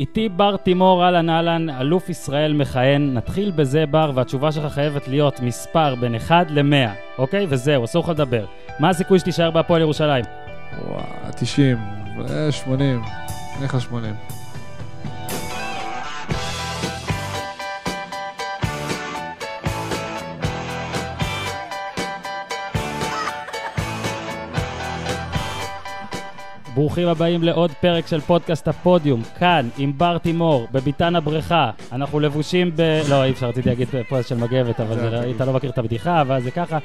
איתי בר תימור, אהלן אהלן, אלוף ישראל מכהן. נתחיל בזה בר, והתשובה שלך חייבת להיות מספר בין 1 ל-100, אוקיי? וזהו, אסור לך לדבר. מה הסיכוי שתישאר בהפועל ירושלים? וואו, 90, אה, 80, אין לך 80. ברוכים הבאים לעוד פרק של פודקאסט הפודיום, כאן עם בר תימור, בביתן הבריכה. אנחנו לבושים ב... לא, אי אפשר, רציתי להגיד פודקאסט של מגבת, אבל זה לא- אתה לא מכיר את הבדיחה, אבל זה ככה.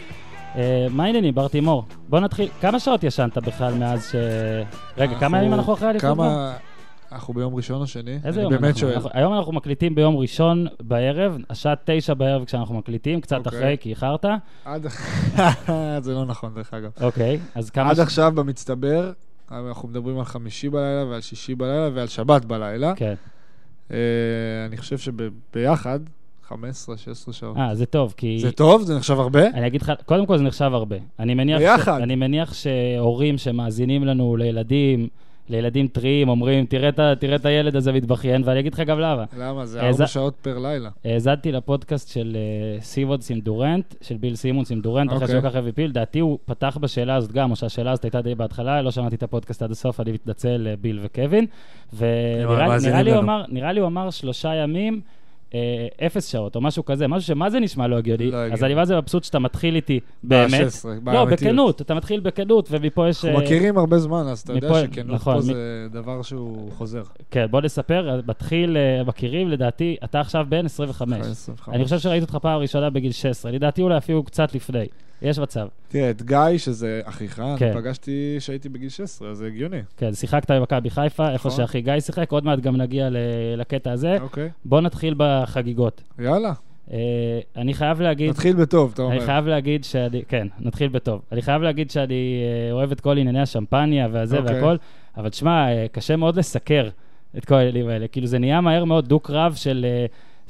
אה, מה העניינים, בר תימור? בוא נתחיל. כמה שעות ישנת בכלל מאז ש... רגע, אנחנו- כמה ימים אנחנו אחרי האליפות? כבר? כמה... אנחנו ביום ראשון או שני? איזה אני יום באמת אנחנו? שואל. אנחנו- היום אנחנו מקליטים ביום ראשון בערב, השעה תשע בערב כשאנחנו מקליטים, קצת אוקיי. אחרי, כי איחרת. עד... זה לא נכון, דרך אגב. אוקיי, אז כמה... עד ש- עכשיו במצטבר, אנחנו מדברים על חמישי בלילה ועל שישי בלילה ועל שבת בלילה. כן. אה, אני חושב שביחד, 15-16 שעות. אה, זה טוב, כי... זה טוב? זה נחשב הרבה? אני אגיד לך, קודם כל זה נחשב הרבה. אני מניח, ביחד. ש, אני מניח שהורים שמאזינים לנו לילדים, לילדים טריים, אומרים, תראה את, ה- תראה את הילד הזה מתבכיין, ואני אגיד לך גם למה. למה? זה אה, זה- ארבע שעות פר לילה. האזנתי לפודקאסט של אה, סיבוד סימדורנט, של ביל סימון סימדורנט, אחרי שהוא אוקיי. לקח רביפי, לדעתי הוא פתח בשאלה הזאת גם, או שהשאלה הזאת הייתה די בהתחלה, לא שמעתי את הפודקאסט עד הסוף, אני מתנצל, אה, ביל וקווין. הם ונראה נראה מאזינים לי הוא לנו. אמר- נראה לי הוא אמר שלושה ימים, אה, אפס שעות, או משהו כזה, משהו שמה זה נשמע לא הגיוני. לא אז הגיוני. אני מה זה מבסוט שאתה מתחיל איתי באמת. 16, לא, באמיתיות. בכנות, אתה מתחיל בכנות, ומפה יש... אנחנו אה, מכירים הרבה זמן, אז אתה יודע מפה- שכנות נכון, פה מ- זה דבר שהוא חוזר. כן, בוא נספר, מתחיל, אה, מכירים, לדעתי, אתה עכשיו בן 25. 25. אני חושב שראיתי אותך פעם ראשונה בגיל 16, לדעתי אולי אפילו קצת לפני. יש מצב. תראה, את גיא, שזה אחיך, כן. אני פגשתי כשהייתי בגיל 16, אז זה הגיוני. כן, שיחקת במכבי חיפה, איפה נכון. שאחי גיא שיחק, עוד מעט גם נגיע ל- לקטע הזה. אוקיי, בוא נתחיל בחגיגות. יאללה. אה, אני חייב להגיד... נתחיל בטוב, אתה אומר. אני חייב להגיד שאני, כן, נתחיל בטוב. אני חייב להגיד שאני אה, אוהב את כל ענייני השמפניה והזה אוקיי. והכל, אבל תשמע, אה, קשה מאוד לסקר את כל העניינים האלה. כאילו, זה נהיה מהר מאוד דו-קרב של אה,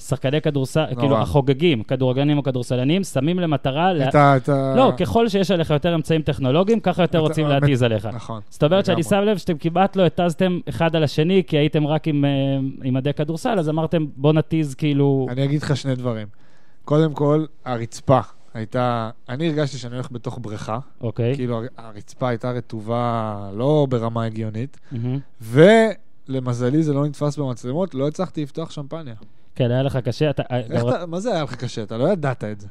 שחקני כדורסל, נורא. כאילו, החוגגים, כדורגלנים או כדורסלנים, שמים למטרה... לה- את ה... את ה- לא, ככל שיש עליך יותר אמצעים טכנולוגיים, ככה יותר אתה- רוצים אה, להתיז עליך. נכון. זאת אומרת שאני לגמרי. שם לב שאתם כמעט לא התזתם אחד על השני, כי הייתם רק עם אה, עם מדי כדורסל, אז אמרתם, בוא נתיז כאילו... אני אגיד לך שני דברים. קודם כל, הרצפה הייתה... אני הרגשתי שאני הולך בתוך בריכה. אוקיי. כאילו, הר- הרצפה הייתה רטובה לא ברמה הגיונית. מהמם. ולמזלי זה לא נתפס במצלמות, לא הצלחתי לפתוח שמפניה. כן, היה לך קשה, אתה... איך אתה... מה זה היה לך קשה? אתה לא ידעת את זה.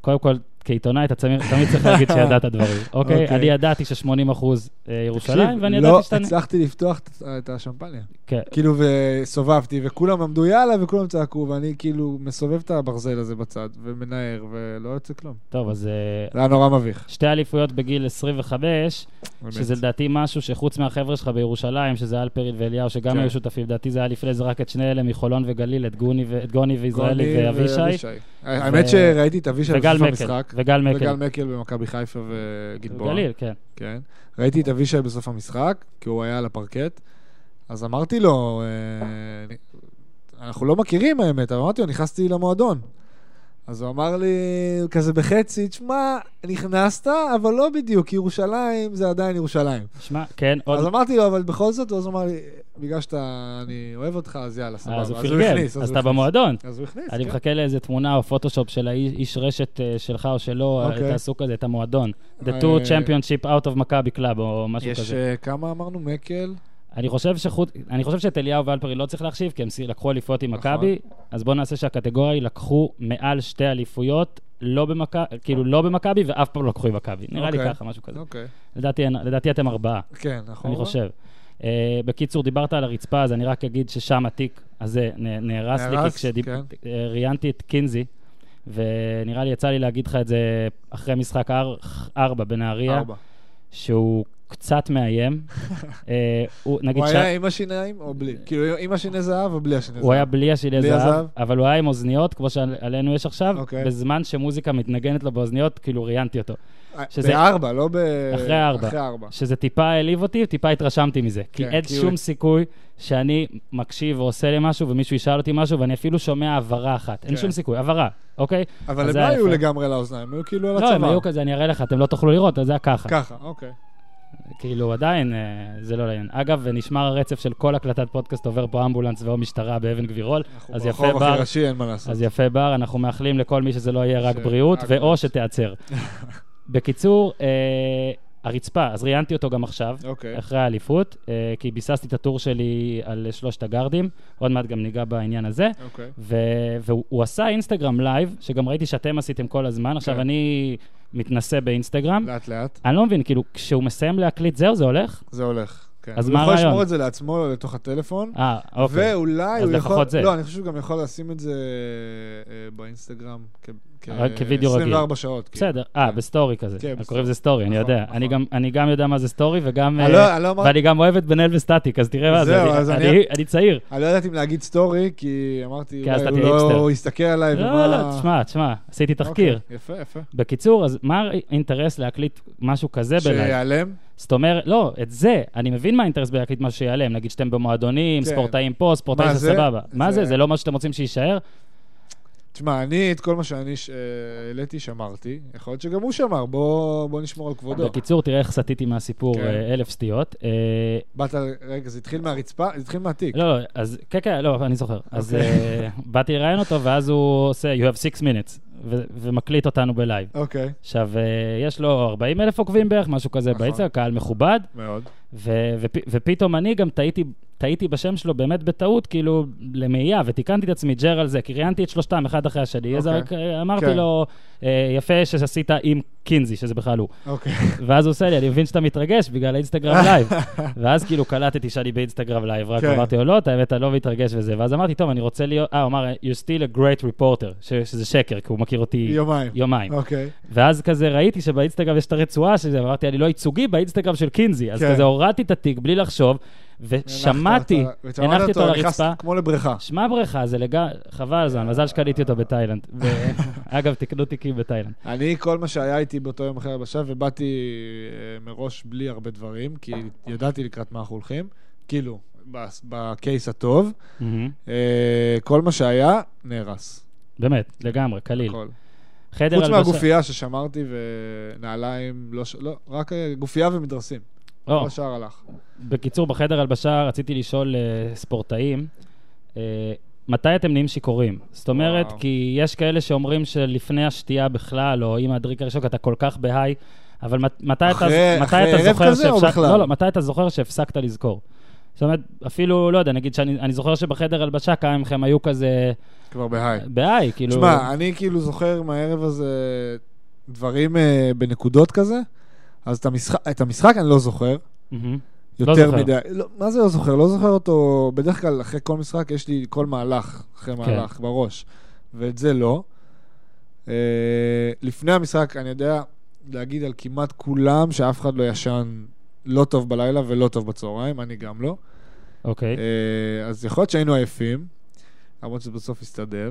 קודם כל, כעיתונאי אתה תמיד תמיד צריך להגיד שידעת דברים, אוקיי? אוקיי. אני ידעתי ש-80 אחוז אה, ירושלים, תקשיב, ואני לא ידעתי שאתה... הצלחתי לפתוח את- את השמפניה. כן, כאילו, וסובבתי, וכולם עמדו יאללה, וכולם צעקו, ואני כאילו מסובב את הברזל הזה בצד, ומנער, ולא יוצא כלום. טוב, אז אה, זה היה נורא מביך. שתי אליפויות בגיל 25, באמת. שזה לדעתי משהו שחוץ מהחבר'ה שלך בירושלים, שזה אלפרין ואליהו, שגם כן. היו שותפים, לדעתי זה היה לפני זה רק את שני אלה מחולון וגליל, את גוני ו- את גוני ויזרעאלי גוני ואבישי, האמת שראיתי את אבישי וגל בסוף מקל, המשחק. וגל מקל. וגל מקל במכבי חיפה וגלבוע. גליל, כן. כן. ראיתי את אבישי בסוף המשחק, כי הוא היה על הפרקט, אז אמרתי לו, אה, אני- אנחנו לא מכירים האמת, אבל אמרתי לו, נכנסתי למועדון. אז הוא אמר לי, כזה בחצי, תשמע, נכנסת, אבל לא בדיוק, כי ירושלים זה עדיין ירושלים. שמע, כן, עוד... אז אמרתי לו, אבל בכל זאת, אז הוא אמר לי, בגלל שאתה, אני אוהב אותך, אז יאללה, סבבה. אה, אז הוא הוא פרגן, אז הכניס, הוא אתה הכניס. במועדון. אז הוא הכניס, אני כן. מחכה לאיזה תמונה או פוטושופ של האיש איש רשת אה, שלך או שלו, אה, אוקיי. תעשו כזה את המועדון. The אה, two championship out of מכבי קלאב או משהו יש כזה. אה, כמה אמרנו? מקל? אני חושב שחוץ- אני חושב שאת אליהו ואלפרי לא צריך להחשיב, כי הם סי- לקחו אליפויות עם נכון. מכבי, אז בואו נעשה שהקטגוריה היא לקחו מעל שתי אליפויות, לא במכבי, כאילו לא במכבי ואף פעם לא לקחו עם מכבי. נראה לי אוקיי. ככה, משהו כזה. אוקיי. לדעתי אין- לדעתי אתם ארבעה. כן, נכון. אני חושב. Uh, בקיצור, דיברת על הרצפה, אז אני רק אגיד ששם התיק הזה נ- נהרס לי, כי נהרס, כן. כשראיינתי את קינזי, ונראה לי יצא לי להגיד לך את זה אחרי משחק 4 בנהריה, ארבע. שהוא קצת מאיים. uh, הוא, נגיד הוא ש... היה עם השיניים או בלי? כאילו, עם השיני זהב או בלי השיני הוא היה זהב? בלי השילי בלי זהב, הזהב? אבל הוא היה עם אוזניות, כמו שעלינו יש עכשיו, אוקיי. בזמן שמוזיקה מתנגנת לו באוזניות, כאילו ראיינתי אותו. שזה- בארבע, לא ב... אחרי הארבע. אחרי הארבע. שזה טיפה העליב אותי, טיפה התרשמתי מזה. כי כן, אין כי שום הוא- סיכוי שאני מקשיב ועושה לי משהו ומישהו ישאל אותי משהו ואני אפילו שומע הבהרה אחת. אין כן. שום סיכוי, הבהרה, אוקיי? אבל אז הם זה לא היה היו יפה. לגמרי על האוזניים, הם היו כאילו על לא, הם הצוואר. היו כזה, אני אראה לך, אתם לא תוכלו לראות, אז זה היה ככה. ככה, אוקיי. כאילו, עדיין אה, זה לא לעניין. אגב, נשמר הרצף של כל הקלטת פודקאסט, עובר פה אמבולנס ואו משטרה באבן גבירול, אנחנו אז ברחוב יפה הכי בר, ראשי, אין מה לעשות. אז יפה בר, אנחנו מאחלים לכל מי שזה לא יהיה רק ש- בריאות, רק ואו בריאות. שתיעצר. בקיצור, אה, הרצפה, אז ראיינתי אותו גם עכשיו. אוקיי. אחרי האליפות, אה, כי ביססתי את הטור שלי על שלושת הגארדים, עוד מעט גם ניגע בעניין הזה. אוקיי. ו- והוא הוא עשה אינסטגרם לייב, שגם ראיתי שאתם עשיתם כל הזמן, עכשיו כן. אני מתנסה באינסטגרם. לאט לאט. אני לא מבין, כאילו, כשהוא מסיים להקליט זהו, זה הולך? זה הולך. כן. אז מה הוא יכול הרעיון? לשמור את זה לעצמו לא לתוך הטלפון. אה, אוקיי. ואולי אז הוא יכול... לפחות זה. לא, אני חושב שהוא גם יכול לשים את זה אה, באינסטגרם כ... כ- רק אה, כווידאו רגיל. 24 שעות. כאילו. בסדר, אה, כן. בסטורי כזה. כן, כן, בסטורי. קוראים לזה סטורי, אני נכון, יודע. נכון. אני גם- אני גם יודע מה זה סטורי, וגם... אני אה, לא- אני לא אמרתי- ואני גם אוהב את בן אל וסטטיק, אז תראה מה זה. זהו, אני- אז אני- אני- אני צעיר. אני לא ידעתי אם להגיד סטורי, כי אמרתי, כי אז אולי אתה הוא תהיה לא היפסטר. הוא יסתכל עליי לא, ומה... לא, תשמע, תשמע, עשיתי תחקיר. אוקיי, יפה, יפה. בקיצור, אז מה האינטרס להקליט משהו כזה בלייב? שיעלם. זאת אומרת, לא, את זה, אני מבין מה האינטרס בלהקליט משהו שיעלם, נגיד שאתם במועדונים, כן. ספורטאים פה, ספורטאים מה זה זה? סבבה. מה זה- זה? זה לא מה שאתם רוצים שיישאר? תשמע, אני את כל מה שאני ש- העליתי שמרתי, יכול להיות שגם הוא שמר, בוא בוא נשמור על כבודו. בקיצור, תראה איך סטיתי מהסיפור לא. כן. אה, אלף סטיות. אה, באת, רגע, זה התחיל מהרצפה? זה התחיל מהתיק. לא, לא, אז, כן, כן, לא, אני זוכר. אז אוקיי. אה, באתי לראיין אותו, ואז הוא עושה, you have six minutes, ו- ומקליט אותנו בלייב. אוקיי, עכשיו, אה, יש לו 40 אלף עוקבים בערך, משהו כזה נכון. באינסטגרם, קהל מכובד, מאוד. ו- ופ- ופתאום אני גם טעיתי, טעיתי בשם שלו באמת בטעות, כאילו, למאייה, ותיקנתי את עצמי, ג'ר על זה, כי ראיינתי את שלושתם אחד אחרי השני, אז אוקיי. רק, אה, אמרתי כן. לו, אה, יפה שעשית עם קינזי, שזה בכלל הוא. אוקיי. ואז הוא עושה לי, אני מבין שאתה מתרגש בגלל האינסטגרם לא לייב. ואז כאילו קלטתי שאני באינסטגרם לייב, רק כן. אמרתי לו, לא, אתה האמת, אני לא מתרגש וזה. ואז אמרתי, טוב, אני רוצה להיות, אה, הוא אמר, you're still a great reporter, ש- שזה שקר, כי הוא מכיר אותי יומיים. יומיים. אוקיי. ואז כזה ראיתי שבאינסטגרם יש את הרצועה של זה, ואמרתי, אני לא ייצוגי באינסטגרם של קינזי. אז כן. כזה הורדתי את התיק בלי לחשוב, ושמעתי, הנחת אותו- הנחתי אותו על נכנסת הרצפה. כמו לבריכה. שמע בריכה, זה לגמרי, חבל על הזמן, מזל שקניתי אותו בתאילנד. ו- אגב, תקנו תיקים בתאילנד. אני, כל מה שהיה איתי באותו יום אחרי הבשל, ובאתי אה, מראש בלי הרבה דברים, כי ידעתי לקראת מה אנחנו הולכים. כאילו, בס- בקייס הטוב, מהמם. אה, כל מה שהיה, נהרס. באמת, לגמרי, קליל. הכל. חדר נכון. חוץ הלבשה- מהגופייה ששמרתי ונעליים, לא, ש- לא, רק אה, גופייה ומדרסים. לא, כל השאר הלך. בקיצור, בחדר הלבשה רציתי לשאול אה, ספורטאים, אה, מתי אתם נהיים שיכורים? זאת אומרת, וואו. כי יש כאלה שאומרים שלפני השתייה בכלל, או עם הדריק הראשון, כי אתה כל כך בהיי, אבל מת- מתי אתה- אחרי- מתי אחרי אתה ערב זוכר כזה או שאפשר- בכלל? לא, לא, מתי אתה זוכר שהפסקת לזכור? זאת אומרת, אפילו, לא יודע, נגיד שאני אני זוכר שבחדר הלבשה כמה מכם היו כזה כבר בהיי. בהיי, כאילו... תשמע, אני כאילו זוכר מהערב הזה דברים אה, בנקודות כזה, אז את המשחק, את המשחק אני לא זוכר. מהמם. לא יותר זוכר. מדי. לא, מה זה לא זוכר? לא זוכר אותו, בדרך כלל אחרי כל משחק יש לי כל מהלך, אחרי כן. מהלך בראש, ואת זה לא. אה, לפני המשחק אני יודע להגיד על כמעט כולם שאף אחד לא ישן לא טוב בלילה ולא טוב בצהריים, אני גם לא. אוקיי. אה, אז יכול להיות שהיינו עייפים, למרות שזה בסוף הסתדר.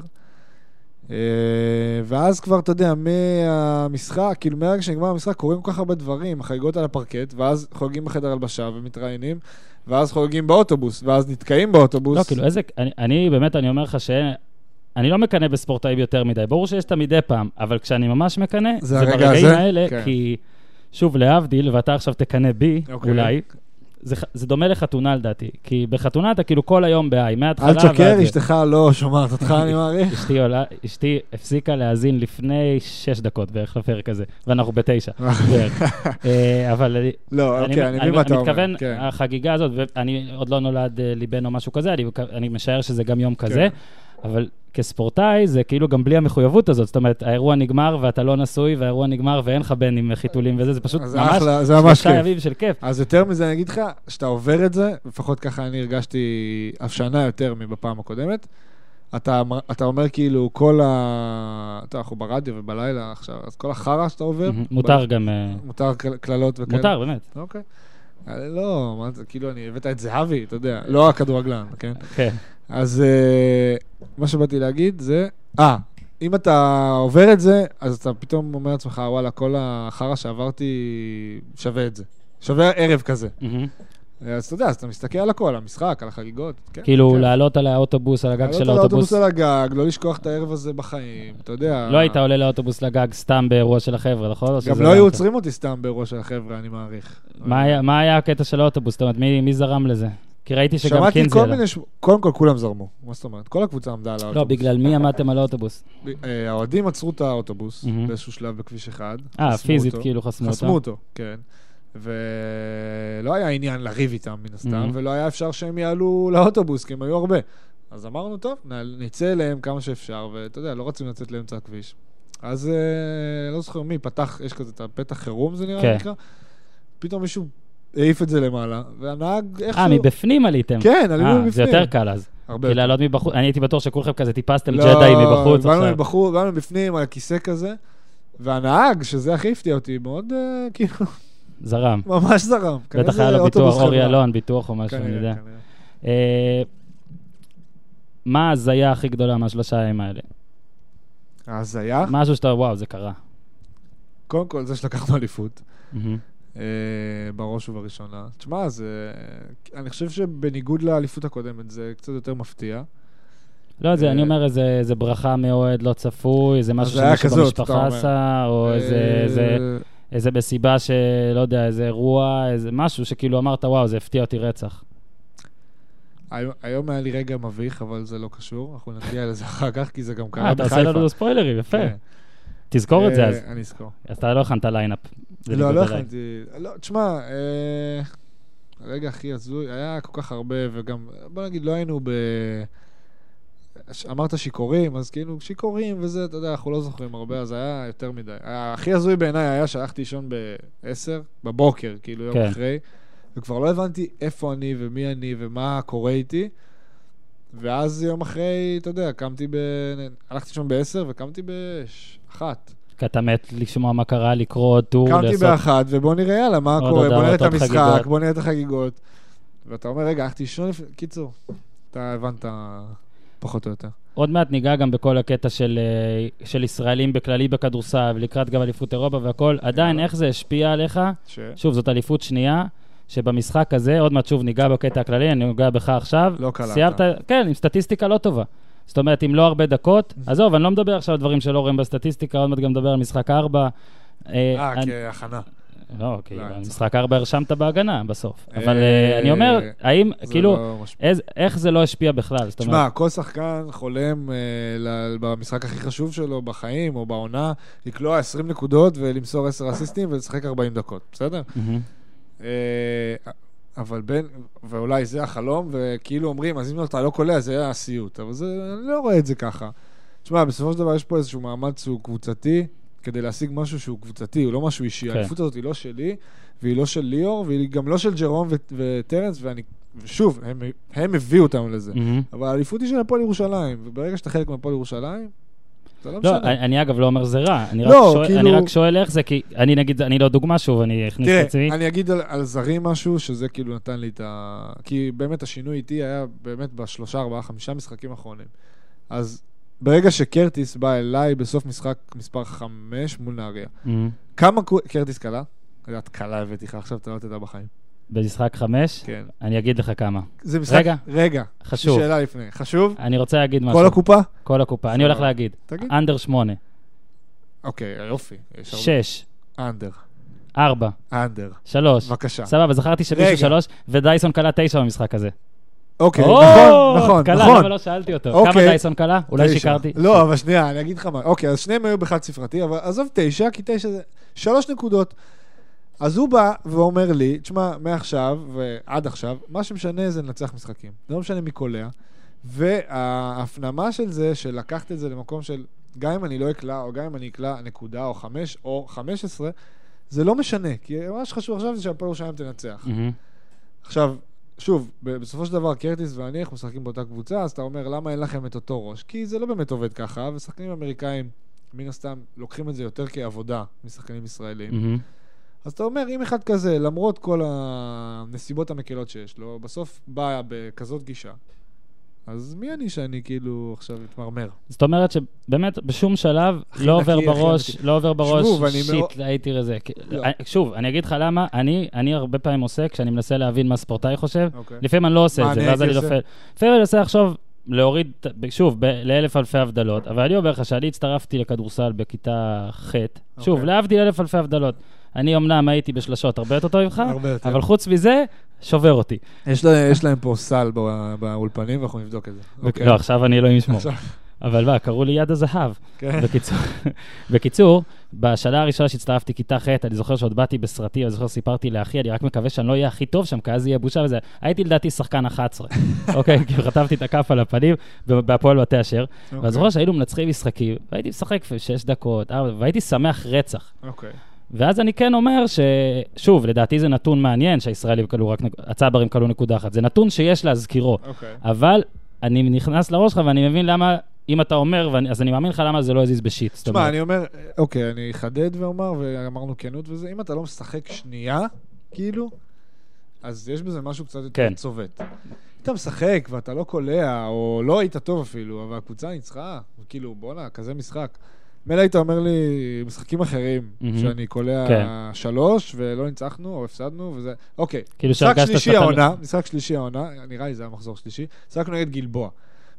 אה, ואז כבר, אתה יודע, מהמשחק, כאילו מהרגע שנגמר המשחק, קורים כל כך הרבה דברים, חגיגות על הפרקט, ואז חוגגים בחדר הלבשה ומתראיינים, ואז חוגגים באוטובוס, ואז נתקעים באוטובוס. לא, כאילו, איזה... אני, אני באמת, אני אומר לך ש... אני לא מקנא בספורטאים יותר מדי, ברור שיש את המדי פעם, אבל כשאני ממש מקנא, זה זה, הרגע ברגעים הזה? האלה, כן. כי שוב, להבדיל, ואתה עכשיו תקנא בי, אוקיי. אולי, זה, ח- זה דומה לחתונה לדעתי, כי בחתונה אתה כאילו כל היום בהיי, מההתחלה אל תשקר, ועד זה. אשתך לא שומעת אותך, אני מעריך. אשתי, עולה, אשתי הפסיקה להאזין לפני שש דקות בערך לפרק הזה, ואנחנו בתשע בערך. אה, אבל כן. אני- לא, אוקיי, אני מבין מה אתה אומר. אני מתכוון, אה, כן. החגיגה הזאת, ואני עוד לא נולד אה, לי בן או משהו כזה, אני, מק- אני משער שזה גם יום כן. כזה, אבל כספורטאי זה כאילו גם בלי המחויבות הזאת, זאת אומרת, האירוע נגמר ואתה לא נשוי, והאירוע נגמר ואין לך בן עם חיתולים וזה, זה פשוט אז ממש אחלה, זה ממש שלושה כיף. ימים של כיף. אז יותר מזה אני אגיד לך, שאתה עובר את זה, לפחות ככה אני הרגשתי השנה יותר מבפעם הקודמת, אתה, אמר- אתה אומר כאילו כל ה... אתה יודע, אנחנו ברדיו ובלילה עכשיו, אז כל החרא שאתה עובר... מהמם, מותר גם, אה, ב... מותר קל- קללות וכאלה? מותר, באמת, אוקיי. אה, לא, מה זה, כאילו אני הבאת את זהבי, אתה יודע, לא הכדורגלן, כן? כן. אז אה, מה שבאתי להגיד זה... אה, אם אתה עובר את זה, אז אתה פתאום אומר לעצמך, וואלה, כל החרא שעברתי שווה את זה. שווה ערב כזה. מהמם. אז אתה יודע, אז אתה מסתכל על הכל, המשחק, על החגיגות. כן, כאילו, כן. לעלות על האוטובוס, על הגג לעלות של על האוטובוס האוטובוס. על הגג, לא לשכוח את הערב הזה בחיים, אתה יודע. לא היית עולה לאוטובוס לגג סתם באירוע של החבר'ה, נכון? או גם שזה לא היו היה- עוצרים אותי סתם באירוע של החבר'ה, אני מעריך. מה היה- מה היה הקטע של האוטובוס? זאת אומרת, מי מי זרם לזה? כי ראיתי שגם שמעתי קינזי כל עלה. מיני... ש- קודם כל, כולם זרמו. מה זאת אומרת? כל הקבוצה עמדה על האוטובוס. לא, בגלל מי עמדתם על האוטובוס? ב- אה, האוהדים עצרו את האוטובוס מהמם. באיזשהו שלב בכביש אחד. אה, חסמו פיזית, אותו. כאילו, חסמו חסמו אותו. אותו, כן. ולא היה עניין לריב איתם, מן הסתם, Mhm. ולא היה אפשר שהם יעלו לאוטובוס, כי הם היו הרבה. אז אמרנו, טוב, נ- נצא אליהם כמה שאפשר, ואתה יודע, לא רצינו לצאת לאמצע הכביש. אז אה, לא זוכר מי, פתח, יש כזה את הפתח חירום, זה נראה כן. נקרא. פתאום מישהו העיף את זה למעלה, והנהג איכשהו... אה, מבפנים עליתם. כן, עלינו אה, זה מבפנים. יותר קל אז. הרבה כי יותר. לעלות מבחוץ, אני הייתי בטוח שכולכם כזה טיפסתם ג'די מבחוץ לא, באנו עכשיו. מבחוץ, באנו מבפנים על הכיסא כזה, והנהג, שזה הכי הפתיע אותי, מאוד אה, כאילו, זרם. ממש זרם. כנראה בטח זה היה לו כן, אוטובוס כן, ביטוח, אורי חברה. אלון, ביטוח או משהו, אני כנראה, יודע. כנראה. אה, מה ההזיה הכי גדולה מהשלושה הימים האלה? ההזיה, משהו שאתה, וואו, זה קרה. קודם כל זה שלקחנו אליפות, אה, בראש ובראשונה. תשמע, זה... אני חושב שבניגוד לאליפות הקודמת, זה קצת יותר מפתיע. לא, זה, אה, אני אומר איזה איזה ברכה מאוהד לא צפוי, איזה משהו אז היה שמישהו כזאת, אתה במשפחה אומר. עשה, או איזה- אה, איזה- איזה מסיבה שלא יודע, איזה אירוע, איזה משהו שכאילו אמרת, וואו, זה הפתיע אותי רצח. היום- היום היה לי רגע מביך, אבל זה לא קשור, אנחנו נגיע לזה אחר כך, כי זה גם אה, קרה אתה בחיפה. עושה לנו ספוילרים, יפה. כן. תזכור את זה אה, אז. אני אזכור. אז אתה לא הכנת ליינאפ. זה לא, בניגוד לא אליי. הכנתי. לא, תשמע, אה, הרגע הכי הזוי, היה כל כך הרבה, וגם, בוא נגיד, לא היינו ב... ש- אמרת שיכורים, אז כאילו שיכורים וזה, אתה יודע, אנחנו לא זוכרים הרבה, אז היה יותר מדי. הכי הזוי בעיניי היה שהלכתי לישון ב-10 בבוקר, כאילו יום כן. אחרי, וכבר לא הבנתי איפה אני ומי אני ומה קורה איתי. ואז יום אחרי, אתה יודע, קמתי ב... הלכתי לישון ב-10 וקמתי ב-1. כי אתה מת לשמוע מה קרה, לקרוא עוד טור, קמתי לעשות... באחת, ובוא נראה, יאללה, מה עוד קורה, בוא הודעות, נראה את עוד המשחק, חגיגות. בוא נראה את החגיגות. ואתה אומר, רגע, הלכתי לישון לפני... קיצור, אתה הבנת פחות או יותר. עוד מעט ניגע גם בכל הקטע של, אה, של ישראלים בכללי בכדורסל, ולקראת גם אליפות אירופה והכל. עדיין, יאללה. איך זה השפיע עליך? ש... שוב, זאת אליפות שנייה, שבמשחק הזה, עוד מעט שוב ניגע בקטע הכללי, אני נוגע בך עכשיו. לא קלעת. סיימת, כן, עם סטטיסטיקה לא טובה. זאת אומרת, עם לא הרבה דקות, עזוב, אני לא מדבר עכשיו על דברים שלא רואים בסטטיסטיקה, עוד מעט גם מדבר על משחק ארבע. אה, כהכנה. לא, כי לא, אני צוחק. משחק ארבע הרשמת בהגנה בסוף. אה, אבל אה, אני אומר, האם, זה כאילו, לא משפיע. איז- איך זה לא השפיע בכלל? זאת אומרת, תשמע, כל שחקן חולם אה, ל- במשחק הכי חשוב שלו, בחיים או בעונה, לקלוע 20 נקודות ולמסור 10 אסיסטים ולשחק 40 דקות, בסדר? מהמם. אה, אבל בין, ואולי זה החלום, וכאילו אומרים, אז אם אתה לא קולע, זה היה הסיוט. אבל זה, אני לא רואה את זה ככה. תשמע, בסופו של דבר יש פה איזשהו מאמץ שהוא קבוצתי, כדי להשיג משהו שהוא קבוצתי, הוא לא משהו אישי. כן. האליפות הזאת היא לא שלי, והיא לא של ליאור, והיא גם לא של ג'רום ו- וטרנס, ואני, ושוב, הם, הם הביאו אותנו לזה. מהמם. אבל האליפות היא של הפועל ירושלים, וברגע שאתה חלק מהפועל ירושלים, זה לא לא, משנה. אני אני אגב לא אומר זה רע, אני רק לא, שואל- כאילו- אני רק שואל איך זה, כי אני נגיד, אני לא דוגמה שוב, אני אכניס את עצמי. תראה, אני אגיד על, על זרים משהו, שזה כאילו נתן לי את ה... כי באמת השינוי איתי היה באמת בשלושה, ארבעה, חמישה משחקים האחרונים. אז ברגע שקרטיס בא אליי בסוף משחק מספר חמש מול נהריה, מהמם. כמה קו... קרטיס קלה? את קלה הבאתי לך, עכשיו אתה לא תדע בחיים. במשחק חמש, כן. אני אגיד לך כמה. זה משחק... רגע. רגע. חשוב. שאלה לפני. חשוב? אני רוצה להגיד משהו. כל הקופה? כל הקופה. אני סבבה. הולך להגיד. תגיד. אנדר שמונה, אוקיי, יופי. יש הרבה- שש, אנדר. ארבע, אנדר. שלוש. בבקשה. סבבה, זכרתי רגע. שמישהו שלוש, ודייסון כלה תשע במשחק הזה. אוקיי, או, נכון, נכון, כלה, נכון. למה לא שאלתי אותו? אוקיי. כמה דייסון כלה? אולי תשע. שיקרתי. לא, אבל שנייה, אני אגיד לך מה. אוקיי, אז שניהם היו בחד ספרתי, אבל עזוב תשע, כי תשע זה שלוש נקודות. אז הוא בא ואומר לי, תשמע, מעכשיו ועד עכשיו, מה שמשנה זה לנצח משחקים. זה לא משנה מי קולע. וההפנמה של זה, של לקחת את זה למקום של גם אם אני לא אקלע, או גם אם אני אקלע נקודה, או חמש, או חמש עשרה, זה לא משנה, כי מה שחשוב עכשיו זה שהפועל ירושלים תנצח. מהמם. עכשיו, שוב, ב- בסופו של דבר קרטיס ואני, אנחנו משחקים באותה קבוצה, אז אתה אומר, למה אין לכם את אותו ראש? כי זה לא באמת עובד ככה, ושחקנים אמריקאים, מן הסתם, לוקחים את זה יותר כעבודה משחקנים ישראלים. מהמם. אז אתה אומר, אם אחד כזה, למרות כל הנסיבות המקלות שיש לו, בסוף בא בכזאת גישה, אז מי אני שאני כאילו עכשיו אתמרמר? זאת אומרת שבאמת בשום שלב לא נקי, עובר הכי בראש, נקי. לא עובר בראש, שוב, אני מאוד- שיט, הייתי רזה. כי- לא. אני- שוב, אני אגיד לך למה, אני אני הרבה פעמים עושה, כשאני מנסה להבין מה ספורטאי חושב, אוקיי. לפעמים אני לא עושה מה את זה, אני ואז אני הייתי נופל. לפעמים אני מנסה עכשיו להוריד, את ה- שוב, ב- לאלף אלפי הבדלות, אבל אני אומר לך שאני הצטרפתי לכדורסל בכיתה ח', שוב, אוקיי. להבדיל אלף אלפי הבדלות. אני אמנם הייתי בשלשות הרבה יותר טוב ממך, הרבה יותר. אבל חוץ מזה, שובר אותי. כן. יש לה- יש להם פה סל בא- באולפנים, ואנחנו נבדוק את זה. אוקיי. לא, עכשיו אני אלוהים ישמור. עכשיו- אבל מה, קראו לי יד הזהב. כן. בקיצור, בקיצור, בשנה הראשונה שהצטרפתי, כיתה ח', אני זוכר שעוד באתי בסרטים, אני זוכר סיפרתי לאחי, אני רק מקווה שאני לא אהיה הכי טוב שם, כי אז יהיה בושה וזה. הייתי לדעתי שחקן 11, אוקיי? כאילו חטפתי את הכף על הפנים בהפועל בתי אשר. אוקיי. ואני זוכר שהיינו מנצחים משחקים, והייתי משחק 6 דקות, ארבע, והייתי שמח רצח. אוקיי. ואז אני כן אומר ששוב, לדעתי זה נתון מעניין שהישראלים כלו רק, נק- הצברים כלו נקודה אחת. זה נתון שיש להזכירו. אוקיי. אבל אני נכנס לראש שלך ואני מבין למה, אם אתה אומר, ואני, אז אני מאמין לך למה זה לא הזיז בשיט. זאת תשמע, אומרת, אני אומר, אוקיי, אני אחדד ואומר, ואמרנו כנות וזה, אם אתה לא משחק שנייה, כאילו, אז יש בזה משהו קצת יותר כן. צובט. אתה משחק ואתה לא קולע, או לא היית טוב אפילו, אבל הקבוצה ניצחה, וכאילו, בואנה, כזה משחק. מילא היית אומר לי, משחקים אחרים, מהמם. שאני קולע כן. שלוש, ולא ניצחנו, או הפסדנו, וזה... אוקיי, כאילו משחק שהרגשת שלישי שאתה- העונה, משחק שלישי העונה, נראה לי זה היה מחזור שלישי, משחק נגד גלבוע.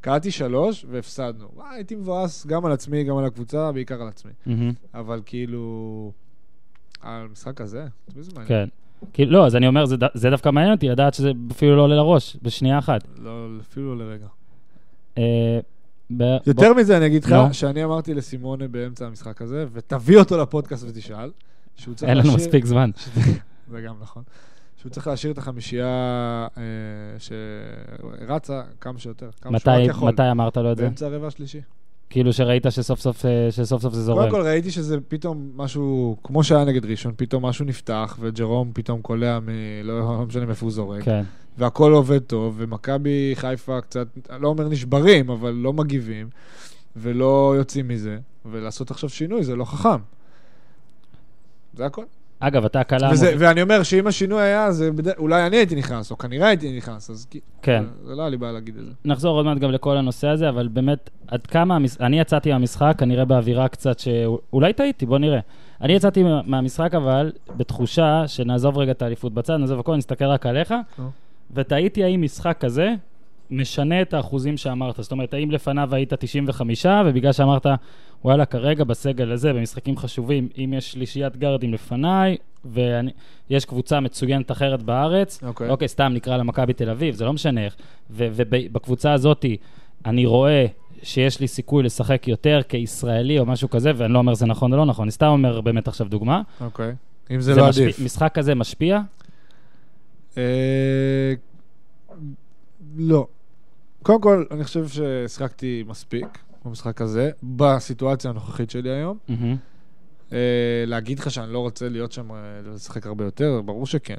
קראתי שלוש והפסדנו. וואי, הייתי מבואס גם על עצמי, גם על הקבוצה, בעיקר על עצמי. מהמם, אבל כאילו... על המשחק הזה? את מי זה מעניין? כן. כאילו, לא, אז אני אומר, זה, ד- זה דווקא מעניין אותי לדעת שזה אפילו לא עולה לראש, בשנייה אחת. לא, אפילו לא לרגע. אה, ב- יותר מזה, אני אגיד לך, נו. שאני אמרתי לסימונה באמצע המשחק הזה, ותביא אותו לפודקאסט ותשאל, שהוא בוא, צריך אין לנו להשאיר... מספיק זמן. זה גם נכון. שהוא צריך להשאיר את החמישייה אה, שרצה כמה שיותר, כמה שהוא מתי, רק יכול. מתי אמרת לו את זה? באמצע הרבע השלישי. כאילו שראית שסוף סוף, אה, שסוף סוף זה זורם. קודם כל ראיתי שזה פתאום משהו, כמו שהיה נגד ראשון, פתאום משהו נפתח, וג'רום פתאום קולע מ... לא לא משנה מאיפה הוא זורק. כן. והכל עובד טוב, ומכבי חיפה קצת, אני לא אומר נשברים, אבל לא מגיבים, ולא יוצאים מזה, ולעשות עכשיו שינוי זה לא חכם. זה הכל. אגב, אתה קלה... וזה, מוב- ואני אומר שאם השינוי היה, זה בד... אולי אני הייתי נכנס, או כנראה הייתי נכנס, אז כי- כן. זה לא היה לי בעיה להגיד את זה. נחזור עוד מעט גם לכל הנושא הזה, אבל באמת, עד כמה... המש... אני יצאתי מהמשחק, כנראה באווירה קצת ש... אולי טעיתי, בוא נראה. אני יצאתי מה- מהמשחק, אבל בתחושה שנעזוב רגע את האליפות בצד, נעזוב הכל, נסתכל רק עליך, נו. ותהיתי האם משחק כזה משנה את האחוזים שאמרת. זאת אומרת, האם לפניו היית 95, ובגלל שאמרת, וואלה, כרגע בסגל הזה, במשחקים חשובים, אם יש שלישיית גארדים לפניי, ויש קבוצה מצוינת אחרת בארץ, אוקיי. אוקיי, סתם נקרא לה מכבי תל אביב, זה לא משנה איך. ובקבוצה הזאת אני רואה שיש לי סיכוי לשחק יותר כישראלי או משהו כזה, ואני לא אומר זה נכון או לא נכון, אני סתם אומר באמת עכשיו דוגמה. אוקיי. אם זה, לא משפיע- עדיף. משחק כזה משפיע? אה, לא. קודם כל, אני חושב ששיחקתי מספיק במשחק הזה, בסיטואציה הנוכחית שלי היום. מהמם. אה, להגיד לך שאני לא רוצה להיות שם, אה, לשחק הרבה יותר, ברור שכן.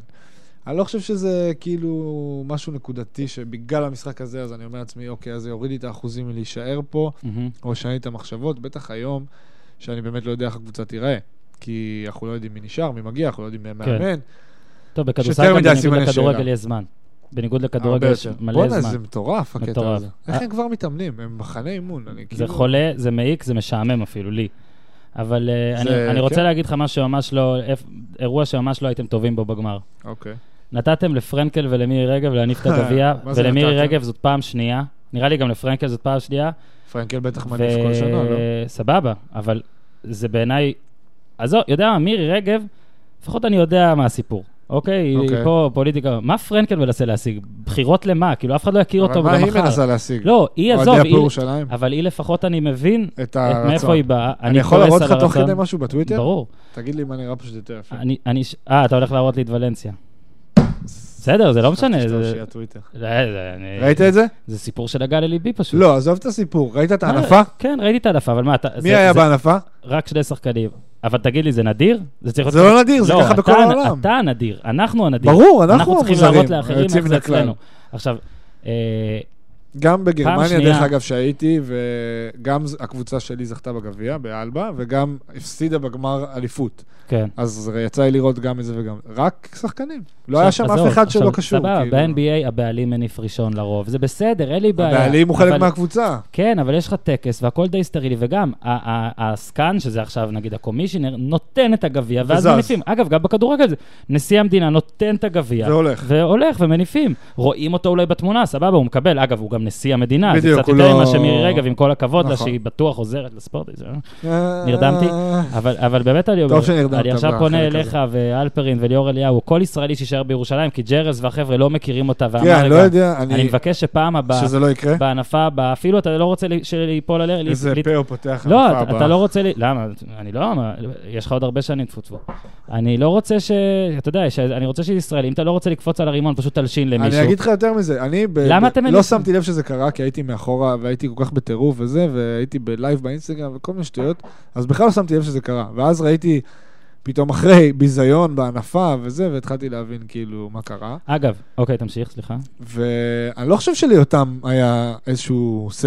אני לא חושב שזה כאילו משהו נקודתי, שבגלל המשחק הזה, אז אני אומר לעצמי, אוקיי, אז זה יוריד לי את האחוזים מלהישאר פה, מהמם. או שאני את המחשבות, בטח היום, שאני באמת לא יודע איך הקבוצה תיראה. כי אנחנו לא יודעים מי נשאר, מי מגיע, אנחנו לא יודעים מי המאמן. טוב, שיותר בכדורסל גם מדי בניגוד סימני לכדורגל שאלה. יש זמן. בניגוד הרבה לכדורגל יש יותר. מלא בואנה, זמן. זה מטורף הקטע מטורף. אה. הזה. איך הם כבר מתאמנים? הם מחנה אימון, אני כאילו... זה חולה, זה מעיק, זה משעמם אפילו, לי. אבל אה, זה- אני- אני רוצה כן. להגיד לך משהו ממש לא, אירוע שממש לא הייתם טובים בו בגמר. אוקיי. נתתם לפרנקל ולמירי רגב להניף את הגביע, מה זה ולמירי נתתם? רגב זאת פעם שנייה, נראה לי גם לפרנקל זאת פעם שנייה, פרנקל בטח ו- מניף כל שנה, לא? סבבה, אבל זה בעיניי... עזוב, יודע מה, מירי רגב, לפחות אני יודע מה הסיפור. אוקיי, היא אוקיי. פה פוליטיקה, מה פרנקל מנסה להשיג? בחירות למה? כאילו אף אחד לא יכיר אותו אבל מה גם היא מחר. מנסה להשיג? לא, היא, עזוב, אוהדי היא- הפועל ירושלים? אבל היא לפחות אני מבין את את הרצון. מאיפה היא באה. אני יכול כועס להראות על לך תוך הרצון. כדי משהו בטוויטר? ברור. תגיד לי אם אני נראה פשוט יותר יפה. אני, אני, ש- אה, אתה הולך להראות לי את ולנסיה. בסדר, זה לא משנה. חשבתי שאתה זה- אושי הטוויטר. לא, זה- אני- ראית את זה? זה סיפור שנגע לליבי פשוט. לא, עזוב את הסיפור. ראית את אה, ההנפה? כן, ראיתי את העדפה, אבל מה, אתה... מי זה- היה זה- בהנפה? רק שני שחקנים. אבל תגיד לי, זה נדיר? זה צריך להיות... זה לא נדיר, זה לא, ככה אתה בכל הנ- העולם. אתה הנדיר, אנחנו הנדיר. ברור, אנחנו אנחנו צריכים המוזרים, להראות לאחרים היוצאים איך זה מן הכלל. אצלנו. עכשיו, אה, גם בגרמניה, שנייה. דרך אגב, שהייתי, וגם ז- הקבוצה שלי זכתה בגביע, באלבה, וגם הפסידה בגמר אליפות. כן. אז יצא לי לראות גם את זה וגם... רק שחקנים. לא עכשיו, היה שם עזוב, אף אחד עכשיו, שלא קשור. סבבה, כאילו. ב-NBA הבעלים מניף ראשון לרוב. זה בסדר, אין לי בעיה. הבעלים הוא אבל- חלק מהקבוצה. כן, אבל יש לך טקס והכל די סטרילי, וגם ה- ה- הסקאן, שזה עכשיו נגיד הקומישיונר, נותן את הגביע, ואז וזז. מניפים. אגב, גם בכדורגל זה. נשיא המדינה נותן את הגביע. והולך. והולך ומניפים. רואים אותו אולי בתמונה, סבבה, הוא מקבל. אגב, הוא גם נשיא המדינה. בדיוק, זה קצת הוא יותר לא- ממה שמירי רגב, עם כל הכבוד לה, נכון. שהיא בטוח עוזרת לספורט. זה- נרדמתי. אה, אבל, אבל באמת אני אומר, טוב שנרדמת אני עכשיו בחלק פונה הזה. אליך ואלפרין וליאור אליהו, כל ישראלי שיישאר בירושלים, כי ג'רז והחבר'ה לא מכירים אותה, ואמר כן, רגע, לא יודע, אני אני... מבקש שפעם הבאה, שזה לא יקרה. בענפה הבאה, אפילו אתה לא רוצה לי- שליפול עליה, לי- איזה לי- פה הוא פותח. לא, ההופעה אתה- אתה הבאה. לא רוצה, לי- למה, אני לא, מה- יש לך עוד הרבה שנים, טפו טפו. אני לא רוצה ש, אתה יודע, ש- אני רוצה שישראלי, אם אתה לא רוצה לקפוץ על הרימון, פשוט תלשין למישהו. אני אגיד לך יותר מזה, אני ב- למה ב- אתם לא מנסים? שמתי לב שזה קרה, כי הייתי מאחורה והייתי כל כך בטירוף וזה, והייתי בלייב באינסטגרם וכל מיני שטויות, אז בכלל לא שמתי לב שזה קרה. ואז ראיתי פתאום אחרי ביזיון בהנפה וזה, והתחלתי להבין כאילו מה קרה. אגב, אוקיי, תמשיך, סליחה. ואני לא חושב שליותם היה איזשהו say.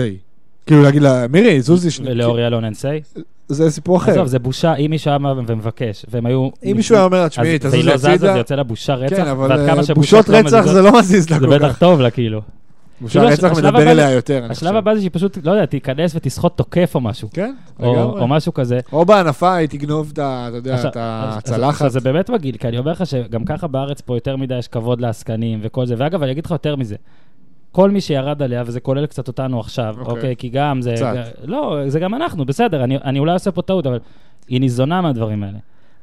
כאילו להגיד לה, מירי, זוזי, שנייה." לאור ילון אין סיי. זה סיפור אחר. עזוב, זה בושה, אם מישהו היה בא ומבקש, והם היו... אם מישהו היה אומר לה, תשמעי, אז והיא תזוזי לא זזה, זה הצידה, יוצא לה בושה רצח, כן, אבל ועד אה, כמה שבושות בושות לא רצח מזיזות, זה לא מזיז לה זה כל כך. בטח טוב לה, כאילו. בושה כאילו, רצח השלב מדבר הבא- אליה יותר, אני חושב. השלב הבא זה שהיא פשוט, לא יודע, תיכנס ותסחוט תוקף או משהו. כן, או לגמרי. או משהו כזה. או בהנפה היא תגנוב את ה... אתה יודע, עכשיו- את אז- אז- הצלחת. אז זה באמת מגעיל, כי אני אומר לך שגם ככה בארץ פה יותר מדי יש כבוד לעסקנים וכל זה. ואגב, אני אגיד לך יותר מזה. כל מי שירד עליה, וזה כולל קצת אותנו עכשיו, אוקיי. אוקיי? כי גם זה... קצת. לא, זה גם אנחנו, בסדר, אני- אני אולי עושה פה טעות, אבל היא ניזונה מהדברים האלה.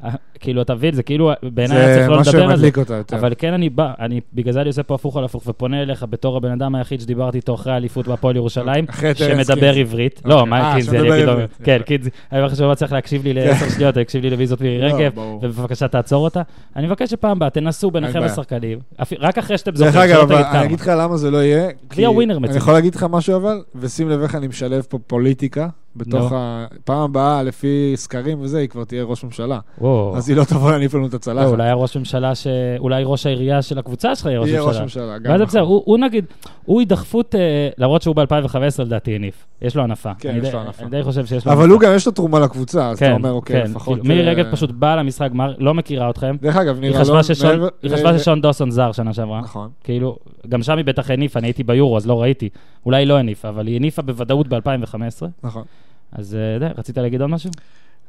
אה, כאילו, אתה מבין, זה כאילו, בעיניי היה זה צריך לא מה לדבר על זה. שמדליק אותה יותר. אבל כן אני בא, אני, בגלל זה אני עושה פה הפוך על הפוך, ופונה אליך בתור הבן אדם היחיד שדיברתי איתו אחרי האליפות בהפועל ירושלים, אחרי טרנס שמדבר קינס. עברית. אוקיי. לא, מה אה, קינזי, אני שמדבר אגיד לו... עברית. כן, יפה. קינזי, אני חושב שלא צריך להקשיב לי לעשר שניות, הוא הקשיב לי לוויזות מירי לא, רגב, ברור. ובבקשה תעצור אותה. אני מבקש שפעם הבאה תנסו ביניכם בעיה. השחקנים, אפי- רק אחרי שאתם זוכרים, דרך שלא אגב, תגיד אבל אני כמה. אגיד לך למה זה לא יהיה. כי הווינר מציג. אני יכול להגיד לך משהו אבל, ושים לב איך אני משלב פה פוליטיקה, בתוך נו. ה... פעם הבאה, לפי סקרים וזה, היא כבר תהיה ראש ממשלה. וואו. אז היא לא תבוא להניף לנו את לא, הצלחת. אולי הראש ממשלה, ש- אולי ראש העירייה של הקבוצה שלך היא יהיה ראש ממשלה. ממשלה. גם ואז זה נכון. בסדר, הוא הוא נגיד, הוא הידחפות, אה, למרות שהוא ב-2015 לדעתי הניף, יש לו הנפה. כן, אני יש די- לו הנפה. אני די חושב שיש לו אבל הוא גם, יש לו תרומה לקבוצה, אז אתה אומר, אוקיי, לפחות... כאילו, כן, מירי אה, רגב פשוט באה למשחק, מה- לא מכירה אתכם. דרך אגב, היא נראה חשבה לא- ששון- מעבר- היא חשבה אה, ששון דוסון זר שנה שעברה. נכון. כאילו, גם שם היא בטח הניפה, אני הייתי ביורו, אז לא ראיתי. אולי לא הניפה, אבל היא הניפה בוודאות ב-2015. נכון. אז אה, די, רצית להגיד עוד משהו?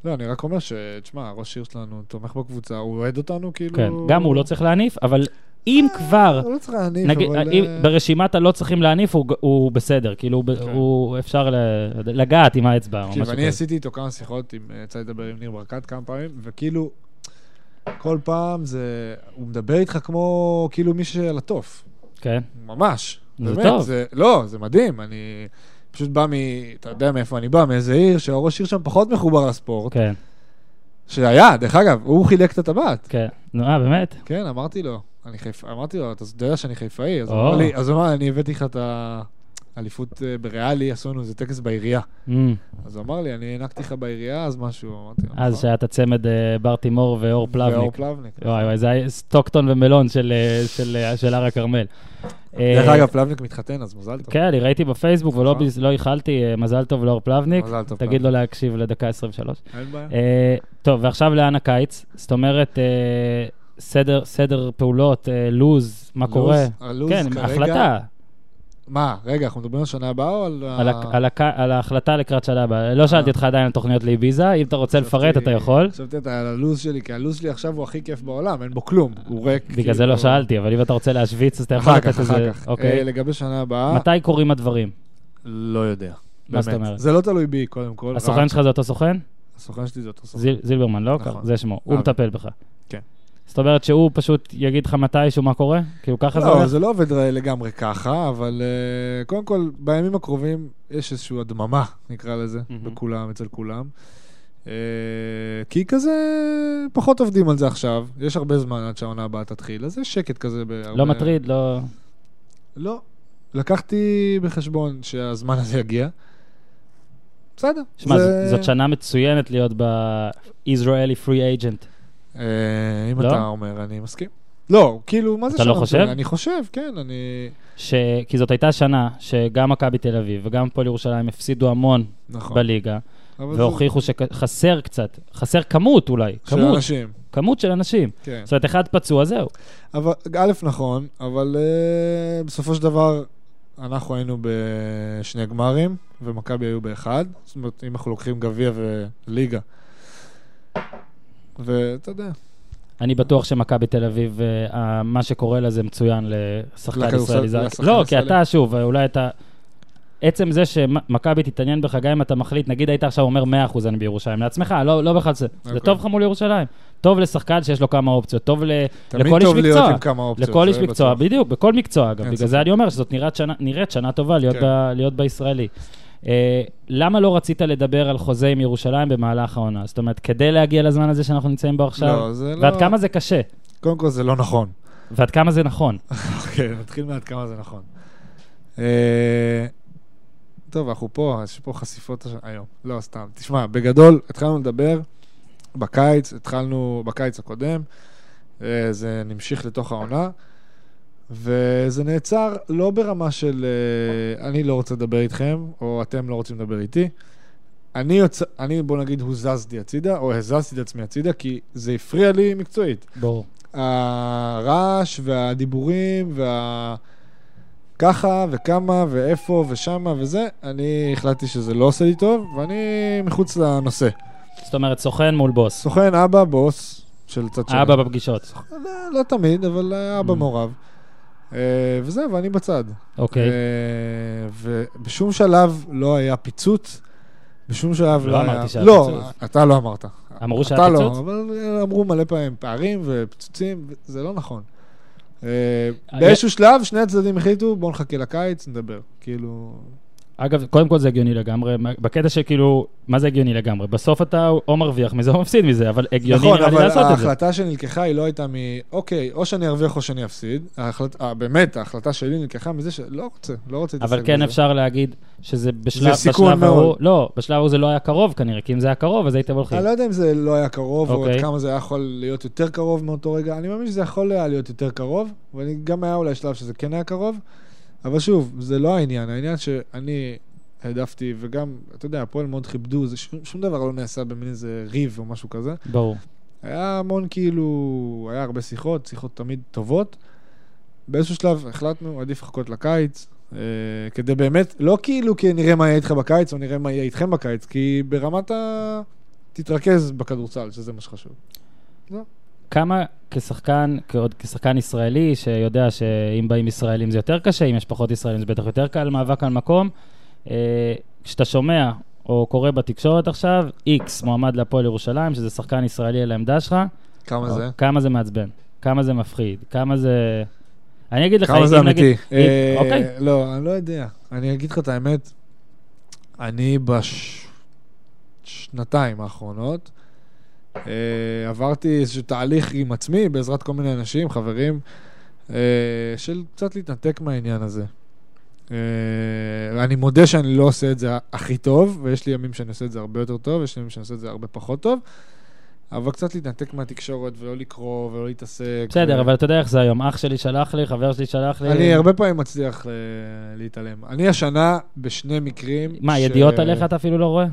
לא, אני רק אומר ש... תשמע, ראש עיר שלנו תומך בקבוצה, הוא אוהד אותנו, כאילו... כן. גם הוא לא צריך להניף, אבל אם כבר, הוא לא צריך להניף, נגיד, אבל... אם אה, ברשימת הלא צריכים להניף, הוא- הוא בסדר. כאילו, הוא ב- הוא אפשר ל- לגעת עם האצבע או משהו אוקיי. תקשיב, אני כזה. עשיתי איתו כמה שיחות, עם- אה, יצא לי לדבר עם ניר ברקת כמה פעמים, וכאילו, כל פעם זה... הוא מדבר איתך כמו כאילו מי שעל התוף. כן, ממש. זה באמת, טוב. זה, לא, זה מדהים. אני פשוט בא מ... אתה יודע מאיפה אני בא, מאיזה עיר, שהראש עיר שם פחות מחובר לספורט. כן, שהיה, דרך אגב, הוא חילק את הטבעת. כן. נו, אה, באמת? כן, אמרתי לו. אני חיפ... אמרתי לו, אתה יודע שאני חיפאי, אז או. הוא אמר לי, אז הוא אמר, אני הבאתי לך את האליפות אה, בריאלי, עשו לנו איזה טקס בעירייה. אמ. אז הוא אמר לי, אני הענקתי לך בעירייה, אז משהו, אמרתי לו. אז נכון. שהיה את הצמד אה, בר תימור ואור ואור פלבניק. אה, פלבניק. וואי וואי, זה היה סטוקטון ומלון של, אה, של, אה, של הר הכרמל. דרך אה, אגב, פלבניק מתחתן, אז מזל טוב. כן, אני ראיתי בפייסבוק ולא נכון. ביז- לא איחלתי, אה, מזל טוב לאור פלבניק. מזל טוב. תגיד לו להקשיב לדקה 23. פלבניק. אין בעיה. אה, טוב, ועכשיו לאן הקיץ? זאת אומרת, אה, סדר- סדר פעולות, אה, לו"ז, מה לוז- קורה? הלוז כן, כרגע- אה. החלטה. מה, רגע, אנחנו מדברים על שנה הבאה או על... ה- על הק- על הק- על ההחלטה לקראת שנה הבאה. לא שאלתי אותך עדיין על תוכניות לאביזה, אם אתה רוצה לפרט, אה. חשבתי- אתה יכול. חשבתי אתה על הלו"ז שלי, כי הלו"ז שלי עכשיו הוא הכי כיף בעולם, אין בו כלום, הוא ריק. בגלל זה כאילו. לא שאלתי, אבל אם אתה רוצה להשוויץ, אז אתה יכול אחר לתת כך, איזה... אחר כך. אה, אוקיי. לגבי שנה הבאה, מתי קורים הדברים? לא יודע. מה זאת באמת. אומרת? זה לא תלוי בי, קודם כל. הסוכן רק- שלך זה אותו סוכן? הסוכן שלי זה אותו סוכן. זיל- זילברמן, לא? נכון. זה שמו. הוא אבי. מטפל בך. כן. זאת אומרת שהוא פשוט יגיד לך מתישהו מה קורה? כאילו ככה זה לא, הולך? זה לא עובד לגמרי ככה, אבל אה, קודם כל, בימים הקרובים יש איזושהי הדממה, נקרא לזה, מהמם. בכולם, אצל כולם. אה, כי כזה, פחות עובדים על זה עכשיו, יש הרבה זמן עד שהעונה הבאה תתחיל, אז יש שקט כזה. בהרבה- לא מטריד, לא... לא. לקחתי בחשבון שהזמן הזה יגיע. בסדר. שמע, זה- ז- זאת שנה מצוינת להיות ב-Israeli Free Agent. אה, אם לא? אתה אומר, אני מסכים. לא, כאילו, מה זה אתה לא חושב? מצוינת? אני חושב, כן, אני... ש... כי זאת הייתה שנה שגם מכבי תל אביב וגם הפועל ירושלים הפסידו המון נכון. בליגה, אבל זה- והוכיחו שחסר קצת, חסר כמות אולי, של כמות, אנשים, כמות של אנשים. כן. זאת אומרת, אחד פצוע, זהו. אבל, א', נכון, אבל אה, בסופו של דבר, אנחנו היינו בשני גמרים, ומכבי היו באחד. זאת אומרת, אם אנחנו לוקחים גביע וליגה. ואתה יודע, אני בטוח שמכבי תל אביב, אה, ה- מה שקורה לה זה מצוין לשחקן לכדורסל- ישראלי. זר. לשחקן לא, כי ישראלי. אתה, שוב, אה, אולי אתה... עצם זה שמכבי תתעניין בך, גם אם אתה מחליט, נגיד היית עכשיו אומר 100% אני בירושלים, לעצמך, לא, לא בכלל זה. זה אוקיי. טוב לך מול ירושלים. טוב לשחקן שיש לו כמה אופציות, טוב ל... תמיד לכל איש טוב להיות מקצוע. עם כמה אופציות. לכל זה איש מקצוע, בטוח. בדיוק, בכל מקצוע, אגב. אין בגלל ספק. זה אני אומר שזאת נראית שנה- נראית שנה טובה להיות כן. ב- להיות בישראלי. אה, למה לא רצית לדבר על חוזה עם ירושלים במהלך העונה? זאת אומרת, כדי להגיע לזמן הזה שאנחנו נמצאים בו עכשיו? לא, זה לא... ועד כמה זה קשה, קודם כל, זה לא נכון. ועד כמה זה נכון. אוקיי, נתחיל מעד כמה זה נכון. אה, טוב, אנחנו פה, יש פה חשיפות הש- היום. לא, סתם. תשמע, בגדול, התחלנו לדבר בקיץ, התחלנו בקיץ הקודם, אה, זה נמשיך לתוך העונה, וזה נעצר לא ברמה של אה, אני לא רוצה לדבר איתכם, או אתם לא רוצים לדבר איתי. אני, יוצא, אני, בוא נגיד, הוזזתי הצידה, או הזזתי את עצמי הצידה, כי זה הפריע לי מקצועית. ברור. הרעש והדיבורים וה... ככה וכמה ואיפה ושמה וזה, אני החלטתי שזה לא עושה לי טוב, ואני מחוץ לנושא. זאת אומרת, סוכן מול בוס. סוכן אבא, בוס של צד שני. אבא בפגישות. לא, לא תמיד, אבל אה, אבא Mm. מעורב. אה, וזהו, ואני בצד. אוקיי. אה, ובשום שלב לא היה פיצוץ, בשום שלב לא לא היה... אמרתי שהיה לא, פיצוץ. אתה לא אמרת. אמרו שהיה אתה לא, פיצוץ? אבל אמרו מלא פעמים פערים ופיצוצים, זה לא נכון. אה, באיזשהו שלב שני הצדדים החליטו, בואו נחכה לקיץ, נדבר. כאילו... אגב, קודם כל זה הגיוני לגמרי, מה- בקטע שכאילו, מה זה הגיוני לגמרי? בסוף אתה או מרוויח מזה או מפסיד מזה, אבל הגיוני נכון, נראה לי אבל לעשות את זה. ההחלטה שנלקחה היא לא הייתה מ... אוקיי, או שאני ארוויח או שאני אפסיד. ההחלט- אה, באמת, ההחלטה שלי נלקחה מזה שלא רוצה, לא רוצה להתעסק אבל כן בזה. אפשר להגיד שזה בשלב, סיכון בשלב מאוד. ההוא, לא, בשלב ההוא זה לא היה קרוב כנראה, כי אם זה היה קרוב אז הייתם הולכים. אני לא יודע אם זה לא היה קרוב, או אוקיי. עד כמה זה היה יכול להיות יותר קרוב מאותו רגע. אני מאמין שזה יכול היה להיות יותר קרוב, וגם היה אולי שלב שזה כן היה קרוב, אבל שוב, זה לא העניין. העניין שאני העדפתי, וגם, אתה יודע, הפועל מאוד כיבדו, זה שום, שום דבר לא נעשה במין איזה ריב או משהו כזה. ברור. היה המון כאילו, היה הרבה שיחות, שיחות תמיד טובות. באיזשהו שלב החלטנו, עדיף לחכות לקיץ, אה, כדי באמת, לא כאילו כי נראה מה יהיה איתך בקיץ, או נראה מה יהיה איתכם בקיץ, כי ברמת ה... תתרכז בכדורסל, שזה מה שחשוב. כמה כשחקן, כעוד כשחקן ישראלי, שיודע שאם באים ישראלים זה יותר קשה, אם יש פחות ישראלים זה בטח יותר קל, מאבק על מקום, אה, כשאתה שומע או קורא בתקשורת עכשיו, איקס מועמד להפועל ירושלים, שזה שחקן ישראלי על העמדה שלך, כמה זה? כמה זה מעצבן, כמה זה מפחיד, כמה זה... אני אגיד לך, כמה אם זה נגיד- אמיתי? אה, אוקיי. לא, אני לא יודע. אני אגיד לך את האמת, אני בשנתיים האחרונות אה, עברתי איזשהו תהליך עם עצמי בעזרת כל מיני אנשים, חברים, אה, של קצת להתנתק מהעניין הזה. אה, אני מודה שאני לא עושה את זה הכי טוב, ויש לי ימים שאני עושה את זה הרבה יותר טוב, ויש לי ימים שאני עושה את זה הרבה פחות טוב, אבל קצת להתנתק מהתקשורת ולא לקרוא ולא להתעסק. בסדר, ו- אבל אתה יודע איך זה היום, אח שלי שלח לי, חבר שלי שלח לי. אה. אני הרבה פעמים מצליח אה, להתעלם. אני השנה בשני מקרים... מה, ש- ידיעות עליך אתה אפילו לא רואה?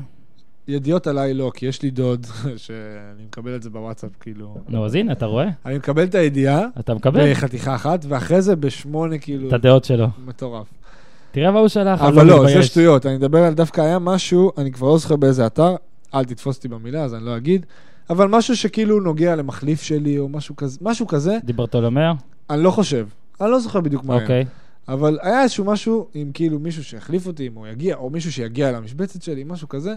ידיעות עליי לא, כי יש לי דוד שאני מקבל את זה בוואטסאפ, כאילו... נו, אז הנה, אתה רואה? אני מקבל את הידיעה אתה מקבל בחתיכה אחת, ואחרי זה בשמונה, כאילו... את הדעות שלו. מטורף. תראה מה הוא שלח, אני אבל לא, זה מתבייש. שטויות. אני מדבר על דווקא היה משהו, אני כבר לא זוכר באיזה אתר, אל תתפוס אותי במילה, אז אני לא אגיד, אבל משהו שכאילו נוגע למחליף שלי, או משהו כזה, משהו כזה, דיברטולומיאו? אני לא חושב. אני לא זוכר בדיוק מה היה. אוקיי. אבל היה איזשהו משהו עם כאילו מישהו שיחליף אותי, אם הוא יגיע, או מישהו שיגיע למשבצת שלי, משהו כזה.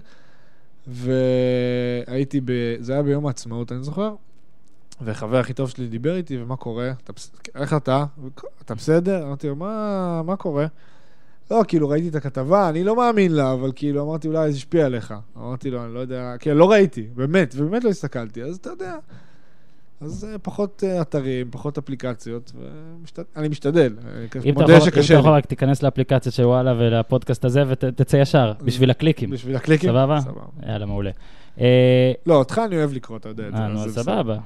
והייתי ב... זה היה ביום העצמאות, אני זוכר. וחבר הכי טוב שלי דיבר איתי, ומה קורה? אתה בס- איך אתה? אתה בסדר? אמרתי לו, מה, מה קורה? לא, כאילו, ראיתי את הכתבה, אני לא מאמין לה, אבל כאילו, אמרתי, אולי זה השפיע עליך. אמרתי לו, אני לא יודע, כאילו, לא ראיתי, באמת, ובאמת לא הסתכלתי, אז אתה יודע. אז אה, פחות אה, אתרים, פחות אפליקציות, ואני משתדל, אני אם אתה מודה יכול- אם אתה שקשה לי. יכול רק תיכנס לאפליקציה של וואלה ולפודקאסט הזה ותצא ישר, בשביל הקליקים. בשביל הקליקים? סבבה? יאללה, מעולה. אה, לא, אותך אני אוהב לקרוא, אתה יודע את זה. אה, נו, אז אז זה בסדר. סבבה.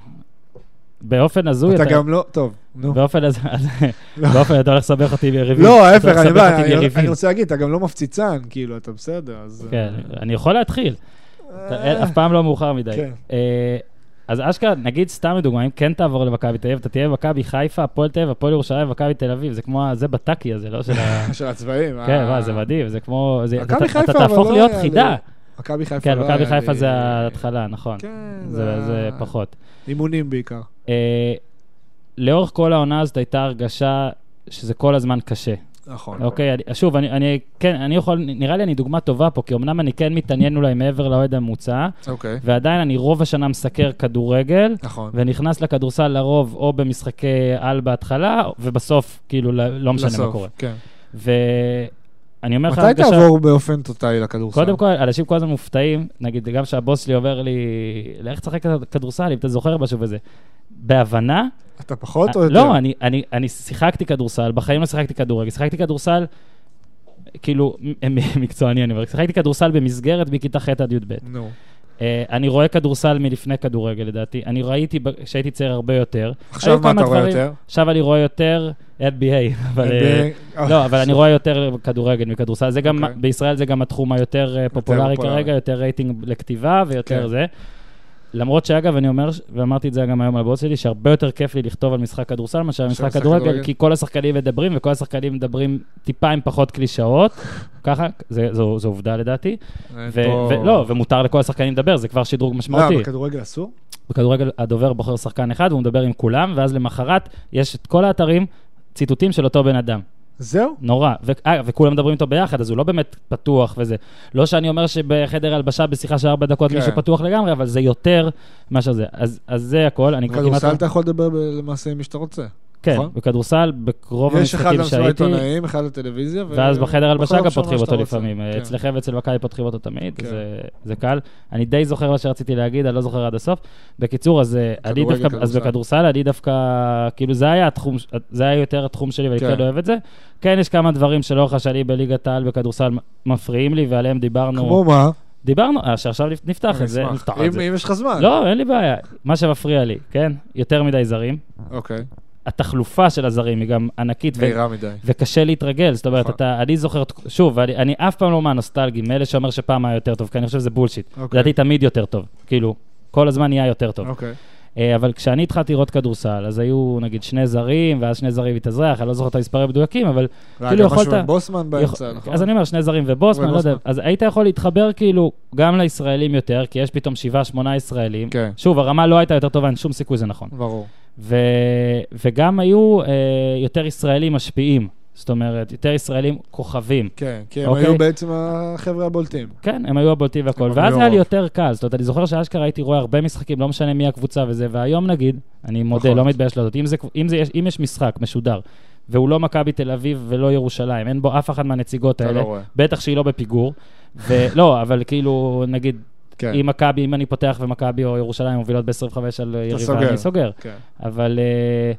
באופן הזוי אתה גם לא... טוב, נו. באופן הזוי... לא. באופן אתה הולך לסבך אותי ביריבים. לא, אתה ההפך, הולך אני לסבך בא, אותי אני- ביריבים. אני רוצה להגיד, אתה גם לא מפציצן, כאילו, אתה בסדר, אז... כן, אני יכול להתחיל. אתה- אה, אף פעם לא מאוחר מדי. כן. אה, אז אשכרה, נגיד סתם לדוגמה, אם כן תעבור למכבי תל אביב, אתה תהיה במכבי חיפה, הפועל תל אביב, הפועל ירושלים, מכבי תל אביב, זה כמו, ה- זה בטאקי הזה, לא של ה... של הצבעים. כן, אה. וואי, זה מדהים, זה כמו... זה- מכבי אתה- אתה חיפה, אבל תהפוך לא להיות היה לי- חידה. מכבי חיפה כן, לא מכבי היה חיפה לי- זה ההתחלה, נכון. כן, זה זה ה- פחות. אימונים בעיקר. אה, לאורך כל העונה הזאת הייתה הרגשה שזה כל הזמן קשה. נכון. אוקיי, אני- שוב, אני, אני, כן, אני יכול, נראה לי אני דוגמה טובה פה, כי אמנם אני כן מתעניין אולי מעבר לאוהד הממוצע, אוקיי. ועדיין אני רוב השנה מסקר כדורגל, נכון. ונכנס לכדורסל לרוב או במשחקי על בהתחלה, ובסוף, כאילו, ל- לא משנה מה לסוף, קורה. כן. ואני אומר לך, מתי הרגשה- תעבור באופן טוטאלי לכדורסל? קודם כל, אנשים כל הזמן מופתעים, נגיד, גם שהבוס שלי אומר לי, לך תשחק כדורסל, אם אתה זוכר משהו וזה. בהבנה, אתה פחות או יותר? לא, אני, אני, אני שיחקתי כדורסל, בחיים לא שיחקתי כדורגל, שיחקתי כדורסל, כאילו, מ- מ- מקצועני אני אומר, שיחקתי כדורסל במסגרת מכיתה ח' עד י"ב. נו. אה, אני רואה כדורסל מלפני כדורגל לדעתי, אני ראיתי ב- כשהייתי צעיר הרבה יותר. עכשיו היו מה כמה אתה רואה דברים- יותר? עכשיו אני רואה יותר NBA, אבל... אה, ב- אה, לא, אבל אני רואה יותר כדורגל מכדורסל. זה גם, אוקיי. בישראל זה גם התחום היותר אה, פופולרי פופולרי. כרגע, יותר רייטינג לכתיבה כן. ויותר זה. למרות שאגב, אני אומר, ש- ואמרתי את זה גם היום על הבוס שלי, שהרבה יותר כיף לי לכתוב על משחק כדורסל מאשר על מאשר משחק משחק כדורגל, כדורגל. כי כל השחקנים מדברים, וכל השחקנים מדברים טיפה עם פחות קלישאות, ככה, זה- זו זו עובדה לדעתי. אין ו- אה, לא, פה- לא, ולא, ומותר לכל השחקנים לדבר, זה כבר שדרוג משמעותי. מה, בכדורגל אסור? בכדורגל הדובר בוחר שחקן אחד והוא מדבר עם כולם, ואז למחרת יש את כל האתרים, ציטוטים של אותו בן אדם. זהו? נורא. ו- אה, וכולם מדברים איתו ביחד, אז הוא לא באמת פתוח וזה. לא שאני אומר שבחדר הלבשה בשיחה של ארבע דקות כן. מישהו פתוח לגמרי, אבל זה יותר מאשר זה. אז, אז זה הכל, אני כבר כמעט... בכדורסל אתה יכול לדבר ב- למעשה עם מי שאתה רוצה. כן, נכון? בכדורסל, ברוב יש אחד המשחקים למסור שהייתי, העיתונאים, אחד לטלוויזיה. ו- ואז בחדר הלבשה בכל גם שם מה פותחים שאתה אותו רוצה. לפעמים. אה, כן. אצלכם ואצל מכבי פותחים אותו תמיד, כן. זה- זה קל. אני די זוכר מה שרציתי להגיד, אני לא זוכר עד הסוף. בקיצור, אז אה, אני כדורגל, דווקא, אז כדורסל. בכדורסל, אני דווקא, כאילו זה היה התחום, ש- זה היה יותר התחום שלי, ואני כן. כן אוהב את זה. כן, יש כמה דברים שלאורך השנים בליגת העל בכדורסל מפריעים לי, ועליהם דיברנו. כמו מה? דיברנו, אה, שעכשיו נפ- נפתח אני את זה, אשמח. נפתח אם- את זה. אם יש לך זמן. לא, אין לי בעיה. מה שמפריע לי, כן? יותר מדי זרים. אוקיי. התחלופה של הזרים היא גם ענקית. ו- מהירה מדי. וקשה להתרגל, זאת אומרת, נכון. אתה, אני זוכר, תק- שוב, אני, אני אף פעם לא מהנוסטלגי, מאלה שאומר שפעם היה יותר טוב, כי אני חושב שזה בולשיט. אוקיי. לדעתי תמיד יותר טוב, כאילו, כל הזמן נהיה יותר טוב. אוקיי. אה, אבל כשאני התחלתי לראות כדורסל, אז היו נגיד שני זרים, ואז שני זרים התאזרח, אני לא זוכר את המספרים המדויקים, אבל כאילו יכולת... יכולת- משהו עם בוסמן באמצע, יכול- נכון? אז אני אומר, שני זרים ובוסמן, לא יודע, ובוסמן. אז היית יכול להתחבר כאילו גם לישראלים יותר, כי יש פתאום שבעה, שמונה ישראלים. כן. שוב, הרמה לא הייתה יותר טובה, אין שום סיכוי, זה נכון. ברור. ו... וגם היו אה, יותר ישראלים משפיעים, זאת אומרת, יותר ישראלים כוכבים. כן, כי הם אוקיי. היו בעצם החבר'ה הבולטים. כן, הם היו הבולטים והכל, הם ואז היו היה לי הרוב. יותר קל. זאת אומרת, אני זוכר שאשכרה הייתי רואה הרבה משחקים, לא משנה מי הקבוצה וזה, והיום נגיד, אני מודה, פחות. לא מתבייש לעשות, אם, זה- אם, זה- אם יש משחק משודר, והוא לא מכבי תל אביב ולא ירושלים, אין בו אף אחת מהנציגות אתה האלה, לא רואה. בטח שהיא לא בפיגור, ולא, אבל כאילו, נגיד, כן. אם מכבי, אם אני פותח ומכבי או ירושלים מובילות ב-25 על יריבה, סוגר. אני סוגר. כן. אבל אה,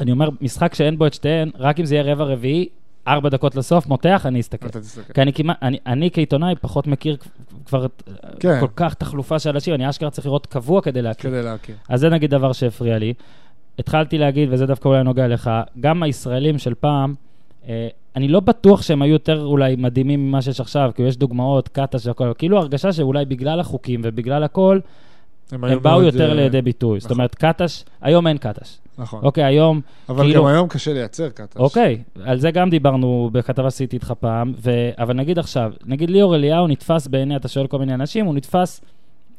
אני אומר, משחק שאין בו את שתיהן, רק אם זה יהיה רבע רביעי, ארבע דקות לסוף, מותח, אני אסתכל. אתה תסתכל. כי אני כמעט, אני, אני כעיתונאי פחות מכיר כ- כבר את- כן. כל כך תחלופה של אנשים, אני אשכרה צריך לראות קבוע כדי להכיר. כדי להכיר. אז זה נגיד דבר שהפריע לי. התחלתי להגיד, וזה דווקא אולי נוגע לך, גם הישראלים של פעם, אה, אני לא בטוח שהם היו יותר אולי מדהימים ממה שיש עכשיו, כאילו יש דוגמאות, קאטה של הכל, כאילו הרגשה שאולי בגלל החוקים ובגלל הכל, היו הם באו מאוד, יותר אה, לידי ביטוי. זאת נכון. אומרת, קאטש, היום אין קאטש. נכון. אוקיי, היום, אבל כאילו- גם היום קשה לייצר קטש. אוקיי, על זה גם דיברנו בכתבה שעשיתי איתך פעם, ו... אבל נגיד עכשיו, נגיד ליאור אליהו נתפס בעיני, אתה שואל כל מיני אנשים, הוא נתפס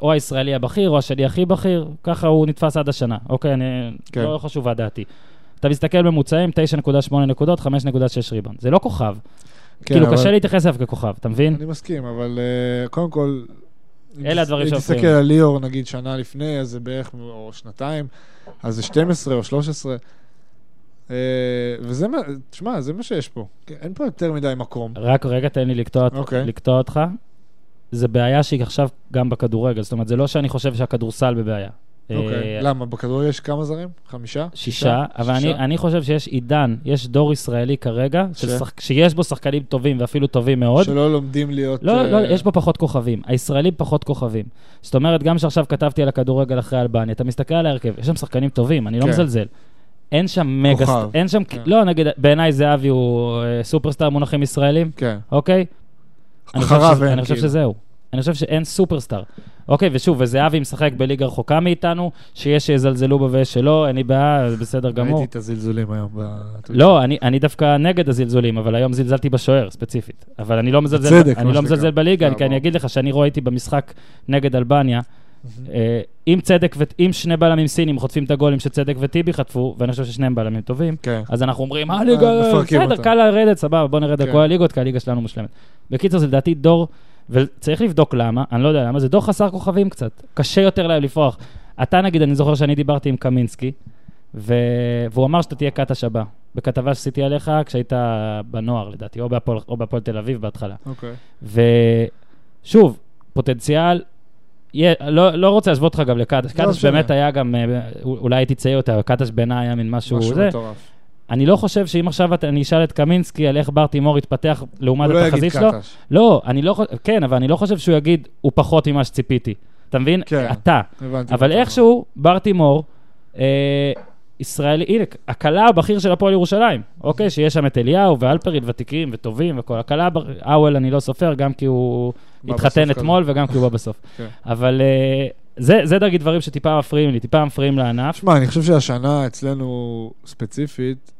או הישראלי הבכיר או השני הכי בכיר, ככה הוא נתפס עד השנה. אוקיי, אני... כן. לא חשובה דעתי. אתה מסתכל ממוצעים, 9.8 נקודות, 5.6 ריבון. זה לא כוכב. כן, כאילו, אבל- קשה להתייחס אליו ככוכב, אתה מבין? אני מסכים, אבל אה, קודם כל... אם כן. אלה תס- הדברים אם שהפריעו. תסתכל על ליאור, נגיד, שנה לפני, אז זה בערך, או שנתיים, אז זה 12 או 13. אה, וזה מה, תשמע, זה מה שיש פה. כן, אין פה יותר מדי מקום. רק רגע, תן לי לקטוע, okay. אוקיי. לקטוע אותך. זה בעיה שהיא עכשיו גם בכדורגל. זאת אומרת, זה לא שאני חושב שהכדורסל בבעיה. אוקיי. אה, למה, בכדורגל יש כמה זרים? חמישה? שישה, אבל אני, שישה? אני חושב שיש עידן, יש דור ישראלי כרגע, של ש- שחק, שיש בו שחקנים טובים ואפילו טובים מאוד. שלא לומדים להיות... לא, אה, לא, יש בו פחות כוכבים. הישראלים פחות כוכבים. זאת אומרת, גם שעכשיו כתבתי על הכדורגל אחרי אלבניה, אתה מסתכל על ההרכב, יש שם שחקנים טובים, אני לא כן. מזלזל. אין שם מגה... כוכב. אין שם... כן. לא, נגיד, בעיניי זהבי הוא אה, סופרסטאר במונחים ישראלים, כן. אוקיי? אני חושב אחריו שזה- אין, אני חושב כאילו. שזהו. אני חושב שאין סופרסטאר. אוקיי, ושוב, וזהבי משחק בליגה רחוקה מאיתנו, שיש שיזלזלו בו ויש שלא, אין לי בעיה, זה בסדר גמור. ראיתי את הזלזולים היום בטוויטר. לא, אני, אני דווקא נגד הזלזולים, אבל היום זלזלתי בשוער, ספציפית. אבל אני לא מזלזל, בצדק, אני מה לא שנקרא. מזלזל בליגה, אני, כי אני ברור. אגיד לך שאני רואה איתי במשחק נגד אלבניה, אה, עם צדק ועם שני בלמים סינים חוטפים את הגולים שצדק וטיבי חטפו, ואני חושב ששניהם בלמים טובים, כן. אז אנחנו אומרים, אה, הליגה, מפרקים בסדר, אותה." קל לרדת, סבבה, בוא נרד כן. לכל הליגות, כי הליגה שלנו מושלמת. בקיצור, זה לדעתי דור, וצריך לבדוק למה, אני לא יודע למה, זה דור חסר כוכבים קצת, קשה יותר להם לפרוח. אתה נגיד, אני זוכר שאני דיברתי עם קמינסקי, ו... והוא אמר שאתה תהיה קאטה שבה, בכתבה שעשיתי עליך כשהיית בנוער לדעתי, או בהפועל, או בהפועל תל אביב בהתחלה. אוקיי. ושוב, פוטנציאל, יה, לא, לא רוצה להשוות אותך גם לקטש, לא קטש משנה. באמת היה גם, אה, אולי הייתי צעיר יותר, קטש בעיניי היה מין משהו, משהו זה. מטורף. אני לא חושב שאם עכשיו אתה- אני אשאל את קמינסקי על איך ברטימור התפתח לעומת הוא לא יגיד התחזית שלו, קטש. לא, אני לא חושב, כן, אבל אני לא חושב שהוא יגיד, הוא פחות ממה שציפיתי. אתה מבין? כן. אתה. הבנתי. מה אבל אתה אומר. איכשהו, ברטימור, אה, ישראלי, הנה, הכלה הבכיר של הפועל ירושלים, אוקיי? שיש שם את אליהו ואלפרין, ותיקים וטובים וכל הכלה, האוול אני לא סופר, גם כי הוא בא התחתן בסוף אתמול וגם כי הוא בא בסוף. כן. אבל אה, זה, זה דרגי דברים שטיפה מפריעים לי, טיפה מפריעים לענף. תשמע, אני חושב שהשנה אצלנו ספציפית,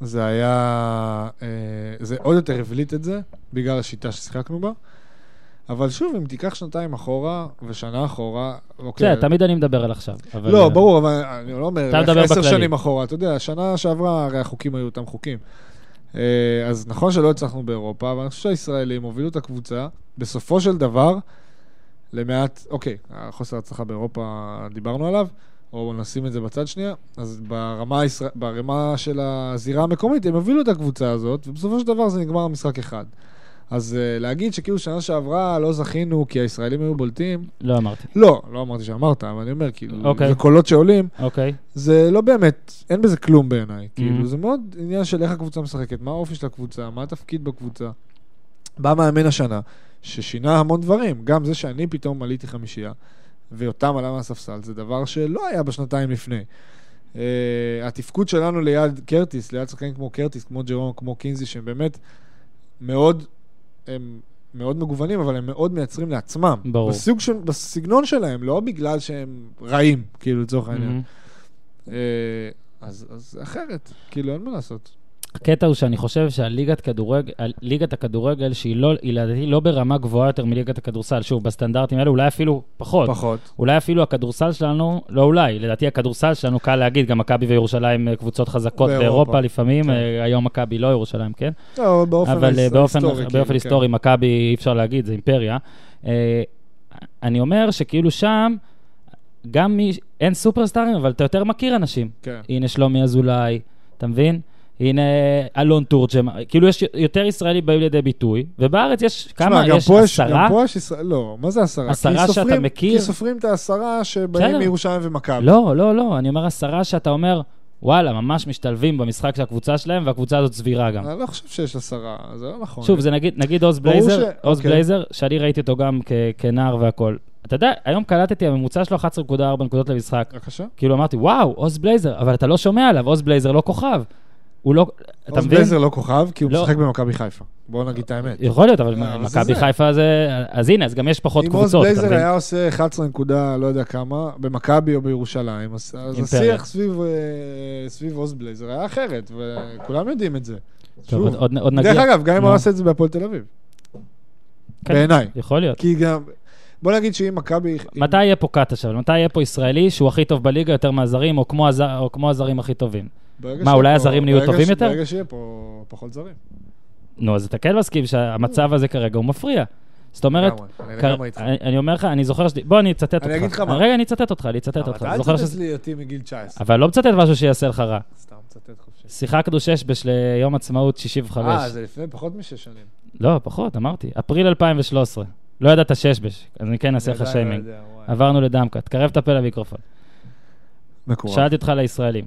זה היה... אה, זה עוד יותר הבליט את זה, בגלל השיטה ששיחקנו בה. אבל שוב, אם תיקח שנתיים אחורה ושנה אחורה, אוקיי. בסדר, תמיד אני מדבר על עכשיו. אבל, לא, אה, ברור, אבל אני לא אומר, אתה מדבר עשר בכללי. שנים אחורה, אתה יודע, שנה שעברה הרי החוקים היו אותם חוקים. אה, אז נכון שלא הצלחנו באירופה, אבל אני חושב שהישראלים הובילו את הקבוצה, בסופו של דבר, למעט, אוקיי, החוסר הצלחה באירופה, דיברנו עליו, או נשים את זה בצד שנייה, אז ברמה, הישראל- ברמה של הזירה המקומית, הם הובילו את הקבוצה הזאת, ובסופו של דבר זה נגמר משחק אחד. אז אה, להגיד שכאילו שנה שעברה לא זכינו כי הישראלים היו בולטים, לא אמרתי. לא, לא אמרתי שאמרת, אבל אני אומר, כאילו, אוקיי. זה קולות שעולים, אוקיי. זה לא באמת, אין בזה כלום בעיניי. כאילו, Mhm. זה מאוד עניין של איך הקבוצה משחקת, מה האופי של הקבוצה, מה התפקיד בקבוצה. בא מאמן השנה, ששינה המון דברים. גם זה שאני פתאום עליתי חמישייה, ויותם עלה מהספסל, זה דבר שלא היה בשנתיים לפני. Uh, התפקוד שלנו ליד קרטיס, ליד שחקנים כמו קרטיס, כמו ג'רום, כמו קינזי, שהם באמת מאוד, הם מאוד מגוונים, אבל הם מאוד מייצרים לעצמם. ברור. בסוג של, בסגנון שלהם, לא בגלל שהם רעים, כאילו, לצורך העניין. מהמם. אה, אז, אז אחרת, כאילו, אין מה לעשות. הקטע הוא שאני חושב שהליגת כדורגל, ליגת הכדורגל, שהיא לא, היא לדעתי לא ברמה גבוהה יותר מליגת הכדורסל, שוב, בסטנדרטים האלה, אולי אפילו פחות. פחות. אולי אפילו הכדורסל שלנו, לא אולי, לדעתי הכדורסל שלנו, קל להגיד, גם מכבי וירושלים אה, קבוצות חזקות באירופה, באירופה. לפעמים, כן. אה, היום מכבי לא ירושלים, כן? לא, באופן אבל אה, היס- באופן היסטורי, באופן כאילו, כן. היסטורי, מכבי אי אפשר להגיד, זה אימפריה. אה, אני אומר שכאילו שם, גם מי, אין סופרסטארים, אבל אתה יותר מכיר אנשים. כן. הנה שלומי אזולאי, אתה מבין? הנה אלון תורג'מן, כאילו יש יותר ישראלי באים לידי ביטוי, ובארץ יש כמה, שמע, גם יש פה עשרה, גם פה יש ישראל, לא, מה זה עשרה? כי עשרה שאתה סופרים- מכיר? כי סופרים את העשרה שבאים בסדר. מירושלים ומכבי. לא, לא, לא, אני אומר עשרה שאתה אומר, וואלה, ממש משתלבים במשחק של הקבוצה שלהם, והקבוצה הזאת סבירה גם. אני לא חושב שיש עשרה, זה לא נכון. שוב, זה נגיד, נגיד עוז ברור בלייזר, ש- עוז אוקיי. בלייזר, שאני ראיתי אותו גם כ- כנער והכול. אתה יודע, היום קלטתי, הממוצע שלו 11.4 נקודות למשחק. בבקשה. כאילו אמרתי, וואו, עוז בלייזר, אבל אתה לא שומע עליו, עוז בלייזר לא כוכב. הוא לא, אתה עוז מבין? בלזר לא כוכב, כי הוא לא. משחק במכבי חיפה. בואו נגיד את האמת. יכול להיות, אבל אה, אבל זה מכבי זה. חיפה זה... אז הנה, אז גם יש פחות אם עוז קבוצות, אתה בלייזר מבין? היה עושה 11 נקודה, לא יודע כמה, במכבי או בירושלים, אז אז אימפריה. השיח סביב, אה, סביב עוז בלייזר היה אחרת, וכולם יודעים את זה. טוב, שוב, עוד- עוד עוד נגיע. דרך אגב, גם אם נו. הוא עושה את זה בהפועל תל אביב. כן. בעיניי. יכול להיות. כי גם... בוא נגיד שאם מכבי... מתי יהיה פה קאטש אבל? מתי יהיה פה ישראלי שהוא הכי טוב בליגה יותר מהזרים, או כמו הז- או כמו הזרים הכי טובים? ברגע מה, שיהיה אולי פה- הזרים נהיו ברגע טובים ש- יותר? ברגע שיהיה פה פחות זרים. נו, אז אתה כן מסכים שהמצב הזה כרגע הוא מפריע. זאת אומרת, לגמרי, אני כר- לגמרי איתך. אני אני אומר לך, אני זוכר ש... בוא, אני אצטט אותך. אני אגיד לך מה. רגע, אני אצטט אותך, אני אצטט אותך. אבל אני אל זוכר אה. תצטט ש- לי אותי מגיל 19. אבל לא מצטט משהו שיעשה לך רע. סתם, מצטט חופשי. שיחקנו שש בש ליום אה, עצמאות 65. אה, זה לפני פחות משש שנים. לא, פחות, אמרתי. אפריל 2013. לא ידעת שש בש, אז אני כן אעשה לך אני עדיין לא שיימינג. יודע, וואי. עברנו לדמקה, תקרב את הפה למיקרופון. מקורב. שאלתי אותך על הישראלים.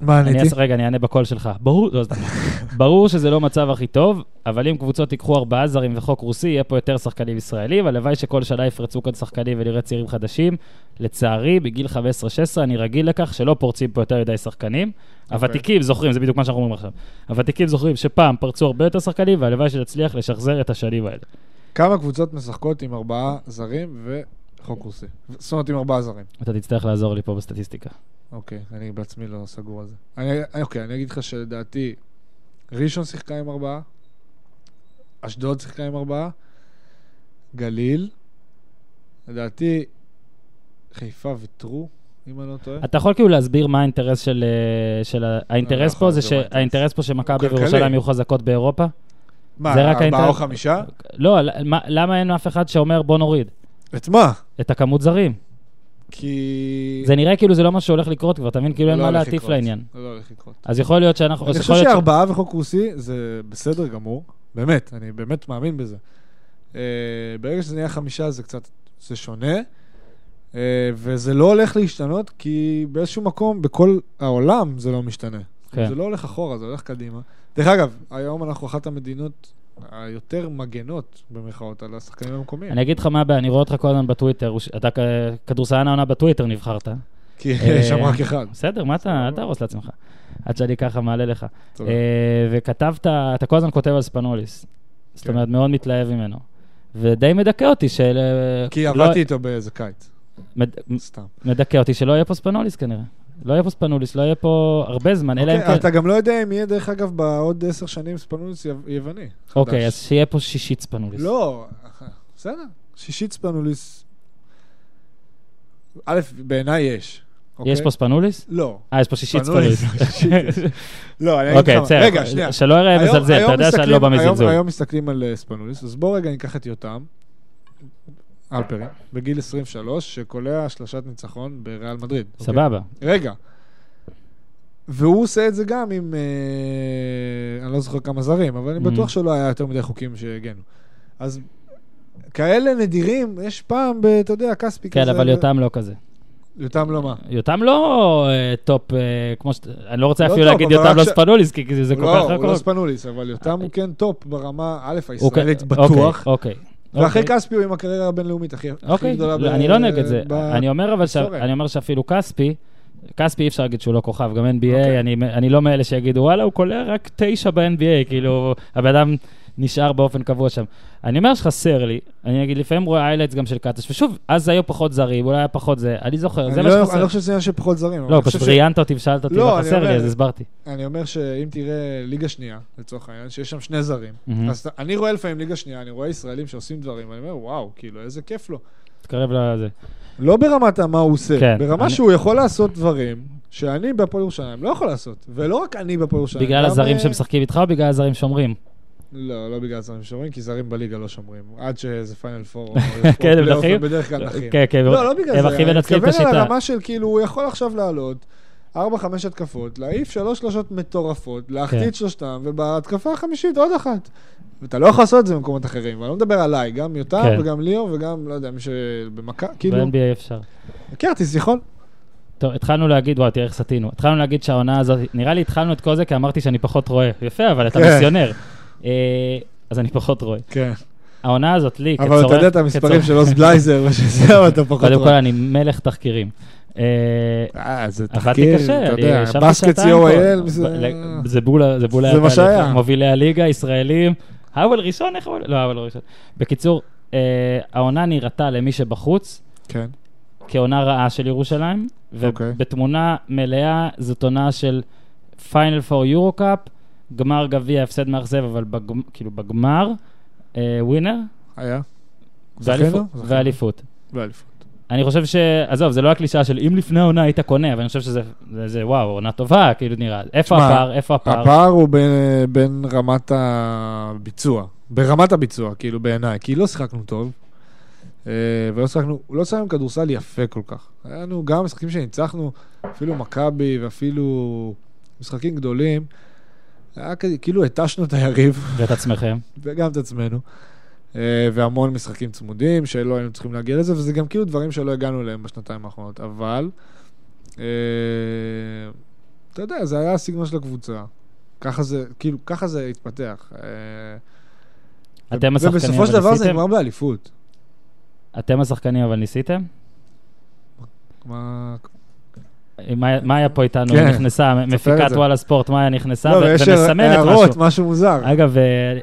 מה אני עניתי? אעשה- רגע, אני אענה בקול שלך. ברור, לא, סתם. ברור שזה לא מצב הכי טוב, אבל אם קבוצות ייקחו ארבעה זרים וחוק רוסי, יהיה פה יותר שחקנים ישראלים. הלוואי שכל שנה יפרצו כאן שחקנים ונראה צעירים חדשים. לצערי, בגיל 15-16 אני רגיל לכך שלא פורצים פה יותר מדי שחקנים. הוותיקים זוכרים, זה בדיוק מה שאנחנו אומרים עכשיו. הוותיקים זוכרים שפעם פרצו הרבה יותר שחקנים, והלוואי שנצליח לשחזר את השנים האלה. כמה קבוצות משחקות עם ארבעה זרים וחוק רוסי? זאת אומרת, עם ארבעה זרים. אתה תצטרך לעזור לי פה בסטטיסטיקה. אוקיי, אני בעצמי לא סגור על זה. אני, אוקיי, אני אגיד לך שלדעתי, ראשון שיחקה עם ארבעה, אשדוד שיחקה עם ארבעה, גליל, לדעתי, חיפה ויתרו, אם אני לא טועה. אתה יכול כאילו להסביר מה האינטרס של... אה, של ה- לא האינטרס יכול פה זה להסביר מה שהאינטרס פה שמכבי כלכלי. וירושלים יהיו חזקות באירופה? מה, זה רק ארבעה האינטרס- או חמישה? לא, ל- מה- למה אין אף אחד שאומר בוא נוריד את מה? את הכמות זרים? כי... זה נראה כאילו זה לא מה שהולך לקרות כבר, אתה מבין? כאילו אין לא מה הולך להטיף לקרות. לעניין. זה לא הולך לקרות. אז יכול להיות שאנחנו... אז אני יכול חושב להיות ש- שארבעה וחוק רוסי זה בסדר גמור, באמת, אני באמת מאמין בזה. אה, ברגע שזה נהיה חמישה זה קצת, זה שונה, אה, וזה לא הולך להשתנות, כי באיזשהו מקום, בכל העולם זה לא משתנה. כן. זה לא הולך אחורה, זה הולך קדימה. דרך אגב, היום אנחנו אחת המדינות היותר מגנות, במרכאות, על השחקנים המקומיים. אני אגיד לך מה הבעיה, אני רואה אותך כל הזמן בטוויטר, הוא ש- אתה כ- כדורסלן העונה בטוויטר נבחרת. כי יש אה, שם רק אחד. בסדר, מה אתה, אל תהרוס לעצמך. עד שאני ככה מעלה לך. תודה. אה, וכתבת, אתה כל הזמן כותב על ספנוליס. זאת כן. אומרת, מאוד מתלהב ממנו. ודי מדכא אותי של... כי לא- עבדתי איתו באיזה קיץ, מד- סתם. מדכא אותי שלא יהיה פה ספנוליס כנראה. לא יהיה פה ספנוליס, לא יהיה פה הרבה זמן, אלא אם אוקיי, כן... אתה גם לא יודע אם יהיה, דרך אגב, בעוד עשר שנים ספנוליס יו- יווני. חדש. אוקיי, אז שיהיה פה שישית ספנוליס. לא, בסדר. שישית ספנוליס. א', בעיניי יש. אוקיי? יש פה ספנוליס? לא. אה, יש פה שישית ספנוליס, ספנוליס. שישית יש. לא, אני אגיד אוקיי, לך, מה. בסדר. רגע, שנייה. שלא יראה היום- מזלזל, אתה היום יודע שאני מסתכלים- לא בא מזלזול. היום- היום מסתכלים על אה, ספנוליס, אז בואו רגע ניקח את יותם, אלפרין, בגיל 23, שקולע שלושת ניצחון בריאל מדריד. אוקיי? סבבה. רגע. והוא עושה את זה גם עם, אה, אני לא זוכר כמה זרים, אבל אני Mhm. בטוח שלא היה יותר מדי חוקים שהגנו. אז כאלה נדירים, יש פעם, ב- אתה יודע, כספי כן, כזה. אבל יותם לא כזה. יותם לא מה. יותם לא אה, טופ, אה, כמו ש... אני לא רוצה לא אפילו טופ, להגיד אבל רק יותם לא ש- ספנוליס, כי כי זה כל כך לא, הוא לא רחוק. ספנוליס, אבל יותם הוא כן טופ ברמה, א', הוא כ- הישראלית אוקיי, בטוח. אוקיי. ואחרי אוקיי. כספי הוא עם הקריירה הבינלאומית הכי הכי אוקיי, גדולה. לא, ב- אני לא נגד זה. ב- אני אומר אבל ש- בהיסטוריה. אני אומר שאפילו כספי, כספי אי אפשר להגיד שהוא לא כוכב, גם NBA, אוקיי. אני- אני לא מאלה שיגידו, וואלה, הוא קולע רק תשע ב-NBA, כאילו, הבן אדם נשאר באופן קבוע שם. אני אומר שחסר לי, אני אגיד, לפעמים רואה איילייטס גם של קטש, ושוב, אז היו פחות זרים, אולי היה פחות זה, אני זוכר, זה אני מה לא- אני שחסר. לא חושב שזה עניין של פחות זרים. אבל לא, אני חושב פשוט ש- ראיינת אותי ושאלת אותי לא, מה אני חסר לי, אומר- אז הסברתי. אני אומר שאם תראה ליגה שנייה, לצורך העניין, שיש שם שני זרים, מהמם. אז אתה- אני רואה לפעמים ליגה שנייה, אני רואה ישראלים שעושים דברים, ואני אומר, וואו, כאילו, איזה כיף לו. תתקרב לזה. לא ברמת מה הוא עושה, כן, ברמה אני- שהוא יכול לעשות דברים שאני בהפועל ירושלים לא יכול לעשות, ולא רק אני בהפועל ירושלים. בגלל גם, הזרים אה, שמשחקים איתך או בגלל הזרים שומרים? לא, לא בגלל זרים שומרים, כי זרים בליגה לא שומרים. עד שזה פיינל פור, או כן, הם פלייאוף, נחים? הם בדרך כלל נחים. כן, כן, לא, לא בגלל הם זה, הכי אני מנצלים את מתכוון על השיטה. הרמה של כאילו, הוא יכול עכשיו לעלות 4-5 התקפות, להעיף 3 שלושות מטורפות, להחטיא כן. את שלושתם, ובהתקפה החמישית עוד אחת. ואתה לא יכול לעשות את זה במקומות אחרים, ואני לא מדבר עליי, גם יותם כן. וגם ליאור וגם, לא יודע, מי שבמכה, כאילו, נכון? ב-NBA אפשר. הכרתי סיחון. טוב, התחלנו להגיד, וואי, תראה איך סטינו. התחלנו להגיד שהעונה הזאת, נראה לי התחלנו את כל זה כי אמרתי שאני פחות רואה. יפה, אבל אתה כן. מיסיונר. אה, אז אני פחות רואה. כן. העונה הזאת לי, כצורך... אבל אתה יודע את המספרים כצורך- של אוס בלייזר, ושזהו, אתה פחות קודם כל, רואה. אני מלך תחקירים. אה, אה, זה עבדתי תחקיר, קשה, אתה אני יודע, ישבתי בסקט שעתיים פה. co.il, ב- זה... ל- זה בול, זה בול זה היה מה תהליך. שהיה. מובילי הליגה, ישראלים. האוול ראשון, איך האוול? לא, האוול לא ראשון. בקיצור, אה, העונה נראתה למי שבחוץ כן. כעונה רעה של ירושלים, אוקיי. ובתמונה מלאה זאת עונה של פיינל פור יורו קאפ, גמר גביע, הפסד מאכזב, אבל בגמ- כאילו בגמר, אה, ווינר, היה? זכינו? ואליפות- זכינו. ואליפות. באליפות. אני חושב ש... עזוב, זה לא הקלישאה של אם לפני העונה היית קונה, אבל אני חושב שזה, זה, זה וואו, עונה טובה, כאילו נראה. איפה תשמע, הפער? איפה הפער? הפער הוא בין, בין רמת הביצוע, ברמת הביצוע, כאילו בעיניי, כי לא שיחקנו טוב, אה, ולא שיחקנו, לא שיחקנו כדורסל יפה כל כך. היה לנו גם משחקים שניצחנו, אפילו מכבי ואפילו משחקים גדולים, היה כזה- כאילו התשנו את היריב, ואת עצמכם. וגם את עצמנו, אה, והמון משחקים צמודים, שלא היינו צריכים להגיע לזה, וזה גם כאילו דברים שלא הגענו אליהם בשנתיים האחרונות, אבל אה, אתה יודע, זה היה הסגנון של הקבוצה. ככה זה, כאילו, ככה זה התפתח. אה, אתם השחקנים, ובסופו של אבל דבר זה ניסיתם? נגמר באליפות. אתם השחקנים, אבל ניסיתם? מה... מה- מה היה פה איתנו? כן, נכנסה, תספר את מפיקת זה. וואלה ספורט, מה היה נכנסה? לא, ו- ויש ומסמנת הערות, משהו. משהו מוזר. אגב, אה,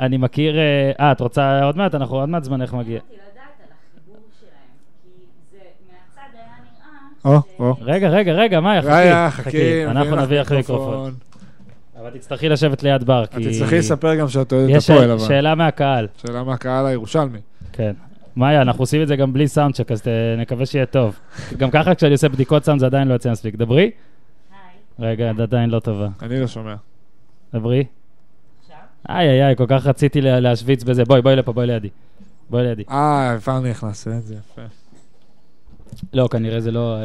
אני מכיר... אה, אה, את רוצה עוד מעט? אנחנו עוד מעט זמנך מגיע. רציתי לדעת על החיבור שלהם, כי זה מהצד היה נראה... או, ש- או. רגע, רגע, רגע, מאיה, חכי. ראיה, חכי, אנחנו לך נביא לך מיקרופון. אבל תצטרכי לשבת ליד בר, את כי... תצטרכי לספר גם שאת אוהדת יש אה, הפועל, אבל. שאלה מהקהל, שאלה מהקהל הירושלמי. כן. מאיה, אנחנו עושים את זה גם בלי סאונדשק, אז אה, נקווה שיהיה טוב. גם ככה כשאני עושה בדיקות סאונד זה עדיין לא יוצא מספיק. דברי. היי, רגע, את עדיין לא טובה. אני לא שומע. דברי. עכשיו? איי, איי, איי, כל כך רציתי לה- להשוויץ בזה. בואי, בואי לפה, בואי לידי. בואי לידי. אה, כבר נכנס, אה, זה יפה. לא, כנראה זה לא...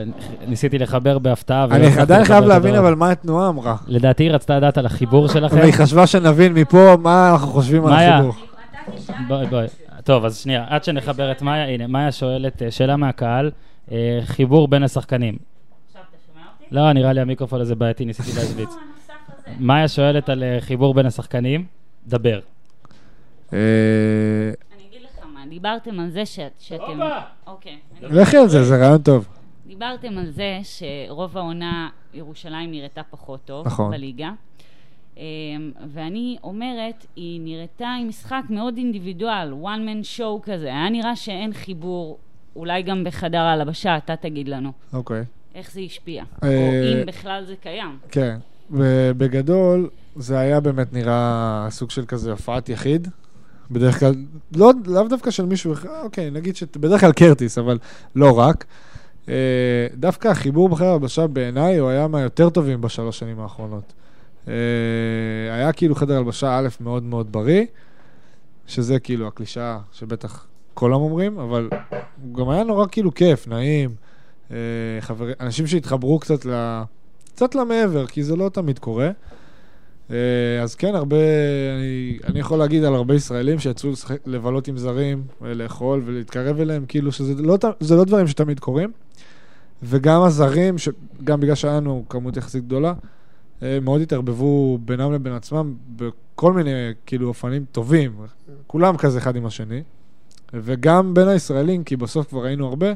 ניסיתי לחבר בהפתעה. ולא אני הצלחתי עדיין חייב לחבר את להבין הדבר. אבל מה התנועה אמרה. לדעתי היא רצתה לדעת על החיבור שלכם. אה. אבל היא חשבה שנבין מפה מה אנחנו חושבים על מאיה. החיבור. אתה תשאל... בואי, בואי. טוב, אז שנייה, עד שנחבר את מאיה, הנה, מאיה שואלת אה, שאלה מהקהל, אה, חיבור בין השחקנים. עכשיו אתה שומע אותי? לא, נראה לי המיקרופון הזה בעייתי, ניסיתי להשוויץ. לא, הנוסף הזה. מאיה שואלת על אה, חיבור בין השחקנים, דבר. אה, אני אגיד לך מה, דיברתם על זה ש- שאתם... אוקיי. אני- לכי על זה, זה רעיון טוב. דיברתם על זה שרוב העונה ירושלים נראתה פחות טוב נכון. בליגה. אמ, ואני אומרת, היא נראתה עם משחק מאוד אינדיבידואל, one man show כזה. היה נראה שאין חיבור, אולי גם בחדר ההלבשה, אתה תגיד לנו. אוקיי. איך זה השפיע? או אה, אם בכלל זה קיים. כן. ובגדול, זה היה באמת נראה סוג של כזה הופעת יחיד. בדרך כלל, לא, לאו דווקא של מישהו, אחד, אוקיי, נגיד שבדרך כלל קרטיס, אבל לא רק. אה, דווקא החיבור בחדר הלבשה בעיניי הוא היה מהיותר טובים בשלוש שנים האחרונות. אה, היה כאילו חדר הלבשה א' מאוד מאוד בריא, שזה כאילו הקלישאה שבטח כולם אומרים, אבל הוא גם היה נורא כאילו כיף, נעים. אה, חבר... אנשים שהתחברו קצת ל... קצת למעבר, כי זה לא תמיד קורה. אה, אז כן, הרבה, אני, אני יכול להגיד על הרבה ישראלים שיצאו לשחק, לבלות עם זרים, אה, לאכול ולהתקרב אליהם, כאילו שזה לא, ת- זה לא דברים שתמיד קורים. וגם הזרים, ש- גם בגלל שהיה לנו כמות יחסית גדולה, אה, מאוד התערבבו בינם לבין עצמם בכל מיני, כאילו, אופנים טובים. כולם כזה אחד עם השני. וגם בין הישראלים, כי בסוף כבר ראינו הרבה,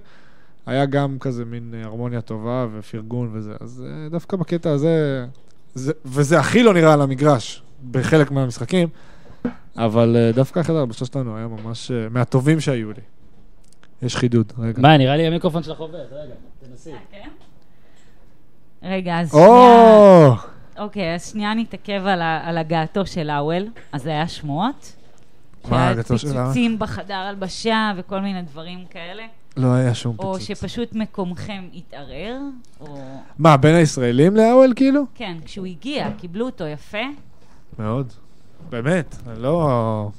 היה גם כזה מין אה, הרמוניה טובה ופרגון וזה. אז אה, דווקא בקטע הזה, זה, וזה הכי לא נראה על המגרש בחלק מהמשחקים, אבל אה, דווקא החדר הבשה שלנו היה ממש אה, מהטובים שהיו לי. יש חידוד, רגע. מאיה, נראה לי המיקרופון שלך עובד, רגע, תנסי. רגע, אז שנייה... או! אוקיי, אז שנייה נתעכב על, ה- על הגעתו של האוול. אז זה היה שמועות? מה הגעתו של שהיה האוול? פיצוצים בחדר הלבשה וכל מיני דברים כאלה? לא היה שום או פיצוץ. שפשוט מקומכם התערער? או... מה, בין הישראלים לאוול כאילו? כן, כשהוא הגיע, קיבלו אותו יפה. מאוד. באמת, אני לא...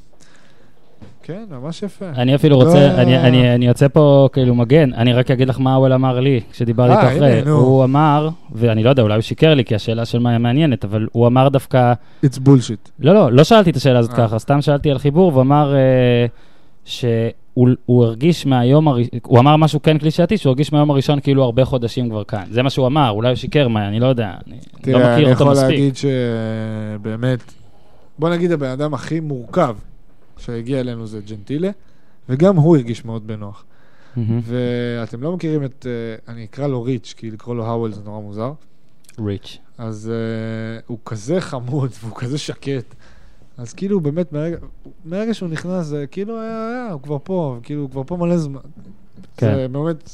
כן, ממש יפה. אני אפילו לא. רוצה, אני- אני- אני יוצא פה כאילו מגן, אני רק אגיד לך מה האוול אמר לי כשדיברתי אה, איתו אחרי. הנה, נו. הוא אמר, ואני לא יודע, אולי הוא שיקר לי, כי השאלה של מאיה מעניינת, אבל הוא אמר דווקא, It's bullshit. לא, לא, לא שאלתי את השאלה הזאת אה. ככה, סתם שאלתי על חיבור, והוא אמר אה, שהוא הוא הרגיש מהיום הראשון, הוא אמר משהו כן קלישאתי, שהוא הרגיש מהיום הראשון כאילו הרבה חודשים כבר כאן. זה מה שהוא אמר, אולי הוא שיקר מאיה, אני לא יודע, אני לא תראה, מכיר אני אותו יכול מספיק. להגיד שבאמת, בוא נגיד הבן אדם הכי מורכב שהגיע אלינו זה ג'נטילה, וגם הוא הרגיש מאוד בנוח. Mm-hmm. מהמם. ואתם לא מכירים את, אה, אני אקרא לו ריץ', כי לקרוא לו האוול זה נורא מוזר. ריץ'. אז uh, הוא כזה חמוד והוא כזה שקט. אז כאילו באמת, מהרגע, מהרגע שהוא נכנס, זה כאילו היה, היה, הוא כבר פה, כאילו הוא כבר פה מלא זמן. כן. זה באמת,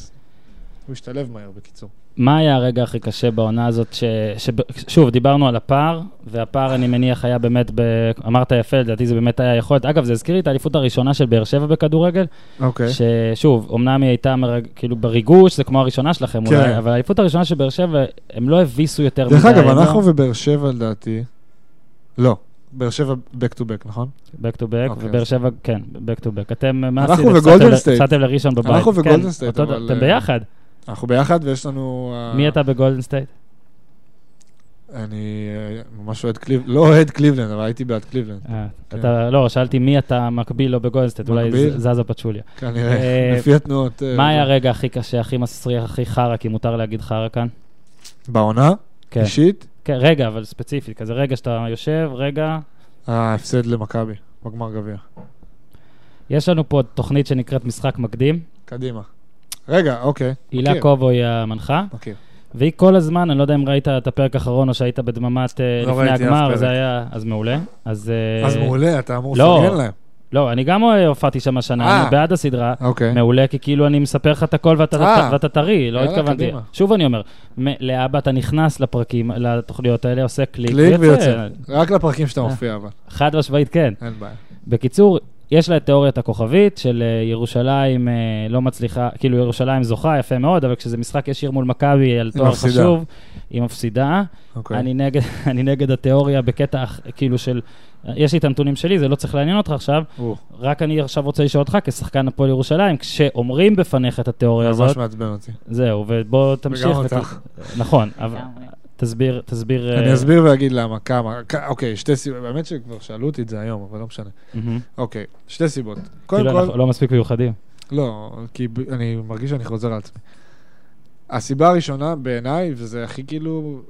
הוא השתלב מהר בקיצור. מה היה הרגע הכי קשה בעונה הזאת? ש... ש... שוב, דיברנו על הפער, והפער, אני מניח, היה באמת, ב... אמרת יפה, לדעתי זה באמת היה יכולת. אגב, זה הזכיר לי את האליפות הראשונה של באר שבע בכדורגל, אוקיי. ששוב, אמנם היא הייתה מרג... כאילו בריגוש, זה כמו הראשונה שלכם כן. אולי, אבל האליפות הראשונה של באר שבע, הם לא הביסו יותר דרך אגב, הם לא- אנחנו ובאר שבע לדעתי, לא, באר שבע back to back, נכון? back to back, אוקיי, ובאר אז- שבע, כן, back to back. אתם, מה אנחנו עשיתם? וגולדן הפסדתם ל- סטייט. הפסדתם לראשון בבית. אנחנו כן, וגולדן סטייט, אותו- אבל, אתם אה, ביחד. אנחנו ביחד ויש לנו... אה, מי אתה בגולדן סטייט? אני אה, ממש אוהד קליבלנד, לא אוהד קליבלנד, אבל הייתי בעד קליבלנד, אה, אתה, לא, שאלתי מי אתה מקביל לו בגולדסטייט, אולי כן. מקביל? ז- זזה פצ'וליה. כנראה, אה, לפי התנועות. אה, מה היה הרגע הכי קשה, הכי מסריח, הכי חרא, כי מותר להגיד חרא כאן? בעונה, כן. אישית, כן, רגע, אבל ספציפית, כזה רגע שאתה יושב, רגע. ההפסד למכבי, בגמר גביע. יש לנו פה תוכנית שנקראת משחק מקדים. קדימה. רגע, אוקיי. הילה מכיר, קובו היא המנחה, מכיר. והיא כל הזמן, אני לא יודע אם ראית את הפרק האחרון או שהיית בדממת אה, לא לפני ראיתי אף הגמר, פרק. זה היה, אז מעולה. אז אה, אז מעולה, אתה אמור לא. לפרגן להם. לא, אני גם אה, הופעתי שם השנה, אה. אני בעד הסדרה. אוקיי. מעולה, כי כאילו אני מספר לך את הכל ואתה- אה. ואתה טרי, לא יאללה, התכוונתי. קדימה. שוב אני אומר, מ- לאבא אתה נכנס לפרקים, לתוכניות האלה, עושה קליק קליק ויוצא. ויוצא. רק לפרקים שאתה אה. מופיע, אבל. חד משמעית כן. אין בעיה. בקיצור, יש לה את תיאוריית הכוכבית של אה, ירושלים אה, לא מצליחה, כאילו ירושלים זוכה, יפה מאוד, אבל כשזה משחק ישיר מול מכבי על תואר מפסידה. חשוב, היא מפסידה. אוקיי. אני נגד- אני נגד התיאוריה בקטע אח- כאילו של, יש לי את הנתונים שלי, זה לא צריך לעניין אותך עכשיו, או, רק אני עכשיו רוצה לשאול אותך כשחקן הפועל ירושלים, כשאומרים בפניך את התיאוריה ממש הזאת, מעצבן אותי. זהו, ובוא תמשיך. וגם ות- אותך. נכון, אבל לגמרי. תסביר, תסביר. אה, אני אסביר ואגיד למה, כמה. כ- אוקיי, שתי סיבות. באמת שכבר שאלו אותי את זה היום, אבל לא משנה. מהמם. אוקיי, שתי סיבות. קודם כאילו כל, אנחנו לא מספיק מיוחדים. לא, כי ב- אני מרגיש שאני חוזר על עצמי. הסיבה הראשונה בעיניי, וזה הכי כאילו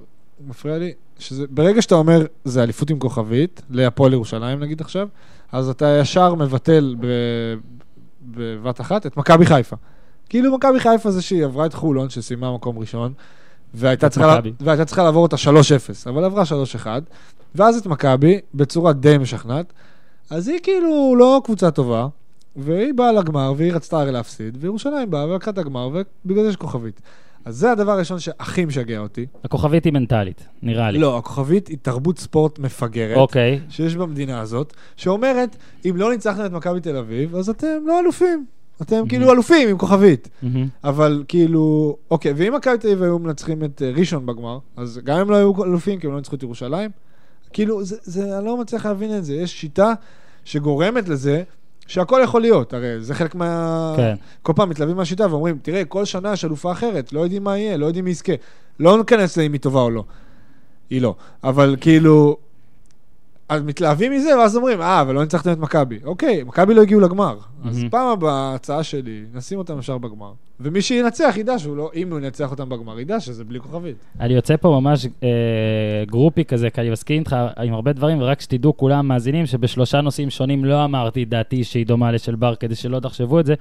מפריע לי, שזה ברגע שאתה אומר, זה אליפות עם כוכבית, להפועל ירושלים נגיד עכשיו, אז אתה ישר מבטל ב... בבת אחת את מכבי חיפה. כאילו מכבי חיפה זה שהיא עברה את חולון, שסיימה מקום ראשון, והייתה את צריכה, מכבי. והייתה צריכה לעבור אותה 3-0, אבל עברה 3-1, ואז את מכבי, בצורה די משכנעת, אז היא כאילו לא קבוצה טובה, והיא באה לגמר, והיא רצתה הרי להפסיד, וירושלים באה ולקחה את הגמר, ובגלל זה יש כוכבית. אז זה הדבר הראשון שהכי משגע אותי. הכוכבית היא מנטלית, נראה לי. לא, הכוכבית היא תרבות ספורט מפגרת. אוקיי, שיש במדינה הזאת, שאומרת, אם לא ניצחתם את מכבי תל אביב, אז אתם לא אלופים. אתם כאילו אלופים עם כוכבית. מהמם. אבל... אבל כאילו, אוקיי, ואם מכבי תל אביב היו מנצחים את אה, ראשון בגמר, אז גם הם לא היו אלופים, כי הם לא ניצחו את ירושלים. כאילו, זה, זה, אני לא מצליח להבין את זה. יש שיטה שגורמת לזה שהכל יכול להיות. הרי זה חלק מה... כן. כל פעם מתלהבים מהשיטה ואומרים, תראה, כל שנה יש אלופה אחרת, לא יודעים מה יהיה, לא יודעים מי יזכה. לא ניכנס לאם היא טובה או לא. היא לא. אבל כאילו, אז מתלהבים מזה, ואז אומרים, אה, אבל לא ניצחתם את מכבי. אוקיי, מכבי לא הגיעו לגמר. אז מהמם. פעם הבאה, ההצעה שלי, נשים אותם ישר בגמר. ומי שינצח ידע שהוא לא, אם הוא ינצח אותם בגמר, ידע שזה בלי כוכבית. אני יוצא פה ממש אה, גרופי כזה, כי אני מסכים איתך עם הרבה דברים, ורק שתדעו כולם מאזינים שבשלושה נושאים שונים לא אמרתי את דעתי שהיא דומה לשל בר, כדי שלא תחשבו את זה.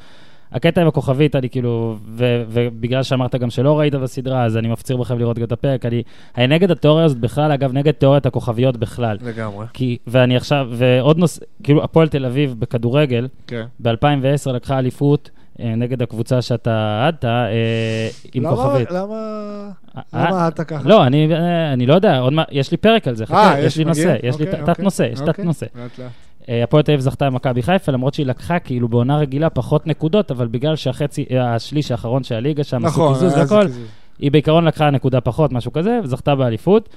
הקטע עם הכוכבית, אני כאילו, ו- ובגלל שאמרת גם שלא ראית בסדרה, אז אני מפציר בכם לראות גם את הפרק. אני, אני נגד התיאוריה הזאת בכלל, אגב, נגד תיאוריית הכוכביות בכלל. לגמרי. כי, ואני עכשיו, ועוד נושא, כאילו, הפועל תל אביב בכדורגל, כן. ב-2010 לקחה אליפות אה, נגד הקבוצה שאתה אהדת, אה, עם למה- כוכבית. למה... אה, למה אתה ככה? לא, אני, אה, אני לא יודע, עוד מה, יש לי פרק על זה, חכה, יש לי מגיע? נושא, יש לי ת- אוקיי, אוקיי, תת-נושא, יש אוקיי. תת-נושא. לאט לאט. אה, הפועל תל אביב זכתה עם מכבי חיפה, למרות שהיא לקחה כאילו בעונה רגילה פחות נקודות, אבל בגלל שהחצי, אה, השליש האחרון של הליגה שם, עשו נכון, קיזוז היה זה והכל, קיזוז. היא בעיקרון לקחה נקודה פחות, משהו כזה, וזכתה באליפות,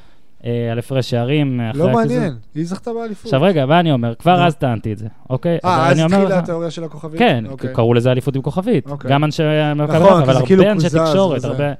אה, על הפרש שערים, אה, אחרי לא הקיזוז. מעניין, היא זכתה באליפות. עכשיו רגע, מה אני אומר? כבר נו. אז טענתי את זה, אוקיי? אבל אה, אז אני אומר התחילה לך- התיאוריה של הכוכבית? כן, אוקיי. קראו לזה אליפות עם כוכבית. אוקיי. גם אנשי מכבי נכון, חיפה, כי אבל זה כאילו הרבה אנשי קוזז תקשורת, וזה. הרבה...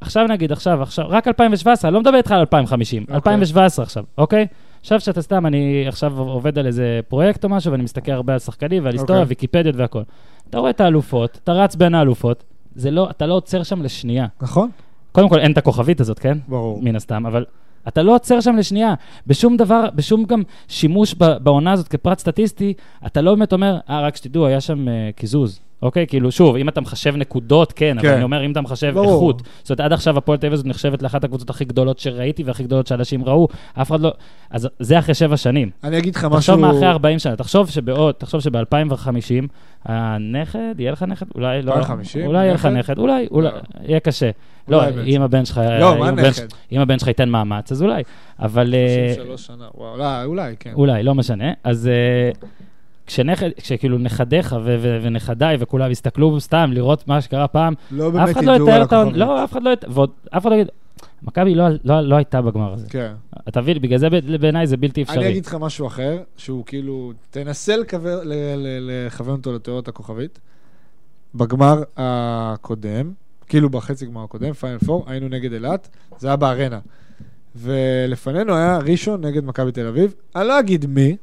עכשיו נגיד, עכשיו, עכשיו, רק 2017, אני לא מדבר איתך על 2050, אוקיי. 2017 עכשיו, אוקיי? עכשיו שאתה סתם, אני עכשיו עובד על איזה פרויקט או משהו, ואני מסתכל הרבה על שחקנים ועל היסטוריה, אוקיי. ויקיפדיות והכל. אתה רואה את האלופות, אתה רץ בין האלופות, זה לא, אתה לא עוצר שם לשנייה. נכון, קודם כל, אין את הכוכבית הזאת, כן? ברור. מן הסתם, אבל אתה לא עוצר שם לשנייה. בשום דבר, בשום גם שימוש ב- בעונה הזאת כפרט סטטיסטי, אתה לא באמת אומר, אה, רק שתדעו, היה שם אה, קיזוז. אוקיי? כאילו, שוב, אם אתה מחשב נקודות, כן, אבל כן. אני אומר, אם אתה מחשב ברור. איכות. זאת אומרת, עד עכשיו הפועל תל אביב הזאת נחשבת לאחת הקבוצות הכי גדולות שראיתי והכי גדולות שאנשים ראו, אף אחד לא... אז זה אחרי שבע שנים. אני אגיד לך תחשוב משהו... מה אחרי 40 שנה, תחשוב שבעוד, תחשוב שב-2050, הנכד, יהיה לך נכד? אולי לא. 2050? אולי יהיה לך נכד? נכד, אולי, אולי, לא. יהיה קשה. לא, אולי בעצם. אם הבן שלך... לא, מה אם הבן- נכד? אם הבן שלך ייתן מאמץ, אז אולי. אבל... אה, 33 שנה, וואו, לא, אולי, כן. אולי, לא משנה. אז אה, כשנכד, כשכאילו נכדיך ו- ו- ונכדיי וכולם יסתכלו סתם לראות מה שקרה פעם, לא אף באמת אחד לא ידעו יתאר על את ה... הכוכבית. לא, אף אחד לא יתאר... ועוד אף אחד לא יגיד... מכבי לא- לא לא הייתה בגמר הזה. כן. אתה מבין? בגלל זה ב- בעיניי זה בלתי אפשרי. אני אגיד לך משהו אחר, שהוא כאילו, תנסה לקו- ל- ל- לכוון אותו לתיאוריית הכוכבית. בגמר הקודם, כאילו בחצי גמר הקודם, פיינל פור, היינו נגד אילת, זה היה בארנה. ולפנינו היה ראשון נגד מכבי תל אביב. אני לא אגיד מי,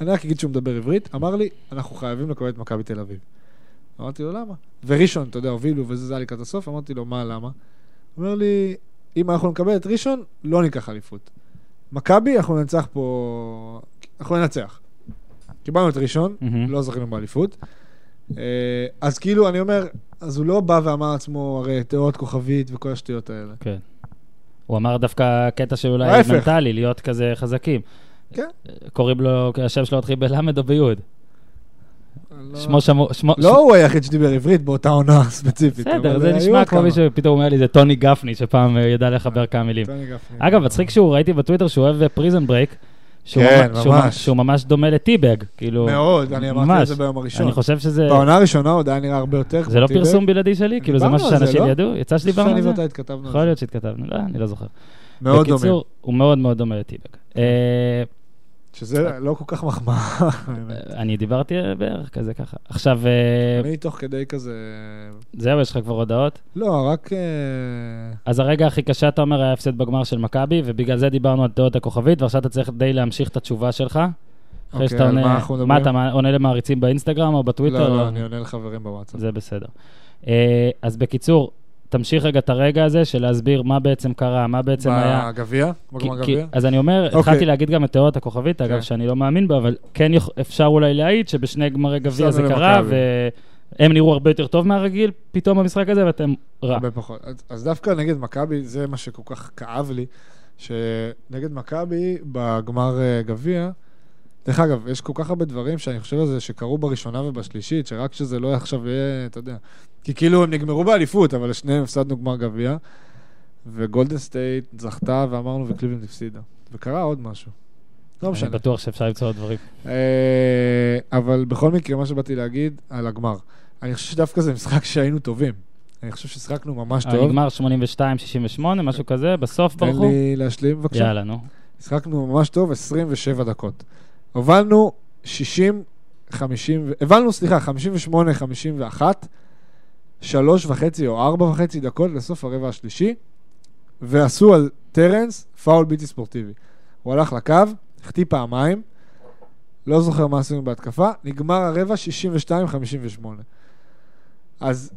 אני רק אגיד שהוא מדבר עברית, אמר לי, אנחנו חייבים לקבל את מכבי תל אביב. אמרתי לו, למה? וראשון, אתה יודע, הובילו וזה, זה היה לקראת הסוף, אמרתי לו, מה, למה? הוא אומר לי, אם אנחנו נקבל את ראשון, לא ניקח אליפות. מכבי, אנחנו ננצח פה... אנחנו ננצח. קיבלנו את ראשון, מהמם. לא זכינו באליפות. אה, אז כאילו, אני אומר, אז הוא לא בא ואמר לעצמו, הרי תיאוריות כוכבית וכל השטויות האלה. כן. הוא אמר דווקא קטע שאולי ההפך. מנטלי, להיות כזה חזקים. כן. קוראים לו, השם שלו מתחיל בלמד או ביוד. אני לא- שמו שמו, שמו... לא הוא היחיד שדיבר עברית באותה עונה ספציפית. בסדר, אבל זה היו נשמע עוד כמו כמה. מישהו, פתאום אומר לי, זה טוני גפני, שפעם אה, ידע לחבר כמה מילים. טוני גפני. אגב, מצחיק שהוא, ראיתי בטוויטר שהוא אוהב פריזן ברייק. כן, ממש. שהוא ממש דומה לטיבג, כאילו... מאוד, אני אמרתי את ממש. זה ביום הראשון. אני חושב שזה... בעונה הראשונה עוד היה נראה הרבה יותר. כן. זה לא פרסום בלעדי שלי? כאילו, זה דיברנו משהו על זה, שאנשים לא? ידעו? יצא שדיברנו על זה? התכתבנו יכול על להיות שהתכתבנו, לא, אני לא זוכר. זה. מאוד דומים. בקיצור, הוא מאוד מאוד דומה לטיבג. אה, שזה לא כל כך מחמאה. אני דיברתי אה, בערך כזה ככה. עכשיו, אה, אני תוך כדי כזה... זהו, יש לך כבר הודעות. לא, רק... אה, אז הרגע הכי קשה, אתה אומר, היה הפסד בגמר של מכבי, ובגלל זה דיברנו על תיאוריות הכוכבית, ועכשיו אתה צריך די להמשיך את התשובה שלך. אחרי אוקיי, שאתה על עונה... מה אנחנו מה, מדברים? אתה מה- עונה למעריצים באינסטגרם או בטוויטר? לא, או- לא, אני עונה לחברים בוואטסאפ. זה בסדר. אה, אז בקיצור, תמשיך רגע את הרגע הזה של להסביר מה בעצם קרה, מה בעצם היה. בגביע? בגמר כי- כי- גביע? אז אני אומר, אוקיי. התחלתי להגיד גם את תיאוריית הכוכבית, אגב, כן. שאני לא מאמין בה, אבל כן יכ- אפשר אולי להעיד שבשני גמרי גביע זה הפסדנו קרה, למכבי. והם נראו הרבה יותר טוב מהרגיל פתאום במשחק הזה, ואתם רע. הרבה פחות. אז- אז דווקא נגד מכבי, זה מה שכל כך כאב לי, שנגד מכבי בגמר אה, גביע, דרך אגב, יש כל כך הרבה דברים שאני חושב על זה שקרו בראשונה ובשלישית, שרק שזה לא עכשיו יהיה, אתה יודע. כי כאילו הם נגמרו באליפות, אבל לשניהם הפסדנו גמר גביע, וגולדן סטייט זכתה ואמרנו וקליבלנד הפסידה. וקרה עוד משהו. לא אני משנה. בטוח שאפשר למצוא עוד דברים. אה, אבל בכל מקרה, מה שבאתי להגיד על הגמר. אני חושב שדווקא זה משחק שהיינו טובים. אני חושב ששיחקנו ממש טוב. אה, נגמר 82-68, משהו כזה, בסוף תן ברחו. לי להשלים בבקשה. יאללה, נו. משחקנו ממש טוב, 27 דקות. הובלנו 60, 50, ו- הבנו, סליחה, 58, 51, שלוש וחצי או ארבע וחצי דקות לסוף הרבע השלישי, ועשו על טרנס פאול בלתי ספורטיבי. הוא הלך לקו, החטיא פעמיים, לא זוכר מה עשינו בהתקפה, נגמר הרבע 62-58. אז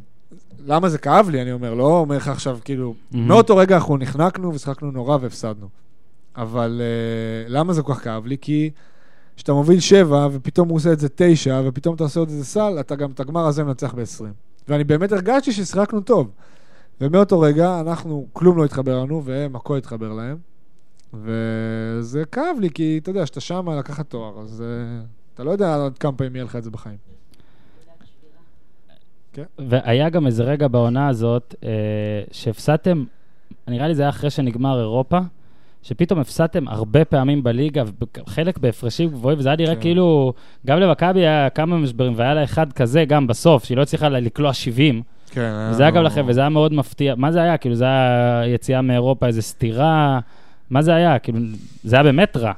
למה זה כאב לי, אני אומר, לא אומר לך עכשיו, כאילו, מהמם. מאותו רגע אנחנו נחנקנו והשחקנו נורא והפסדנו. אבל uh, למה זה כל כך כאב לי? כי כשאתה מוביל שבע, ופתאום הוא עושה את זה תשע, ופתאום אתה עושה עוד איזה סל, אתה גם את הגמר הזה מנצח ב-20. ואני באמת הרגשתי ששיחקנו טוב. ומאותו רגע, אנחנו, כלום לא התחבר לנו, והם, הכל התחבר להם. וזה כאב לי, כי אתה יודע, שאתה שם לקחת תואר, אז אה, אתה לא יודע עוד כמה פעמים יהיה לך את זה בחיים. והיה גם איזה רגע בעונה הזאת אה, שהפסדתם, נראה לי זה היה אחרי שנגמר אירופה, שפתאום הפסדתם הרבה פעמים בליגה, ובק- חלק בהפרשים גבוהים, וזה היה נראה כן. כאילו, גם למכבי היה כמה משברים, והיה לה אחד כזה גם בסוף, שהיא לא הצליחה ל- לקלוע 70, כן. וזה היה גם לכם, וזה היה מאוד מפתיע. מה זה היה? כאילו, זה היה יציאה מאירופה, איזו סתירה, מה זה היה? כאילו, זה היה באמת רע.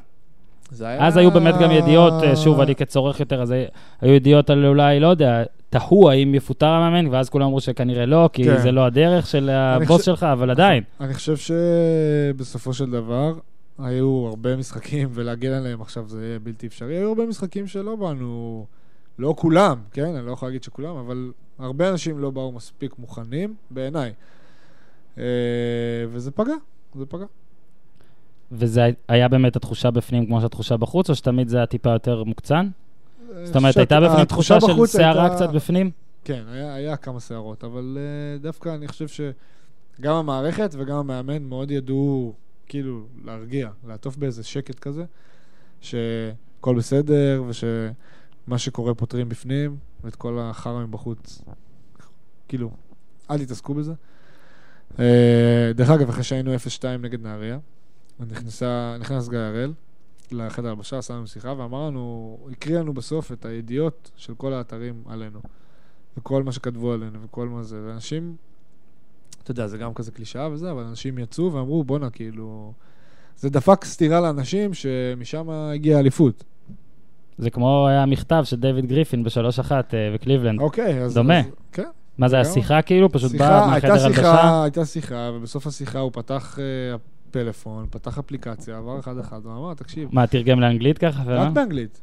אז היו באמת גם ידיעות, אה, שוב, אני כצורך יותר, אז היו- היו ידיעות על אולי, לא יודע, תהו האם יפוטר המאמן, ואז כולם אמרו שכנראה לא, כי כן. זה לא הדרך של הבוס חושב- שלך, אבל עדיין. אני חושב שבסופו של דבר, היו הרבה משחקים, ולהגן עליהם עכשיו זה יהיה בלתי אפשרי. היו הרבה משחקים שלא באנו, לא כולם, כן? אני לא יכול להגיד שכולם, אבל הרבה אנשים לא באו מספיק מוכנים, בעיניי. אה, וזה פגע, זה פגע. וזה היה באמת התחושה בפנים כמו שהתחושה בחוץ, או שתמיד זה היה טיפה יותר מוקצן? זאת אומרת, שאת- הייתה בפנים התחושה תחושה של בחוץ סערה הייתה- קצת בפנים? כן, היה, היה כמה סערות, אבל uh, דווקא אני חושב שגם המערכת וגם המאמן מאוד ידעו כאילו להרגיע, לעטוף באיזה שקט כזה, שהכל בסדר ושמה שקורה פותרים בפנים ואת כל החרא מבחוץ. כאילו, אל תתעסקו בזה. Uh, דרך אגב, אחרי שהיינו 0-2 נגד נהריה, נכנסה, נכנס גיא הראל לחדר הלבשה, עשה לנו שיחה ואמר לנו, הקריא לנו בסוף את הידיעות של כל האתרים עלינו. וכל מה שכתבו עלינו וכל מה זה, ואנשים, אתה יודע, זה גם כזה קלישאה וזה, אבל אנשים יצאו ואמרו, בואנה, כאילו... זה דפק סטירה לאנשים שמשם הגיעה האליפות. זה כמו היה מכתב של דיוויד גריפין בשלוש אחת אה, בקליבלנד. אוקיי, אז... דומה. אז- כן. מה זה, גם. השיחה כאילו? פשוט שיחה, באה הייתה מהחדר שיחה- הלבשה? הייתה שיחה, ובסוף השיחה הוא פתח, אה, פלאפון, פתח אפליקציה, עבר אחד-אחד, ואמר, תקשיב, מה, תרגם לאנגלית ככה? אה, רק ומה? באנגלית.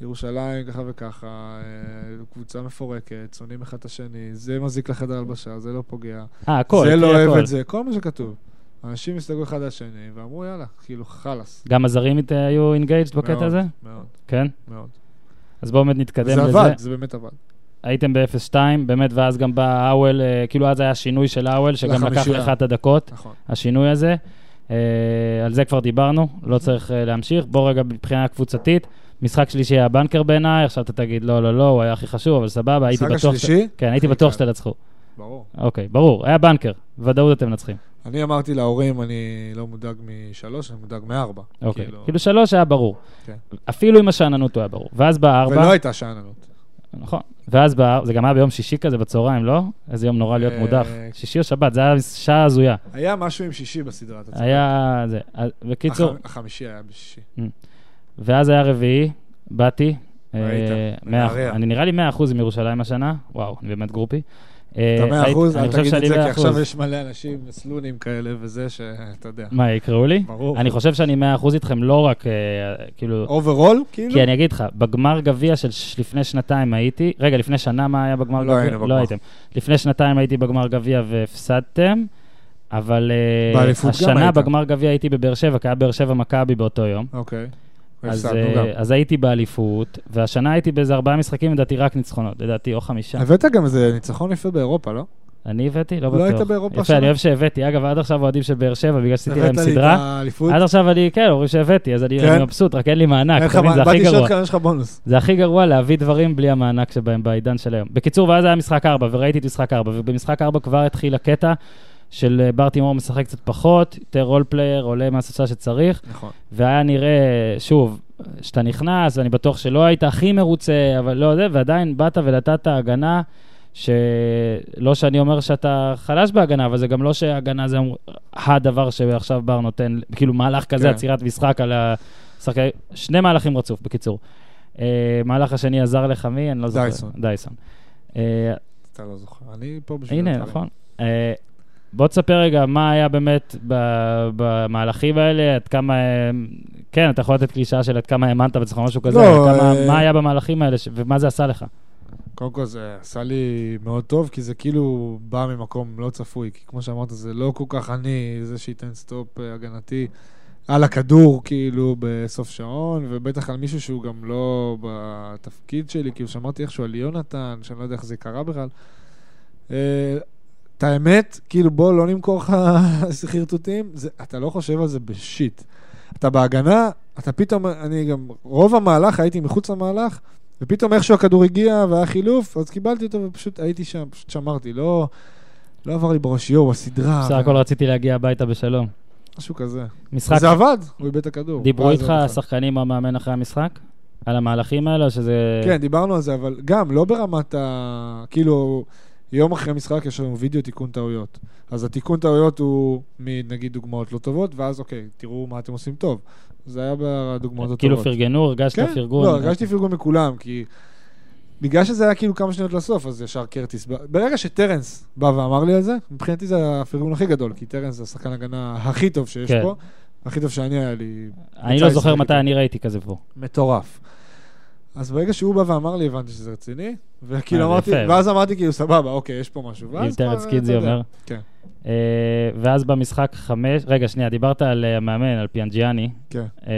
ירושלים ככה וככה, אה, קבוצה מפורקת, שונאים אחד את השני, זה מזיק לחדר הלבשה, זה לא פוגע. אה, הכל, זה לא הקריא אוהב הכל. את זה, כל מה שכתוב. אנשים הסתכלו אחד על השני ואמרו, יאללה, כאילו, חלאס. גם הזרים הת- היו אינגייג'ד בקטע מאוד, הזה? מאוד, כן. מאוד. אז בואו באמת נתקדם זה לזה. עבד, זה באמת עבד. הייתם ב-0-2, באמת, ואז גם בא האוול, אה, כאילו אז היה שינוי של האוול, שגם לקח לחמישייה. לך את הדקות, נכון. השינוי הזה. אה, על זה כבר דיברנו, לא צריך אה, להמשיך. בוא רגע מבחינה קבוצתית, משחק שלישי היה בנקר בעיניי, עכשיו אתה תגיד לא, לא, לא, הוא היה הכי חשוב, אבל סבבה, הייתי משחק בטוח... ש- השלישי? כן, הייתי הכי בטוח קל. שתנצחו. ברור. אוקיי, ברור, היה בנקר, בוודאות אתם מנצחים. אני אמרתי להורים, אני לא מודאג משלוש, אני מודאג מארבע. אוקיי, כאילו שלוש היה ברור. כן. אפילו עם השאננות הוא היה ברור. ואז בא ארבע, ולא הייתה שאננות. נכון. ואז בא, זה גם היה ביום שישי כזה בצהריים, לא? איזה יום נורא להיות אה, מודח. שישי או שבת, זה היה שעה הזויה. היה משהו עם שישי בסדרה, אתה צודק. כן. היה זה. אז בקיצור, הח- החמישי היה בשישי. ואז היה רביעי, באתי. אה, ראית, מאה- בנהריה. אני נראה לי 100% עם ירושלים השנה, וואו, אני באמת גרופי. אה, אתה מאה הייתי- אחוז, אני אל חושב תגיד שאני את זה, כי 100%. עכשיו יש מלא אנשים סלונים כאלה וזה, שאתה יודע. מה, יקראו לי? ברור. אני חושב שאני 100% איתכם, לא רק, אה, כאילו... אוברול, כאילו? כי אני אגיד לך, בגמר גביע של ש- לפני שנתיים הייתי, רגע, לפני שנה מה היה בגמר לא גביע? היינו לא בגמר. הייתם. לפני שנתיים הייתי בגמר גביע והפסדתם, אבל אה, באליפות גם השנה היית. בגמר גביע הייתי בבאר שבע, כי היה באר שבע מכבי באותו יום. אוקיי. אז, הפסדנו אה, גם. אז הייתי באליפות, והשנה הייתי באיזה ארבעה משחקים, לדעתי רק ניצחונות, לדעתי, או חמישה. הבאת גם איזה ניצחון יפה באירופה, לא? אני הבאתי? לא לא בטוח. היית באירופה יפה, אני השנה? אוהב שהבאתי. אגב, עד עכשיו אוהדים של באר שבע, בגלל שעשיתי להם הבאת לי את סדרה. האליפות. עד עכשיו אני, כן, אומרים שהבאתי, אז אני כן? אני מבסוט, רק אין לי מענק, אין לך אתה מבין, מה- זה הכי באתי לשאול גרוע. אותך, יש לך בונוס. זה הכי גרוע להביא דברים בלי המענק שבהם בעידן של היום. בקיצור, ואז היה משחק 4, וראיתי את משחק 4, ובמשחק 4 כבר התחיל הקטע של אה, ברטימור משחק קצת פחות, יותר רול פלייר, עולה מהספסל שצריך, נכון. והיה נראה, שוב, שאתה נכנס, ואני בטוח שלא היית הכי מרוצה, אבל לא זה, ועדיין באת ונתת הגנה, שלא שאני אומר שאתה חלש בהגנה, אבל זה גם לא שהגנה זה הדבר שעכשיו בר נותן, כאילו מהלך כזה, כן. עצירת משחק על השחק... שני מהלכים רצוף, בקיצור. אה, מהלך השני עזר לך מי? אני לא זוכר. דייסון. דייסון. אה, אתה לא זוכר. אני פה בשביל... הנה, הדברים. נכון. אה, בוא תספר רגע מה היה באמת ב- במהלכים האלה, עד כמה... אה, כן, אתה יכול לתת קלישאה של עד כמה האמנת בעצמך, משהו כזה, לא, עד כמה- אה, מה היה במהלכים האלה ש- ומה זה עשה לך. קודם כל זה עשה לי מאוד טוב, כי זה כאילו בא ממקום לא צפוי, כי כמו שאמרת, זה לא כל כך אני, זה שייתן סטופ אה, הגנתי על הכדור, כאילו, בסוף שעון, ובטח על מישהו שהוא גם לא בתפקיד שלי, כאילו שמעתי איכשהו על יונתן, שאני לא יודע איך זה קרה בכלל. אה, את האמת, כאילו, בוא, לא נמכור לך חרטוטים, זה- אתה לא חושב על זה בשיט. אתה בהגנה, אתה פתאום, אני גם, רוב המהלך הייתי מחוץ למהלך, ופתאום איכשהו הכדור הגיע והיה חילוף, אז קיבלתי אותו ופשוט הייתי שם, פשוט שמרתי, לא, לא עבר לי בראש, יואו, הסדרה, בסך הכל רציתי להגיע הביתה בשלום. משהו כזה. משחק, זה עבד, הוא איבד את הכדור. דיברו וואי, איתך זה נכון. עוד אחד. השחקנים או המאמן אחרי המשחק? על המהלכים האלה, או שזה... כן, דיברנו על זה, אבל גם, לא ברמת ה... כאילו, יום אחרי משחק יש לנו וידאו תיקון טעויות. אז התיקון טעויות הוא מנגיד דוגמאות לא טובות, ואז אוקיי, תראו מה אתם עושים טוב. זה היה בדוגמאות הטובות. כאילו פרגנו, הרגשת כן, פרגון. אוקיי. לא, הרגשתי פרגון מכולם, כי... בגלל שזה היה כאילו כמה שניות לסוף, אז ישר קרטיס. בא- ברגע שטרנס בא ואמר לי על זה, מבחינתי זה הפרגון הכי גדול, כי טרנס זה השחקן הגנה הכי טוב שיש כן. פה. הכי טוב שאני היה לי... אני יצא לא לי זוכר לשחק מתי איתו. אני ראיתי כזה פה. מטורף. אז ברגע שהוא בא ואמר לי, הבנתי שזה רציני, וכאילו אה, אמרתי, יפה. ואז אמרתי כאילו, סבבה, אוקיי, יש פה משהו. ואז אם כבר, טרנס אתה קידזי יודע. אומר. כן, אה, ואז במשחק חמש... רגע, שנייה, דיברת על אה, המאמן, על פיאנג'יאני. כן. אה,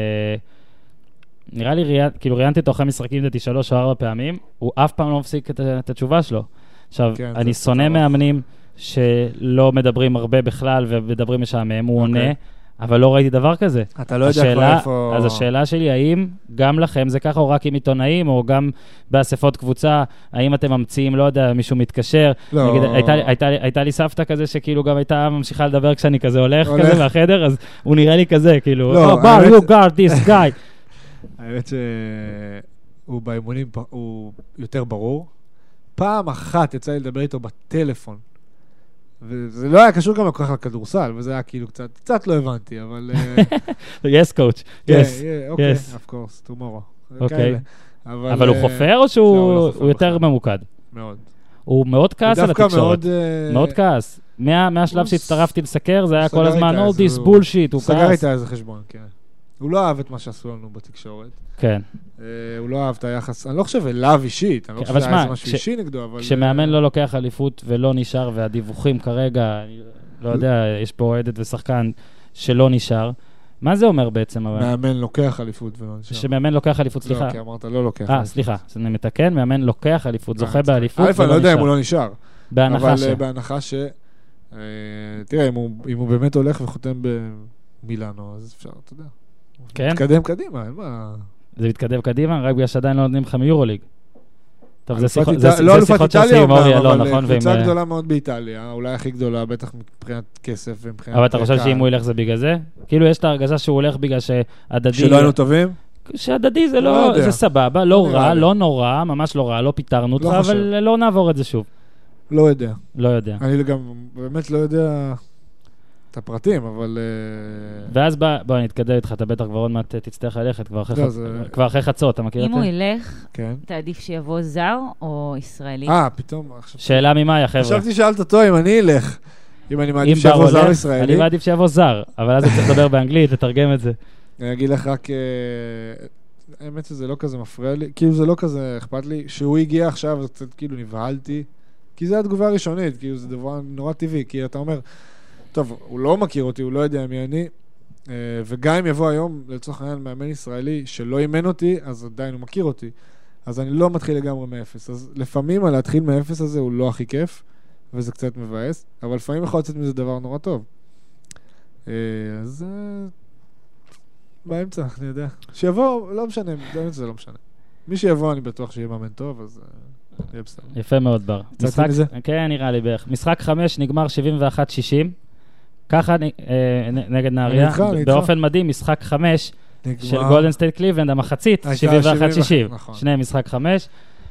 נראה לי, ראי- כאילו ראיינתי אותו אחרי משחקים לדעתי שלוש או ארבע פעמים, הוא אף פעם לא מפסיק את, ה- את התשובה שלו. עכשיו, כן, אני זה שונא פתרון. מאמנים שלא מדברים הרבה בכלל ומדברים משעמם, הוא אוקיי. עונה, אבל לא ראיתי דבר כזה. אתה לא השאלה- אז השאלה שלי, האם גם לכם זה ככה, או רק עם עיתונאים, או גם באספות קבוצה, האם אתם ממציאים, לא יודע, מישהו מתקשר? לא. נגיד, הייתה, הייתה, הייתה לי סבתא כזה שכאילו גם הייתה ממשיכה לדבר כשאני כזה הולך, הולך. כזה מהחדר, אז הוא נראה לי כזה, כאילו, לא, "Oh, bar, האמת- you guard this guy. האמת שהוא באימונים, פ- הוא יותר ברור. פעם אחת יצא לי לדבר איתו בטלפון. וזה לא היה קשור גם כל כך לכדורסל, וזה היה כאילו קצת, קצת לא הבנתי, אבל... אה, יס קואוץ', כן, יס. אה, אוקיי, yes. of course, tomorrow. אוקיי. כאלה. אבל הוא אה, חופר או לא, הוא לא שהוא חופר הוא יותר בכלל. ממוקד? מאוד. הוא מאוד כעס על הוא דווקא התקשורת. מאוד, אה, מאוד כעס. מה- מהשלב הוא שהצטרפתי לסקר, זה היה סגר כל הזמן איתה, all אז this הוא- bullshit, הוא סגר כעס. איתה איזה חשבון, כן. הוא לא אהב את מה שעשו לנו בתקשורת. כן. אה, הוא לא אהב את היחס, אני לא חושב אליו אישית, אני לא כן, חושב אבל שהיה שמע, איזה משהו כש- אישי נגדו, אבל... אה, כשמאמן לא לוקח אליפות ולא נשאר, והדיווחים כרגע, אני לא יודע, יש פה אוהדת ושחקן שלא נשאר, מה זה אומר בעצם? אבל? מאמן לוקח אליפות ולא נשאר. שמאמן לוקח אליפות, סליחה. לא, כי אמרת לא לוקח. אה, אליפות. סליחה, אז אני מתקן, מאמן לוקח אליפות, זוכה באליפות א', אני לא ולא יודע אם נשאר. הוא לא נשאר. בהנחה אבל ש... אה, בהנחה ש... אה, תראה, אם הוא- אם הוא באמת הולך וחותם במילאנו, אז אפשר, אתה יודע. כן? תתקדם קדימה, אין מה... זה מתקדם קדימה, רק בגלל שעדיין לא נותנים לך מיורוליג. טוב, זה אלופת שיחות- זה איטל- לא זה אלופת שיחות איטליה שעושים עם אורי אומנם, אלון, אבל אה, נכון? קבוצה ועם, אה, גדולה מאוד באיטליה, אולי הכי גדולה, בטח מבחינת כסף ומבחינת... אבל אתה אה, חושב קהל. שאם הוא ילך זה בגלל זה? כאילו, יש את ההרגשה שהוא הולך בגלל שהדדי... שלא היינו טובים? שהדדי זה לא לא... יודע. זה סבבה, לא לא נראה רע, לי. לא נורא, ממש לא רע, לא פיטרנו אותך, לא חושב. אה. אבל לא נעבור את זה שוב. לא יודע. לא יודע. אני גם באמת לא יודע את הפרטים, אבל... אה, ואז בא, בוא, אני אתקדם איתך, אתה בטח כבר עוד מעט אה, תצטרך ללכת, כבר אחרי לא, חצ- זה- כבר אחרי חצות, אתה מכיר את אם זה? הוא ילך, כן. תעדיף שיבוא זר או ישראלי? אה, פתאום... עכשיו- שאלה ממאיה, חבר'ה. חשבתי שאלת אותו אם אני אלך. אם אני אם מעדיף בר שיבוא זר הולך, אני ישראלי, מעדיף שיבוא זר, אבל אז הוא צריך לדבר באנגלית, לתרגם את זה. אני אגיד לך רק... אה, האמת שזה לא כזה מפריע לי, כאילו זה לא כזה אכפת לי. שהוא הגיע עכשיו, אז קצת כאילו נבהלתי, כי זו התגובה הראשונית, כאילו זה דבר נורא טבעי, כי אתה אומר, טוב, הוא לא מכיר אותי, הוא לא יודע מי אני, אה, וגם אם יבוא היום, לצורך העניין, מאמן ישראלי שלא אימן אותי, אז עדיין הוא מכיר אותי. אז אני לא מתחיל לגמרי מאפס. אז לפעמים הלהתחיל מאפס הזה הוא לא הכי כיף, וזה קצת מבאס, אבל לפעמים יכול לצאת מזה דבר נורא טוב. אה, אז... אה, באמצע, אני יודע. שיבוא, לא משנה, באמצע זה לא משנה. מי שיבוא, אני בטוח שיהיה מאמן טוב, אז אה, יהיה בסדר. יפה מאוד, בר. יצאתי משחק- מזה? כן, נראה לי בערך. משחק חמש נגמר 71-60. ככה נ- אה, נ- נגד נהריה. איתך, אני איתך. באופן מדהים, משחק חמש של נגמר. גולדן סטייט קליבלנד, המחצית, הייתה 71-60. נכון. שני משחק חמש.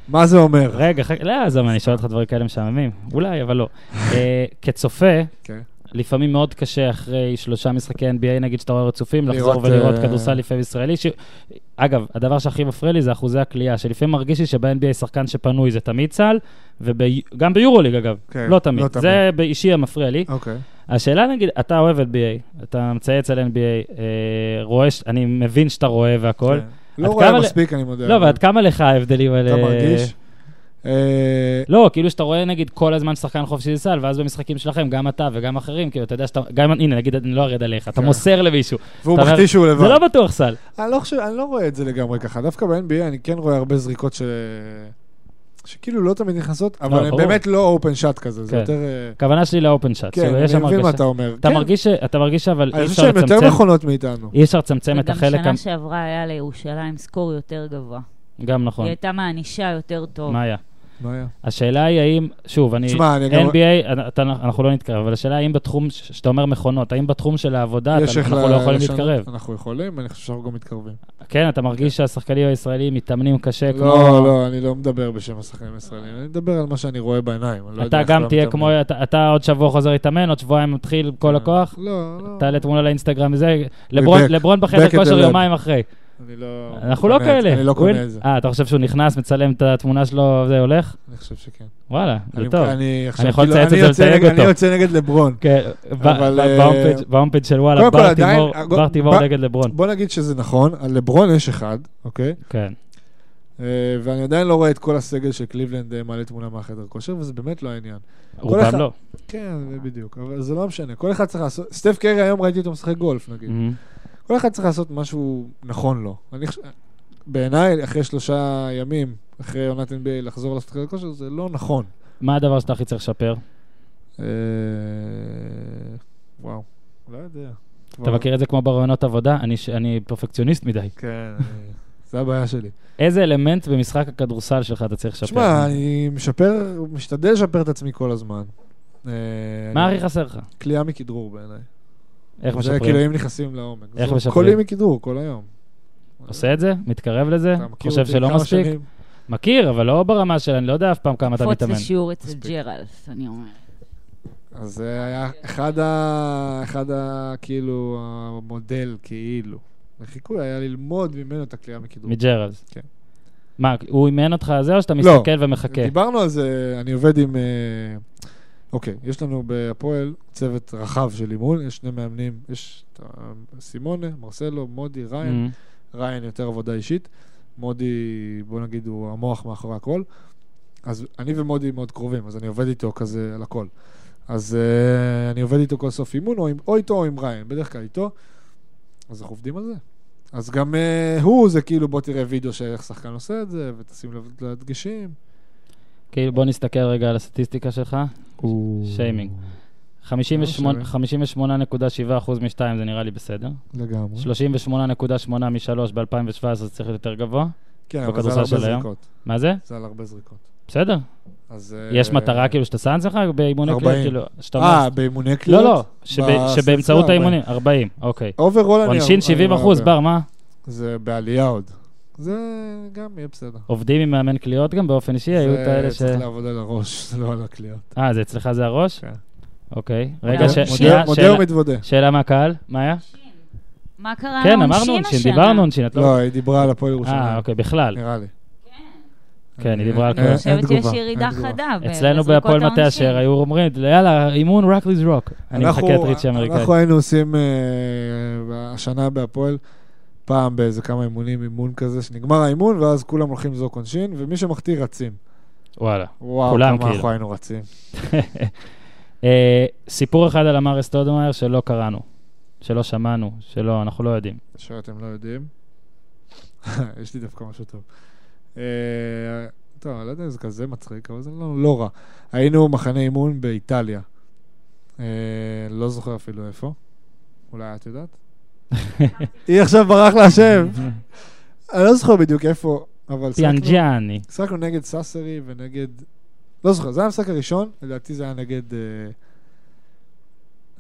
מה זה אומר? רגע, חכה, לא, עזוב, אני שואל אותך דברים כאלה משעממים. אולי, אבל לא. אה, כצופה, כן. לפעמים מאוד קשה אחרי שלושה משחקי NBA, נגיד שאתה רואה רצופים, לחזור לראות, ולראות אה, כדורסל לפעמים ישראלי. ש... אגב, הדבר שהכי מפריע לי זה אחוזי הקליעה, שלפעמים מרגיש לי שב-NBA שחקן שפנוי זה תמיד צה"ל, וגם ביורוליג אגב, כן, לא תמיד. לא תמיד. זה באישי המפריע לי. אוקיי. השאלה נגיד, אתה אוהב NBA, אתה מצייץ על NBA, אה, רואה, ש- אני מבין שאתה רואה והכול. כן. לא עד רואה כמה ל- מספיק, אני מודה. לא, אבל ועד כמה לך ההבדלים האלה? אתה מרגיש? אה, לא, כאילו שאתה רואה נגיד כל הזמן שחקן חופשי לסל, ואז במשחקים שלכם, גם אתה וגם אחרים, כאילו, אתה יודע שאתה, גם, הנה, נגיד, אני לא ארד עליך, אתה כן. מוסר למישהו. והוא אתה אומר, מחטיא שהוא זה לבד. לא בטוח סל. אני לא חושב, אני לא רואה את זה לגמרי ככה. דווקא ב-NBA אני כן רואה הרבה זריקות ש... שכאילו לא תמיד נכנסות, אבל הן ברור. באמת לא אופן שאט כזה, זה כן. יותר... אה, הכוונה שלי לאופן שאט. כן, כאילו, יש אני שם מבין מה הרגשה- אתה אומר. אתה כן. מרגיש ש- אתה מרגיש אבל אי אני אפשר חושב שהן יותר לצמצם, נכונות מאיתנו. אי אפשר לצמצם את החלק, וגם שנה המ- שעברה היה לירושלים סקור יותר גבוה. גם נכון, היא הייתה מענישה יותר טוב. מה היה? מה היה? השאלה היא האם, שוב, אני, תשמע, אני גם- NBA, אתה- אנחנו לא נתקרב, אבל השאלה האם בתחום, ש- שאתה אומר מכונות, האם בתחום של העבודה, יש אתה- איך אנחנו ל- לא יכולים לשנות. להתקרב. אנחנו יכולים, אני חושב שאנחנו גם מתקרבים. כן, אתה מרגיש שהשחקנים הישראלים מתאמנים קשה אה, כמו... לא, לא, אני לא מדבר בשם השחקנים הישראלים, אני מדבר על מה שאני רואה בעיניים. אני לא יודע אתה איך גם לא תהיה מתאמן. כמו, אתה- אתה עוד שבוע חוזר להתאמן, עוד שבועיים מתחיל כל הכוח, לא, לא. תעלה תמונה לאינסטגרם וזה, לברון- בק. לברון בחדר בק את כושר הלב. יומיים אחרי. אני לא... אנחנו לא קונה את זה, כאלה. אני לא הוא- קונה את זה. אה, אתה חושב שהוא נכנס, מצלם את התמונה שלו וזה הולך? אני חושב שכן. וואלה, אני- זה טוב. אני עכשיו יכול כאילו- לצייץ את אני זה יוצא ולתייג נגד- אותו. אני יוצא נגד לברון. כן, ב- אבל, ב- אה, בהומפייג' בהומפייג' של וואלה, קודם כל, בר עדיין- תימור- הג- בר תימור ב- נגד לברון. בוא נגיד שזה נכון, על לברון יש אחד, אוקיי? כן. אה, ואני עדיין לא רואה את כל הסגל של קליבלנד אה, מעלה תמונה מהחדר כושר, וזה באמת לא העניין. אחד- רובם לא. כן, זה בדיוק, אבל זה לא משנה. כל אחד צריך לעשות... סטף קרי היום ראיתי אותו משחק גולף, נגיד. מהמם. כל אחד צריך לעשות משהו נכון לו. אני חושב... בעיניי, אחרי שלושה ימים, אחרי עונת NBA, לחזור לעשות חדר כושר, זה לא נכון. מה הדבר שאתה הכי צריך לשפר? אה, וואו, לא יודע. אתה מכיר את זה כמו בראיונות עבודה? אני ש- אני פרפקציוניסט מדי. כן, אני- זה הבעיה שלי. איזה אלמנט במשחק הכדורסל שלך אתה צריך לשפר? תשמע, אני משפר, משתדל לשפר את עצמי כל הזמן. אה, מה אני- הכי חסר לך? כליאה מכדרור בעיניי. איך זה כאילו משפרים? אם נכנסים לעומק. איך זו- משפרים? קולים מכדרור כל היום. עושה את זה? מתקרב לזה? אתה מכיר חושב אותי שלא כמה מספיק? שנים? מכיר, אבל לא ברמה של אני לא יודע אף פעם כמה אתה קפוץ מתאמן. לשיעור אצל מספיק. ג'רלס, אני אומרת. אז זה היה אחד ה... אחד ה... כאילו, המודל, כאילו. החיקוי היה ללמוד ממנו את הכלייה מכדרור. מג'רלס. כן. מה, הוא אימן אותך על זה או שאתה לא. כן. מסתכל ומחכה? דיברנו על זה, אני עובד עם... אה, אוקיי, יש לנו בהפועל צוות רחב של אימון, יש שני מאמנים, יש את ה- סימונה, מרסלו, מודי, ריין. אמ, ריין יותר עבודה אישית, מודי, בוא נגיד, הוא המוח מאחורי הכל. אז אני ומודי מאוד קרובים, אז אני עובד איתו כזה על הכל. אז uh, אני עובד איתו כל סוף אימון, או, עם, או איתו או עם ריין, בדרך כלל איתו. אז אנחנו עובדים על זה. אז גם uh, הוא, זה כאילו, בוא תראה וידאו של איך שחקן עושה את זה, ותשים לב לדגשים. כאילו, בוא נסתכל רגע על הסטטיסטיקה שלך. שיימינג. 58- לא 58.7% מ-2 זה נראה לי בסדר. Mm. לגמרי. 38.8 מ-3 ב-2017 זה צריך להיות יותר גבוה. כן, אבל זה בכדורסל על הרבה של היום. זריקות. מה זה? זה על הרבה זריקות. בסדר. אז... יש אה, מטרה כאילו שאתה שם אצלך באימוני קליעות? 40. כאילו, שאתה אה, אומר... באימוני לא, קליעות? לא, שב- בסלסלה, שבאמצעות 40. האימונים. 40, אוקיי. אוברול אני... אוקיי. עונשין אני 70 הרבה. אחוז, בר, מה? זה בעלייה עוד. זה גם יהיה בסדר. עובדים עם מאמן קליעות גם באופן אישי? היו את האלה ש... זה צריך לעבוד על הראש, זה לא על הקליעות. אה, אה, זה אצלך זה הראש? כן. אוקיי. מודה- רגע, ש- מודה- שנייה, מודה שאלה- ומתוודה. שאלה מהקהל, מאיה? מה קרה כן, לעונשין אמרנו עונשין, אה, השנה? דיברנו עונשין, את לא... לא, היא דיברה על הפועל אה, ירושלים, אוקיי, בכלל. נראה לי. כן, היא דיברה על אה, כל... אה, אני אין חושבת שיש תגובה, אין ירידה תגובה. חדה. ב- אצלנו בזריקות בהפועל מטה העונשין. אשר היו אומרים, יאללה, אימון, רק לזרוק. אני אנחנו- מחכה את ריצ'י האמריקאי. אנחנו היינו עושים אה, השנה בהפועל, פעם באיזה כמה אימונים, אימון כזה, שנגמר האימון, ואז כולם הולכים לזרוק עונשין, ומי שמחטיא רצים. וואלה. וואו, כולם כמה אנחנו כאילו. היינו רצים. אה, סיפור אחד על אמר אסטודמאייר שלא קראנו, שלא שמענו, שלא, אנחנו לא יודעים. שאתם לא יודעים. יש לי דווקא משהו טוב. אה, טוב, אני לא יודע אם זה כזה מצחיק, אבל זה לא, לא רע. היינו מחנה אימון באיטליה. אה, לא זוכר אפילו איפה. אולי את יודעת? היא עכשיו ברח לה השם. אני לא זוכר בדיוק איפה, אבל... שיחקנו- פיאנג'יאני. שיחקנו נגד ססרי ונגד... לא זוכר, זה היה המשחק הראשון, לדעתי זה היה נגד... אה,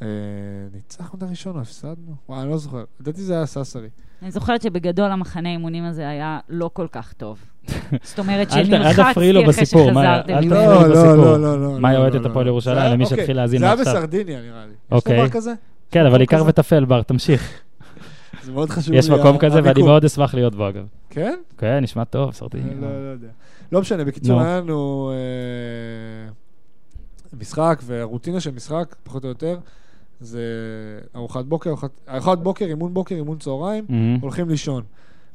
אה, ניצחנו את הראשון או הפסדנו? וואי, אני לא זוכר. לדעתי זה היה ססרי. אני זוכרת שבגדול המחנה האימונים הזה היה לא כל כך טוב. זאת אומרת אל ת- אל תפריעי לו שנלחצתי אחרי בסיפור, מאיה, שחזרתם. אל עם תפריעי לו. זה. לא, לא, בסיפור. לא, לא, לא. מה, לא, היא אוהדת לא, לא, הפועל לא. ירושלים? זה היה- למי אוקיי, שהתחיל להאזין זה עכשיו. היה בסרדיניה, נראה לי. אוקיי. יש דבר כזה? כן, אבל עיקר כזה. וטפל בר, תמשיך. זה מאוד חשוב יש לי, מקום כזה, ואני המיקום. מאוד אשמח להיות בו, אגב. כן? כן, נשמע טוב, סרטי. אני לא לא יודע. לא משנה, בקיצור, נו. היה לנו אה, משחק, והרוטינה של משחק, פחות או יותר, זה ארוחת בוקר, ארוחת- ארוחת בוקר, אימון בוקר, אימון צהריים, מהמם. הולכים לישון.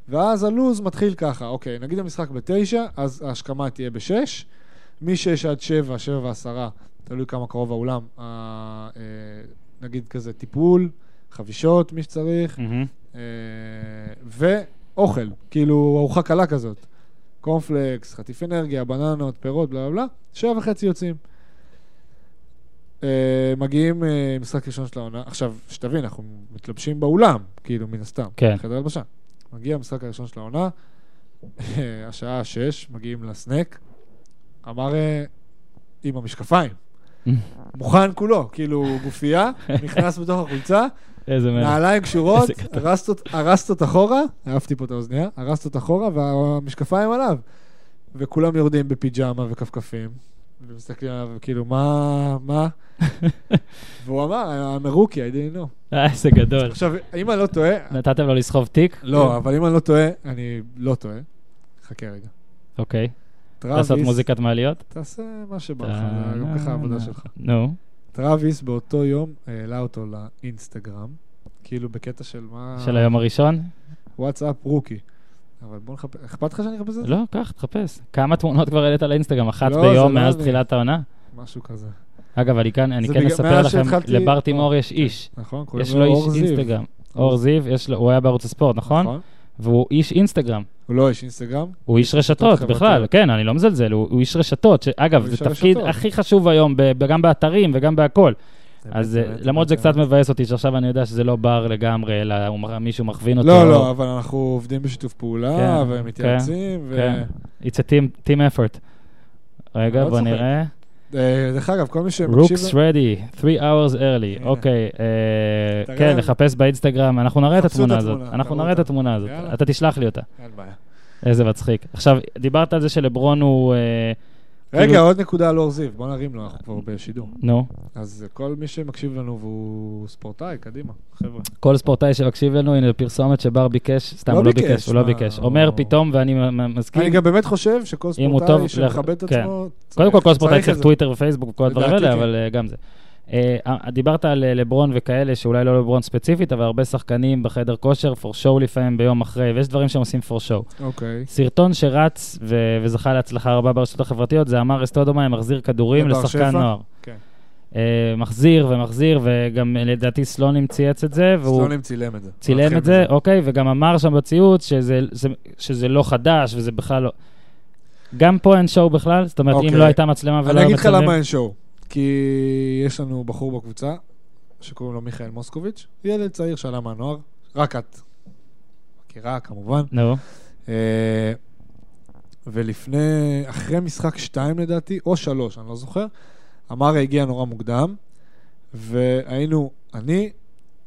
ואז הלו"ז מתחיל ככה, אוקיי, נגיד המשחק בתשע, אז ההשכמה תהיה בשש, משש עד שבע, שבע ועשרה, תלוי כמה קרוב האולם, אה, אה, נגיד כזה טיפול, חבישות, מי שצריך, מהמם. אה, ואוכל, כאילו ארוחה קלה כזאת. קורנפלקס, חטיף אנרגיה, בננות, פירות, בלה בלה בלה, שבע וחצי יוצאים. אה, מגיעים אה, משחק ראשון של העונה, עכשיו, שתבין, אנחנו מתלבשים באולם, כאילו, מן הסתם, כן. חדר הלבשה. מגיע המשחק הראשון של העונה, אה, השעה שש, מגיעים לסנק, אמר אה, עם המשקפיים, מוכן כולו, כאילו גופייה, נכנס בתוך החולצה, איזה מלך. נעליים קשורות, איזה קטן. הרסת אות- הרסת אותה אחורה, העפתי פה את האוזנייה, הרסת אותה אחורה והמשקפיים עליו. וכולם יורדים בפיג'מה וכפכפים, ומסתכלים עליו, כאילו, מה, מה? והוא אמר, I'm a rookie, I didn't know. אה, איזה גדול. עכשיו, אם אני לא טועה, נתתם לו לסחוב תיק? לא, אבל אם אני לא טועה, אני לא טועה. חכה רגע. אוקיי. לעשות טראביס, מוזיקת מעליות? תעשה מה שבא לך, זה גם לא, ככה העבודה שלך. נו. טראביס באותו יום העלה אותו לאינסטגרם, כאילו בקטע של מה... של היום הראשון? וואטסאפ רוקי. אבל בוא נחפש, אכפת לך שאני אחפש את זה? לא, קח, תחפש. כמה תמונות כבר העלית לאינסטגרם? אחת לא, ביום זה לא מאז אני. תחילת העונה? משהו כזה. אגב, אני כאן, אני זה כן בגלל- אספר מאז לכם, שהתחלתי- לבר תימור אוקיי. יש איש. נכון? קוראים יש לו אור איש זיו. אינסטגרם. אור זיו, יש לו- הוא היה בערוץ הספורט, נכון? והוא איש אינסטגרם. הוא לא איש אינסטגרם. הוא איש רשתות חברתיות. בכלל, כן, אני לא מזלזל, הוא הוא איש רשתות. ש- אגב, הוא זה איש תפקיד הרשתות. הכי חשוב היום, ב- ב- גם באתרים וגם בהכל. כן, אז אה, באמת, למרות שזה באמת. קצת מבאס אותי, שעכשיו אני יודע שזה לא בר לגמרי, אלא הוא מ- מישהו מכווין אותו. לא, לא, אבל אנחנו עובדים בשיתוף פעולה, כן, ומתייעצים, ו... כן. It's a team- team effort. רגע, אה, לא בוא צוחק. נראה. אה, דרך אגב, כל מי שמקשיב... רוקס רדי, 3 hours early. הנה. אוקיי, אה, תראה כן, לנו. לחפש באינסטגרם, אנחנו נראה את חפשו התמונה את הזאת. התמונה, אנחנו תראו נראה את אותה. התמונה הזאת. יאללה. אתה תשלח לי אותה. אין בעיה. איזה מצחיק. עכשיו, דיברת על זה שלברון הוא... אה, רגע, כאילו- עוד נקודה על אור זיו, בוא נרים לו, אנחנו כבר בשידור. נו. אז כל מי שמקשיב לנו והוא ספורטאי, קדימה, חבר'ה. כל ספורטאי שמקשיב לנו, הנה פרסומת שבר ביקש, סתם, לא הוא לא ביקש, ביקש, הוא לא מה, ביקש. הוא- אומר פתאום, ואני מ- מ- מסכים. אני גם באמת חושב שכל כן. אם הוא טוב, ספורטאי שמכבד את כן. עצמו... קודם צריך- כל, כל ספורטאי צריך צריך את טוויטר ופייסבוק וכל הדברים לדעתי, האלה, כן. אבל אה, גם זה. אה, אה, דיברת על אה, לברון וכאלה, שאולי לא לברון ספציפית, אבל הרבה שחקנים בחדר כושר, for show לפעמים ביום אחרי, ויש דברים שהם עושים for show. זה. אוקיי. סרטון שרץ ו- וזכה להצלחה רבה ברשתות החברתיות, זה אמר אסטודומאי מחזיר כדורים לבר לשחקן שפע? נוער. כן. אה, מחזיר ומחזיר, וגם אה, לדעתי סלונים צייץ את זה, והוא סטונים צילם את זה. צילם נתחיל את זה, אוקיי, וגם אמר שם בציוץ שזה, זה, שזה לא חדש וזה בכלל לא... גם פה אין שואו בכלל, זאת אומרת, אם אוקיי. לא הייתה מצלמה ולא אני היו אגיד לך מצלמים- למה אין שואו. כי יש לנו בחור בקבוצה, שקוראים לו מיכאל מוסקוביץ', ילד צעיר שעלה מהנוער, רק את. מכירה, כמובן. נו, אה, ולפני, אחרי משחק 2 לדעתי, או 3, אני לא זוכר, אמרה הגיע נורא מוקדם, והיינו, אני,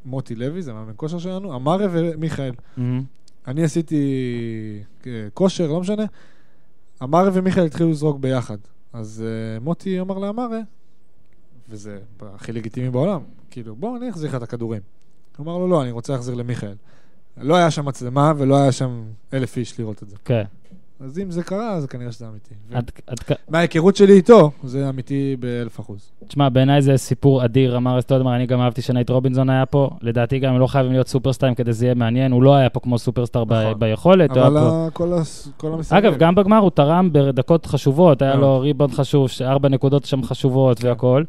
מוטי לוי, זה מאמן כושר שלנו, אמרה ומיכאל. מהמם. אני עשיתי אה, כושר, לא משנה. אמרה ומיכאל התחילו לזרוק ביחד. אז uh, מוטי אמר לאמרה, וזה הכי לגיטימי בעולם, כאילו, בוא, אני אחזיר לך את הכדורים. הוא אמר לו, לא, אני רוצה להחזיר למיכאל. לא היה שם מצלמה ולא היה שם אלף איש לראות את זה. כן. אז אם זה קרה, אז כנראה שזה אמיתי. ו- עד- עד כ- מההיכרות שלי איתו, זה אמיתי באלף אחוז. תשמע, בעיניי זה סיפור אדיר, אמר אסטודמר, אני גם אהבתי שנייט רובינזון היה פה. לדעתי גם הם לא חייבים להיות סופרסטרים כדי שזה יהיה מעניין, הוא לא היה פה כמו סופרסטאר ב- נכון. ביכולת. הוא היה אבל פה- ה- כל הס- כל המסגרת... אגב, גם בגמר הוא תרם בדקות חשובות, היה מאוד. כן. לו ריבון חשוב, ש- ארבע נקודות שם חשובות והכול.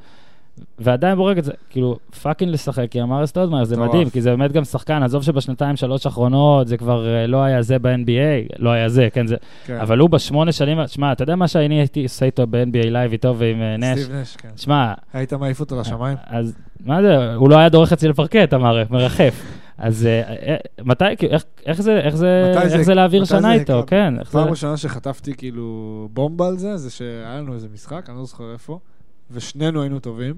ועדיין בורג את זה, כאילו, פאקינג לשחק, כי אמר אסטודמר, זה מטורף. מדהים, כי זה באמת גם שחקן, עזוב שבשנתיים, שלוש האחרונות, זה כבר אה, לא היה זה ב-NBA, לא היה זה, כן, זה... כן. אבל הוא בשמונה שנים, שמע, אתה יודע מה שאני הייתי עושה איתו ב-NBA לייב איתו ועם אה, נש? סטיב נש, כן. שמע, היית מעיף אותו לשמיים? אז מה זה, הוא לא היה דורך אצלי לפרקט, אמר, מרחף. אז אה, אה, מתי, כאילו, איך- איך זה- איך זה- מתי איך זה להעביר מתי שנה זה איתו, יקרה? כן? איך זה- פעם ראשונה שחטפתי כאילו בומבה על זה, זה שהיה לנו איזה משחק, אני לא זוכר איפה, ושנינו היינו טובים.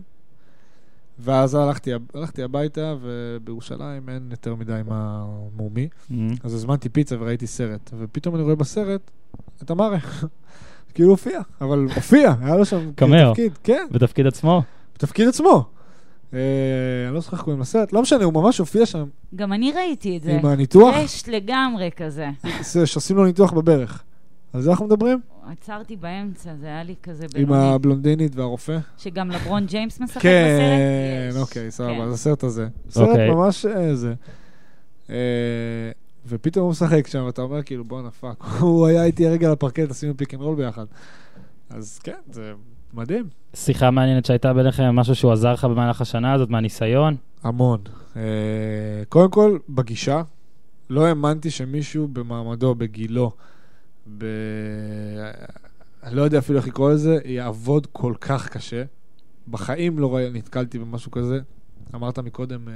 ואז הלכתי, הב- הלכתי הביתה, ובירושלים אין יותר מדי מה מומי. אמ. אז הזמנתי פיצה וראיתי סרט, ופתאום אני רואה בסרט את המארה. כאילו הופיע, אבל הופיע, היה לו שם כאילו קמאו. תפקיד, כן, בתפקיד עצמו? בתפקיד עצמו. אה, אני לא זוכר איך קוראים לסרט, לא משנה, הוא ממש הופיע שם גם אני ראיתי את זה. עם הניתוח, יש לגמרי כזה. זה שעושים לו ניתוח בברך. על זה אנחנו מדברים? עצרתי באמצע, זה היה לי כזה עם בינוני. הבלונדינית והרופא? שגם לברון ג'יימס משחק בסרט? כן, יש. אוקיי, סבבה, כן. אז הסרט הזה. סרט אוקיי. ממש אה, זה. אה, ופתאום הוא משחק שם, ואתה אומר כאילו, בואנה פאק, הוא היה איתי הרגע על הפרקט, עשינו פיק אנד רול ביחד. אז כן, זה מדהים. שיחה מעניינת שהייתה ביניכם, משהו שהוא עזר לך במהלך השנה הזאת, מהניסיון? המון. אה, קודם כל, בגישה, לא האמנתי שמישהו במעמדו, בגילו, ב... אני לא יודע אפילו איך לקרוא לזה, יעבוד כל כך קשה. בחיים לא ראי- נתקלתי במשהו כזה. אמרת מקודם, אה,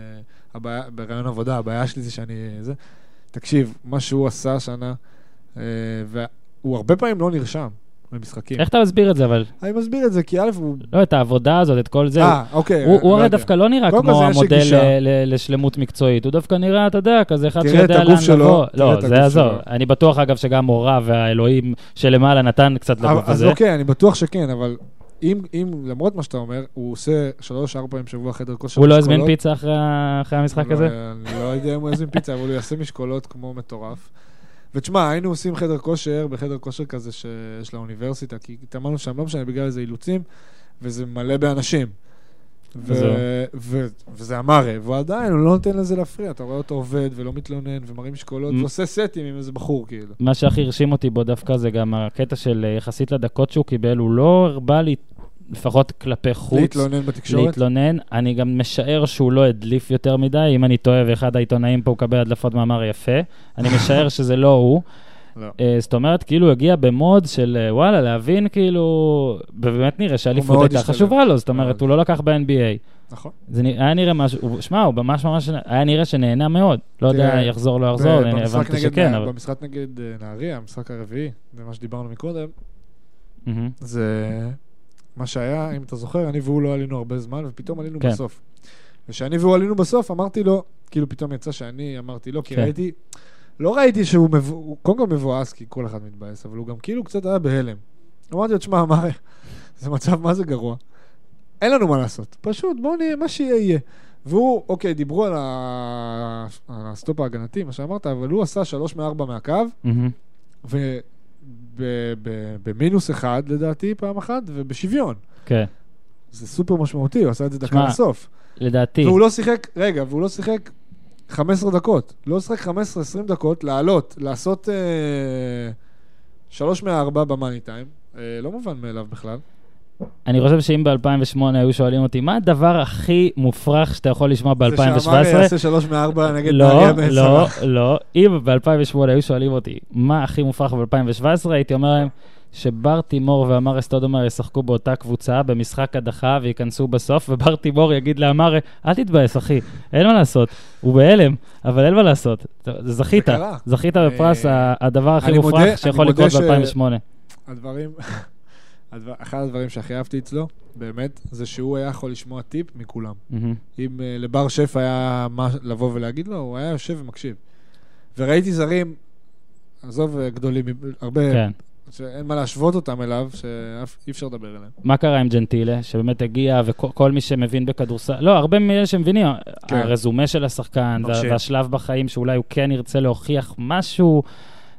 הבעיה, בראיון עבודה, הבעיה שלי זה שאני... זה. תקשיב, מה שהוא עשה השנה, אה, והוא הרבה פעמים לא נרשם למשחקים. איך אתה מסביר את זה, אבל? אני מסביר את זה, כי א', הוא... לא, את העבודה הזאת, את כל זה. אה, אוקיי. הוא- לא הוא הרי יודע. דווקא לא נראה קודם כל כמו זה יש לי המודל גישה. ל- ל- לשלמות מקצועית, הוא דווקא נראה, אתה יודע, כזה אחד תראה שיודע את הגוף לאן שלו, לבוא. תראה לא, את זה הגוף יעזור. שלו. אני בטוח, אגב, שגם הוריו והאלוהים שלמעלה נתן קצת לגוף אז הזה. אוקיי, אני בטוח שכן, אבל אם, אם למרות מה שאתה אומר, הוא עושה שלוש-ארבע פעמים בשבוע חדר כושר הוא לא הזמין משקולות, פיצה אחרי ה- אחרי המשחק לא, הזה? אני לא יודע אם הוא יזמין פיצה, אבל הוא יעשה משקולות כמו מטורף. ותשמע, היינו עושים חדר כושר, בחדר כושר כזה שיש לאוניברסיטה, כי התאמנו שם, לא משנה, בגלל איזה אילוצים, וזה מלא באנשים. ו- זהו. ו- וזה המארה, והוא עדיין, הוא לא נותן לזה להפריע, אתה רואה אותו עובד ולא מתלונן ומרים משקולות, מ- ועושה סטים עם איזה בחור, כאילו. מה שהכי הרשים אותי בו דווקא זה גם הקטע של אה, יחסית לדקות שהוא קיבל, הוא לא הרבה לי, לפחות כלפי חוץ. להתלונן בתקשורת. להתלונן. אני גם משער שהוא לא הדליף יותר מדי, אם אני טועה ואחד העיתונאים פה מקבל הדלפות מאמר יפה. אני משער שזה לא הוא. לא. אה, זאת אומרת, כאילו הוא הגיע במוד של אה, וואלה, להבין כאילו, ובאמת נראה שהאליפות מאוד הייתה השתלב. חשובה לו, זאת אומרת, מאוד. הוא לא לקח ב-NBA. נכון. זה נראה- היה נראה משהו, הוא- שמע, הוא ממש ממש, היה נראה שנהנה מאוד. לא יודע, תראה, יחזור, לא יחזור, ב- אני במשחק הבנתי נגד שכן, נע- אבל... במשחק נגד אה, נהריה, המשחק הרביעי, זה מה שדיברנו מקודם, מהמם. זה מה שהיה, אם אתה זוכר, אני והוא לא עלינו הרבה זמן, ופתאום עלינו כן. בסוף. וכשאני והוא עלינו בסוף, אמרתי לו, כאילו פתאום יצא שאני אמרתי לו, כי כן. ראיתי, לא ראיתי שהוא, מבו- הוא קודם כל מבואס, כי כל אחד מתבאס, אבל הוא גם כאילו קצת היה בהלם. אמרתי לו, תשמע, מה, זה מצב מה זה גרוע. אין לנו מה לעשות. פשוט, בואו נהיה, מה שיהיה יהיה. והוא, אוקיי, דיברו על, ה... על הסטופ ההגנתי, מה שאמרת, אבל הוא עשה שלוש מארבע מהקו, מהמם. ובמינוס אחד, לדעתי, פעם אחת, ובשוויון. כן. זה סופר משמעותי, הוא עשה את זה דקה שמע, לסוף. לדעתי. והוא לא שיחק, רגע, והוא לא שיחק 15 דקות. לא שיחק 15-20 דקות, לעלות, לעשות אה, שלוש מהארבע במאני טיים. אה, לא מובן מאליו בכלל. אני חושב שאם ב-2008 היו שואלים אותי, מה הדבר הכי מופרך שאתה יכול לשמוע ב-2017? זה שאמר יעשה שלוש מארבע נגד לא, נהריה בן לא, צלח. לא. אם ב-2008 היו שואלים אותי, מה הכי מופרך ב-2017, הייתי אומר להם שבר תימור ואמרה סטודומר ישחקו באותה קבוצה במשחק הדחה וייכנסו בסוף, ובר תימור יגיד לאמרה, אל תתבאס, אחי, אין מה לעשות. הוא בהלם, אבל אין מה לעשות. זכית, זה קרה. זכית בפרס אה, הדבר הכי אני מודה- מופרך שיכול אני מודה לקרות ש- ב-2008. הדברים, הדבר, אחד הדברים שהכי אהבתי אצלו, באמת, זה שהוא היה יכול לשמוע טיפ מכולם. אם אה, לבר שף היה מה לבוא ולהגיד לו, הוא היה יושב ומקשיב. וראיתי זרים, עזוב אה, גדולים, הרבה, כן. שאין מה להשוות אותם אליו, שאי אפשר לדבר אליהם. מה קרה עם ג'נטילה, שבאמת הגיע, וכל כל מי שמבין בכדורסל, לא, הרבה מאלה שמבינים, כן. הרזומה של השחקן, וה, מרשים. והשלב בחיים שאולי הוא כן ירצה להוכיח משהו,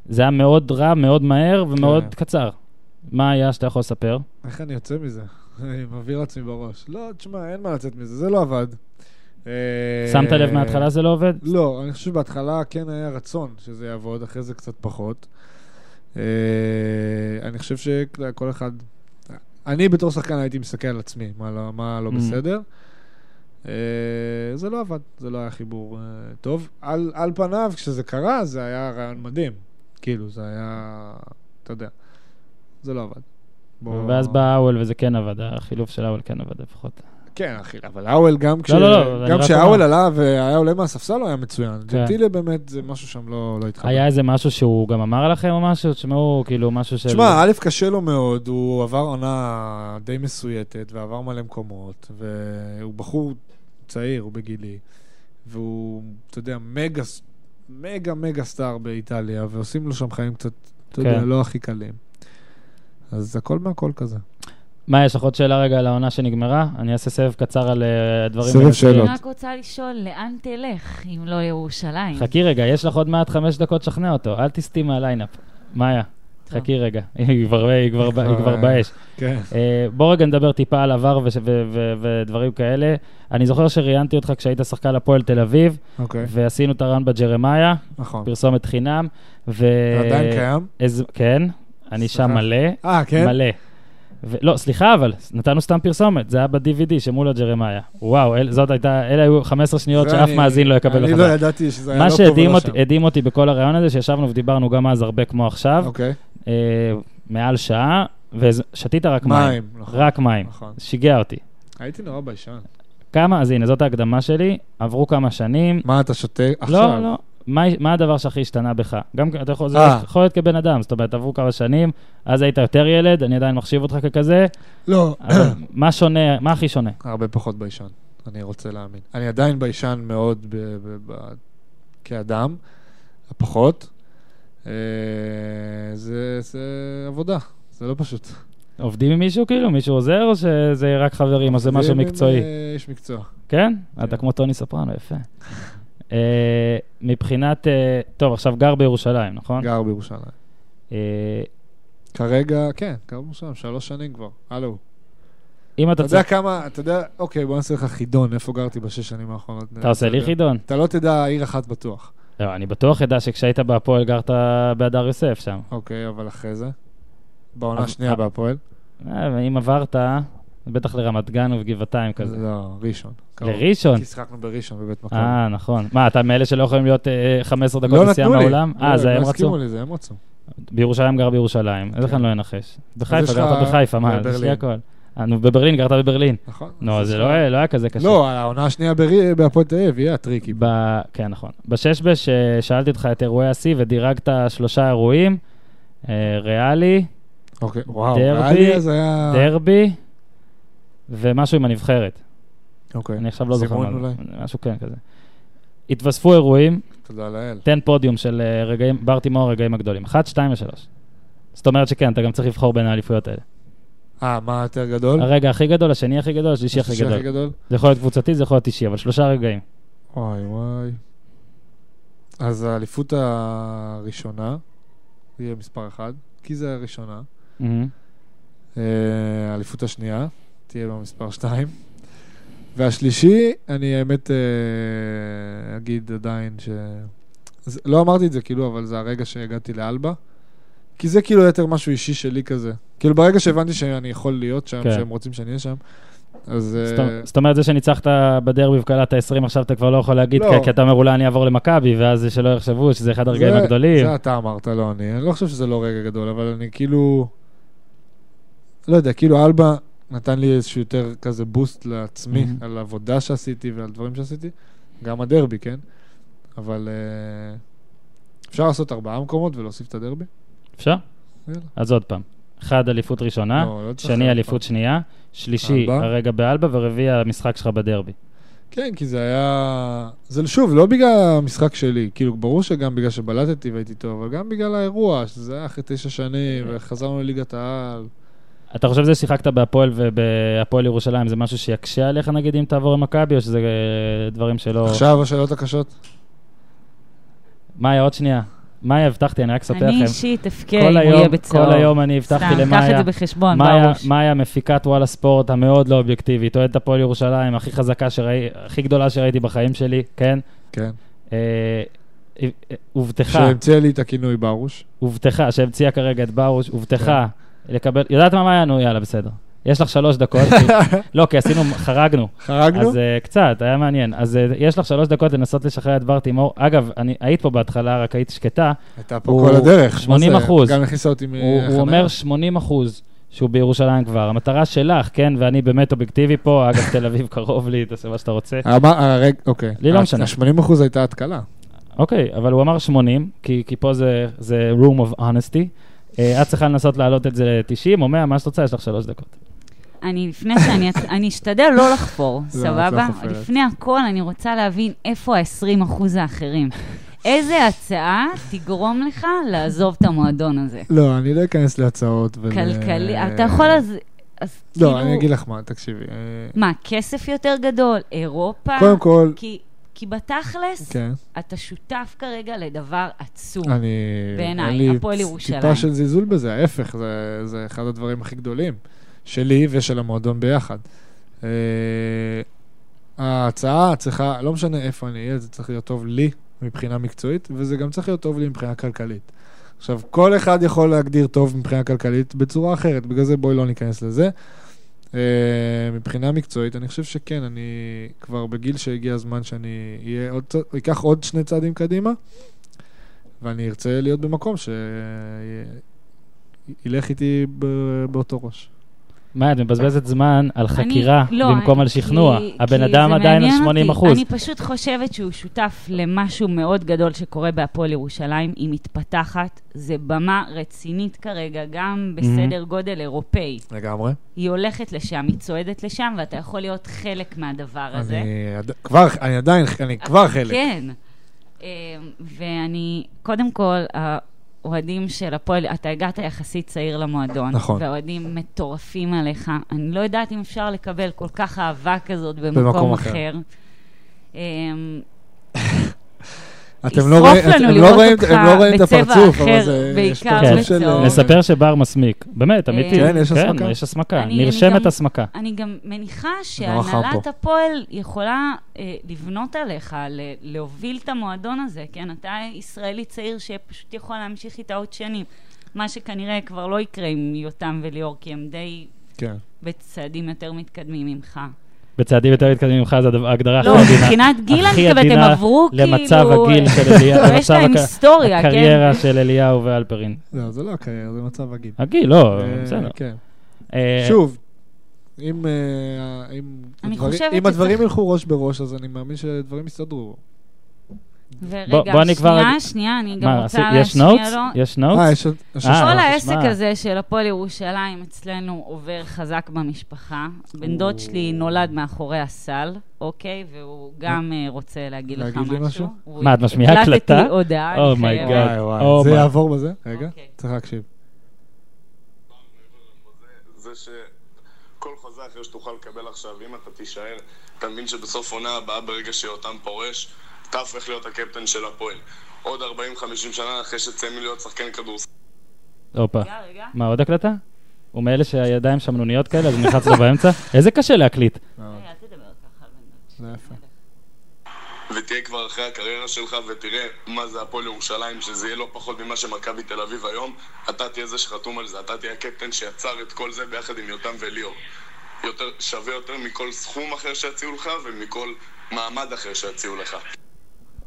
זה היה מאוד רע, מאוד מהר ומאוד כן. קצר. מה היה שאתה יכול לספר? איך אני יוצא מזה? אני מבהיר לעצמי בראש. לא, תשמע, אין מה לצאת מזה, זה לא עבד. אה, שמת לב מההתחלה זה לא עובד? לא, אני חושב שבהתחלה כן היה רצון שזה יעבוד, אחרי זה קצת פחות. אה, אני חושב שכל אחד... אני בתור שחקן הייתי מסתכל על עצמי, מה לא, מה לא Mm. בסדר. אה, זה לא עבד, זה לא היה חיבור אה, טוב. על, על פניו, כשזה קרה, זה היה רעיון מדהים. כאילו, זה היה... אתה יודע, זה לא עבד. בוא- ואז בא האוול וזה כן עבד, החילוף של האוול כן עבד לפחות. כן, אחי, אבל האוול גם כש... לא, לא, אני גם רק כשהאוול אומר. עלה והיה עולה מהספסל הוא היה מצוין. כן. ג'נטילה באמת, זה משהו שם לא לא התחבר. היה איזה משהו שהוא גם אמר לכם או משהו? תשמעו, כאילו משהו של... תשמע, א', קשה לו מאוד, הוא עבר עונה די מסויטת ועבר מלא מקומות, והוא בחור צעיר, הוא בגילי, והוא, אתה יודע, מגה, ס- מגה מגה סטאר באיטליה, ועושים לו שם חיים קצת, אתה יודע, כן. לא הכי קלים. אז הכל מהכל כזה. מה, יש לך עוד שאלה רגע על העונה שנגמרה? אני אעשה סבב קצר על אה, הדברים. סבב המרכזיים. שאלות. אני רק רוצה לשאול, לאן תלך אם לא Mm. ירושלים? חכי רגע, יש לך עוד מעט חמש דקות לשכנע אותו, אל תסטי מהליינאפ. מאיה, טוב. חכי רגע, היא כבר- היא כבר ב- היא כבר באש. כן. אה, בוא רגע נדבר טיפה על עבר וש- ו- ו- ודברים כאלה. אני זוכר שראיינתי אותך כשהיית שחקן הפועל תל אביב, אוקיי, ועשינו את הרעיון בג'רמיה, נכון. פרסומת חינם, ו... עדיין קיים? אז- כן, אני שם סליחה. מלא, אה, כן? מלא. ו- לא, סליחה, אבל נתנו סתם פרסומת, זה היה ב-DVD שמול הג'רמיה. וואו, אל- זאת הייתה, אלה היו 15 שניות זה שאף אני- מאזין לא יקבל אני בחזרה. לא ידעתי שזה היה מה לא פה שהדהים ולא אותי, שם. הדהים אותי בכל הרעיון הזה, שישבנו ודיברנו גם אז הרבה כמו עכשיו, אוקיי. אה, מעל שעה, ושתית רק מים. מים, נכון. רק מים. נכון. שיגע אותי. הייתי נורא ביישן. כמה, אז הנה, זאת ההקדמה שלי, עברו כמה שנים. מה, אתה שותה עכשיו? לא, לא. מה, מה הדבר שהכי השתנה בך? גם כ- אתה יכול, זה אה. יכול להיות כבן אדם, זאת אומרת, עברו כמה שנים, אז היית יותר ילד, אני עדיין מחשיב אותך ככזה, לא. אבל מה שונה, מה הכי שונה? הרבה פחות ביישן, אני רוצה להאמין. אני עדיין ביישן מאוד ב- ב- ב- כאדם, פחות. אה, זה זה עבודה, זה לא פשוט. עובדים עם מישהו כאילו? מישהו עוזר, או שזה רק חברים, או זה משהו עם, מקצועי? אה, איש מקצוע. כן? כן. אתה כמו טוני סופרנו, יפה. אה, מבחינת, אה, טוב, עכשיו גר בירושלים, נכון? גר בירושלים. אה, כרגע, כן, גר בירושלים, שלוש שנים כבר. הלו. אם אתה אתה יודע צריך... כמה, אתה יודע, אוקיי, בוא נעשה לך חידון, איפה גרתי בשש שנים האחרונות. אתה עושה לי יודע. חידון. אתה לא תדע עיר אחת בטוח. לא, אני בטוח אדע שכשהיית בהפועל גרת בהדר יוסף שם. אוקיי, אבל אחרי זה? בעונה אבל- השנייה בהפועל? אה, ואם עברת, בטח לרמת גן ובגבעתיים כזה. לא, ראשון. קרוב. לראשון. כי שיחקנו בראשון בבית מכבי. אה, נכון. מה, אתה מאלה שלא יכולים להיות אה, 15 לא דקות נסיעה נתנו לי. מהאולם? לא, אה, זה הם לא הסכימו רצו? לזה, הם רצו. בירושלים גר בירושלים. אז איך כן. אני לא אנחש? בחיפה, יש גרת לך- בחיפה, מה? בברלין. זה שלי הכל. אה, נו, בברלין, גרת בברלין. נכון. נו, אז זה יש לא לך- היה לא היה כזה קשה. לא, העונה השנייה ברי- בהפועל תל אביב, יהיה הטריקי. ב... כן, נכון. בששבש אה, שאלתי אותך את אירועי השיא ודירגת שלושה אירועים, אה, ריאלי, אוקיי, וואו, דרבי, היה לי אז היה... דרבי ומשהו עם הנבחרת. אוקיי. אני עכשיו לא זוכר זימון מה אולי. זה. משהו כן כזה. התווספו אירועים, תודה לאל. תן פודיום של אה, רגעים, ברטי מור הרגעים הגדולים. אחת, שתיים ושלוש. זאת אומרת שכן, אתה גם צריך לבחור בין האליפויות האלה. אה, מה יותר גדול? הרגע הכי גדול, השני הכי גדול, השלישי הכי השלישי גדול. זה יכול להיות קבוצתי, זה יכול להיות אישי, אבל שלושה רגעים. וואי וואי. אז האליפות הראשונה, יהיה מספר אחד, כי זה הראשונה. מהמם. אה, האליפות השנייה, תהיה במספר 2. והשלישי, אני האמת אה, אגיד עדיין ש... זה, לא אמרתי את זה כאילו, אבל זה הרגע שהגעתי לאלבה. כי זה כאילו יותר משהו אישי שלי כזה. כאילו ברגע שהבנתי שאני יכול להיות שם, כן. שהם רוצים שאני אהיה שם, אז... אה, זאת- זאת אומרת, זה שניצחת בדרבי וקלעת 20, עכשיו אתה כבר לא יכול להגיד, לא. כי- כי אתה אומר, אולי אני אעבור למכבי, ואז שלא יחשבו שזה אחד הרגעים זה- הגדולים. זה אתה אמרת, לא אני. אני לא חושב שזה לא רגע גדול, אבל אני כאילו... לא יודע, כאילו אלבה נתן לי איזשהו יותר כזה בוסט לעצמי, Mhm. על עבודה שעשיתי ועל דברים שעשיתי. גם הדרבי, כן? אבל אה, אפשר לעשות ארבעה מקומות ולהוסיף את הדרבי? אפשר? יאללה. אז עוד פעם. אחד, אליפות ראשונה, לא, לא צריך שני, ארבעה. אליפות שנייה, שלישי, אלבה. הרגע באלבה, ורביעי, המשחק שלך בדרבי. כן, כי זה היה... זה שוב, לא בגלל המשחק שלי. כאילו, ברור שגם בגלל שבלטתי והייתי טוב, אבל גם בגלל האירוע, שזה היה אחרי תשע שנים, אה. וחזרנו לליגת העל. אתה חושב שזה שיחקת בהפועל ובהפועל ירושלים, זה משהו שיקשה עליך נגיד אם תעבור למכבי, או שזה אה, דברים שלא... עכשיו השאלות הקשות. מאיה, עוד שנייה. מאיה, הבטחתי, אני רק אספר אני לכם. אישית אבכה אם כל הוא יהיה היום, בצהוב. כל היום אני הבטחתי סתם, קח את למאיה. זה בחשבון, מאיה, בראש. מאיה, מפיקת וואלה ספורט המאוד לא אובייקטיבית, אוהדת הפועל ירושלים, הכי חזקה שראיתי, הכי גדולה שראיתי בחיים שלי, כן? כן. אה, אה, הובטחה, שהמציאה לי את הכינוי בארוש. הובטחה, שהמציאה כרגע את ברוש, הובטחה לקבל, יודעת מה מאיה? נו, יאללה, בסדר. יש לך שלוש דקות, כי- לא, כי עשינו, חרגנו. חרגנו? אז אה, קצת, היה מעניין. אז אה, יש לך שלוש דקות לנסות לשחרר את בר תימור. אגב, אני- היית פה בהתחלה, רק היית שקטה. הייתה פה הוא כל הדרך. 80 מה זה? אחוז. גם הכניסה אותי הוא, מהחניה. הוא אומר 80 אחוז שהוא בירושלים כבר. המטרה שלך, כן, ואני באמת אובייקטיבי פה, אגב, תל אביב קרוב לי, תעשה מה שאתה רוצה. אמר- אה, רגע, אוקיי. לי לא משנה. ה-80 אחוז הייתה התקלה. אוקיי, אבל הוא אמר 80, כי, כי פה זה, זה room of honesty. אה, את צריכה לנסות להעלות את זה ל-90 או 100, מה שאת רוצה, יש לך שלוש דקות. אני, לפני שאני... אני אשתדל לא לחפור, לא, את לא סבבה? חופרת. לפני הכל, אני רוצה להבין איפה ה-20% האחרים. איזה הצעה תגרום לך לעזוב את המועדון הזה? לא, אני לא אכנס להצעות. ול- כלכלי, אתה יכול אז... אז כאילו... לא, אני אגיד לך מה, תקשיבי. אה, מה, כסף יותר גדול? אירופה? קודם כל, כי, כי בתכלס, כן, אתה שותף כרגע לדבר עצום. אני... בעיניי, אין לי הפועל טיפ- ירושלים. טיפה של זלזול בזה, ההפך, זה- זה אחד הדברים הכי גדולים. שלי ושל המועדון ביחד. אה, ההצעה צריכה, לא משנה איפה אני אהיה, זה צריך להיות טוב לי מבחינה מקצועית, וזה גם צריך להיות טוב לי מבחינה כלכלית. עכשיו, כל אחד יכול להגדיר טוב מבחינה כלכלית בצורה אחרת, בגלל זה בואי לא ניכנס לזה. אה, מבחינה מקצועית, אני חושב שכן, אני כבר בגיל שהגיע הזמן שאני אהיה עוד, צ- אקח עוד שני צעדים קדימה, ואני ארצה להיות במקום שילך איתי ב- באותו ראש. מה, את מבזבזת זמן על אני- חקירה לא, במקום אני- על שכנוע. כי- הבן כי אדם זה עדיין על מעניין 80 אותי. אחוז. אני פשוט חושבת שהוא שותף למשהו מאוד גדול שקורה בהפועל ירושלים, היא מתפתחת, זה במה רצינית כרגע, Mhm. גם בסדר גודל אירופאי. לגמרי. היא הולכת לשם, היא צועדת לשם, ואתה יכול להיות חלק מהדבר הזה. אני עד- כבר, אני עדיין, אני כבר חלק. כן. אה, ואני, קודם כל, האוהדים של הפועל, אתה הגעת יחסית צעיר למועדון. נכון. והאוהדים מטורפים עליך. אני לא יודעת אם אפשר לקבל כל כך אהבה כזאת במקום במקום אחר. אחר. אה, אתם לא ישרוף רואים, לנו אתם לא לראות רואים- אותך הם לא רואים את בצבע הפרצוף, אבל אחר, זה... יש בעיקר פרצוף כן. של- אה, נספר שבר מסמיק, באמת, אמיתי. כן, יש הסמכה. כן, יש הסמכה, אני- אני נרשמת גם- הסמכה. אני גם מניחה נורא חם שהנהלת פה. הפועל יכולה אה, לבנות עליך, ל- להוביל את המועדון הזה, כן? אתה ישראלי צעיר שפשוט יכול להמשיך איתה עוד שנים. מה שכנראה כבר לא יקרה עם יותם וליאור, כי הם די כן. בצעדים יותר מתקדמים ממך. בצעדים יותר מתקדמים ממך, זו הד- ההגדרה הכי לא, עדינה. מבחינת גיל אני הכי מתכוונת, הם עדינה עברו כאילו... למצב הגיל אה, של אליהו, יש למצב להם הכ- היסטוריה, כן? הקריירה של אליהו ואלפרין. לא, זה לא הקריירה, זה מצב הגיל. הגיל, לא, אה, בסדר. כן. אה, שוב, אם אה, אם אני הדברים- חושבת אם הדברים שצריך- ילכו ראש בראש, אז אני מאמין שהדברים יסתדרו. אה, בוא- ורגע, בוא אני כבר- שנייה, שנייה, אני גם מה, רוצה עשי- יש להשמיע נוטס? לו. יש אה, נוטס? יש עוד... יש אה, עוד- כל אבל העסק תשמע. הזה של הפועל ירושלים אצלנו עובר חזק במשפחה. בן דוד שלי נולד מאחורי הסל, אוקיי? והוא גם אה, רוצה להגיד לך להגיד לי משהו? משהו. הוא- מה, את משמיעה הקלטה? הקלטתי הודעה, Oh אני my חייבת. God. וואי, Oh וואי. זה my- יעבור בזה? רגע, אוקיי. צריך להקשיב. זה שכל חוזה אחר שתוכל לקבל עכשיו, אם אתה תישאר, אתה מבין שבסוף עונה הבאה, ברגע שיותם פורש, אתה הופך להיות הקפטן של הפועל. עוד 40-50 שנה אחרי שתסיימי להיות שחקן כדורסל. הופה. רגע, רגע. מה, עוד הקלטה? הוא מאלה שהידיים שמנוניות כאלה, אז הוא נלחץ לו באמצע? איזה קשה להקליט. רגע, אל תדבר ככה על בן דוד. זה היה יפה. ותהיה כבר אחרי הקריירה שלך ותראה מה זה הפועל ירושלים, שזה יהיה לא פחות ממה שמכבי תל אביב היום. אתה תהיה זה שחתום על זה, אתה תהיה הקפטן שיצר את כל זה ביחד עם יותם וליאור. יותר, שווה יותר מכל סכום אחר שיציעו לך ומכל מעמד אחר שיציעו לך.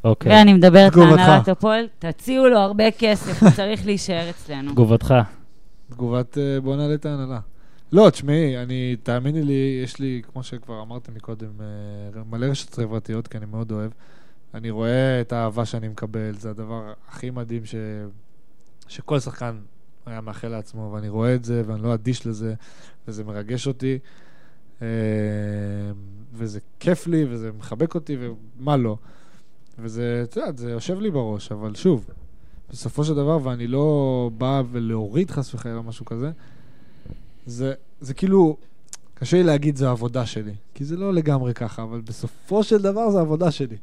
אוקיי, ואני מדברת תגובתך. להנהלת הפועל, תציעו לו הרבה כסף, הוא צריך להישאר אצלנו. תגובתך. תגובת אה, בוא נעלה את ההנהלה. לא, תשמעי, אני, תאמיני לי, יש לי, כמו שכבר אמרתי מקודם, אה, מלא רשתות חברתיות, כי אני מאוד אוהב. אני רואה את האהבה שאני מקבל, זה הדבר הכי מדהים ש... שכל שחקן היה מאחל לעצמו, ואני רואה את זה, ואני לא אדיש לזה, וזה מרגש אותי, אה, וזה כיף לי, וזה מחבק אותי, ומה לא. וזה, את יודעת, זה יושב לי בראש, אבל שוב, בסופו של דבר, ואני לא בא ולהוריד חס וחלילה או משהו כזה, זה, זה כאילו, קשה לי להגיד זו העבודה שלי, כי זה לא לגמרי ככה, אבל בסופו של דבר זו העבודה שלי.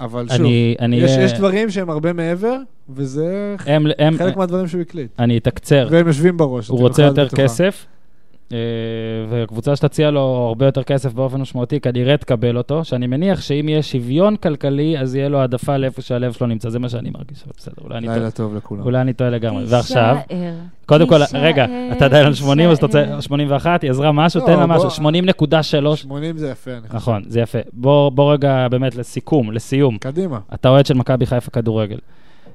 אבל שוב, אני... אני- יש, אה, יש דברים שהם הרבה מעבר, וזה ח- הם- הם- חלק מהדברים שהוא הקליט. אני אתקצר. והם יושבים בראש. הוא אתם רוצה בכלל יותר בטוחה. כסף, אה, והקבוצה שתציע לו הרבה יותר כסף באופן משמעותי, כנראה תקבל אותו, שאני מניח שאם יהיה שוויון כלכלי, אז יהיה לו העדפה לאיפה שהלב שלו נמצא, זה מה שאני מרגיש, אבל בסדר, אולי אני טועה. לילה טוב לכולם. אולי אני טועה לגמרי. ועכשיו, תישאר, קודם כל, תישאר, רגע, אה, אתה עדיין על 80, אז אתה תישאר. רוצה 81, היא עזרה משהו, לא, תן לה בוא- משהו, 80.3. 80 זה יפה, אני חושב. לא- נכון, זה יפה. בוא בוא רגע באמת לסיכום, לסיום. קדימה. אתה אוהד של מכבי חיפה כדורגל.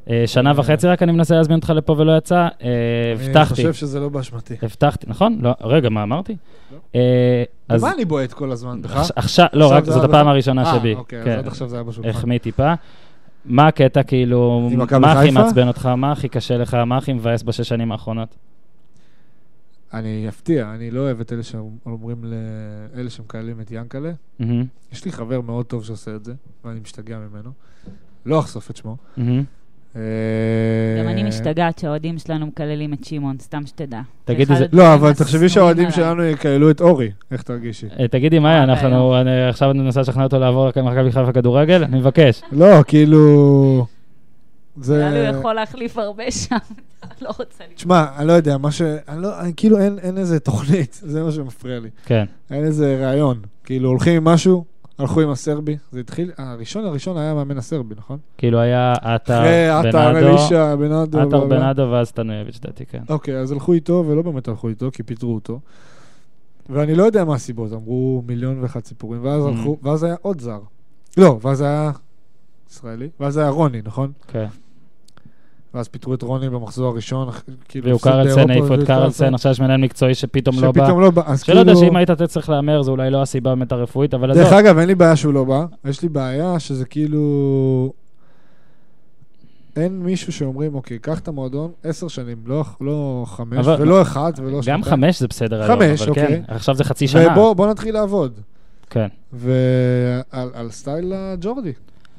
אה, שנה וחצי רק אני מנסה להזמין אותך לפה ולא יצא, אה, אני הבטחתי. חושב שזה לא באשמתי. הבטחתי, נכון? לא, רגע, מה אמרתי? לא. אה, אז מה אני בועט כל הזמן בך? עכש- עכשיו, לא, עכשיו רק זה זאת עד הפעם עכשיו? הראשונה שבי. אה, אוקיי, כן. אז עד עכשיו זה היה בשולחן. החמיא טיפה. מה הקטע, כאילו, עם מכבי מה הכי חיפה? מעצבן אותך, מה הכי קשה לך, מה הכי מבאס בשש שנים האחרונות? אני אפתיע, אני לא אוהב את אלה שאומרים לאלה שמקללים את ינקלה. מהמם, יש לי חבר מאוד טוב שעושה את זה, ואני משתגע ממנו. לא אחשוף את שמו. אה, מהמם. גם גם אה, אני משתגעת שהאוהדים שלנו מקללים את שמעון, סתם שתדע. תגיד זה אחד איזה- לא, הדברים אבל תחשבי השנואים שהאוהדים עליי. שלנו יקללו את אורי. איך תרגישי? אה, תגידי, מאיה, מה אנחנו, אני- עכשיו אני מנסה לשכנע אותו לעבור למכבי חיפה כדורגל? אני מבקש. לא, כאילו... זה... אבל הוא יכול להחליף הרבה שם, לא רוצה לקרוא. תשמע, אני לא יודע, מה ש... אני לא... אני, כאילו אין, אין איזה תוכנית, זה מה שמפריע לי. כן. אין איזה רעיון. כאילו, הולכים עם משהו, הלכו עם הסרבי. זה התחיל... הראשון הראשון היה מאמן הסרבי, נכון? כאילו היה עטר, אחרי עטר, בנאדו, אלישע, בנאדו. עטר, בלה, בלה. בנאדו ואז סטנויביץ', לדעתי, כן. אוקיי, אז הלכו איתו, ולא באמת הלכו איתו, כי פיטרו אותו. ואני לא יודע מה הסיבות, אמרו מיליון ואחת סיפורים, ואז Mm. הלכו, ואז היה עוד זר. לא, ואז היה ישראלי, ואז היה רוני, נכון? כן. ואז פיטרו את רוני במחזור הראשון, אח- כאילו... והוא הפסד קרלסן, באירופה, העיפו את והוא קרלסן, עכשיו יש מנהל מקצועי שפתאום לא בא. שפתאום לא בא, אז שלא כאילו... יודע שאם לא היית צריך להמר, זו אולי לא הסיבה באמת הרפואית, אבל עזוב. דרך אגב, אין לי בעיה שהוא לא בא, יש לי בעיה שזה כאילו... אין מישהו שאומרים, אוקיי, קח את המועדון עשר שנים, לא- לא חמש, אבל- ולא אחת, ולא גם חמש זה בסדר היום, לא, חמש, אבל כן, אוקיי. עכשיו זה חצי שנה. ובוא בוא נתחיל לעבוד. כן. ועל על סטייל הג'ורדי.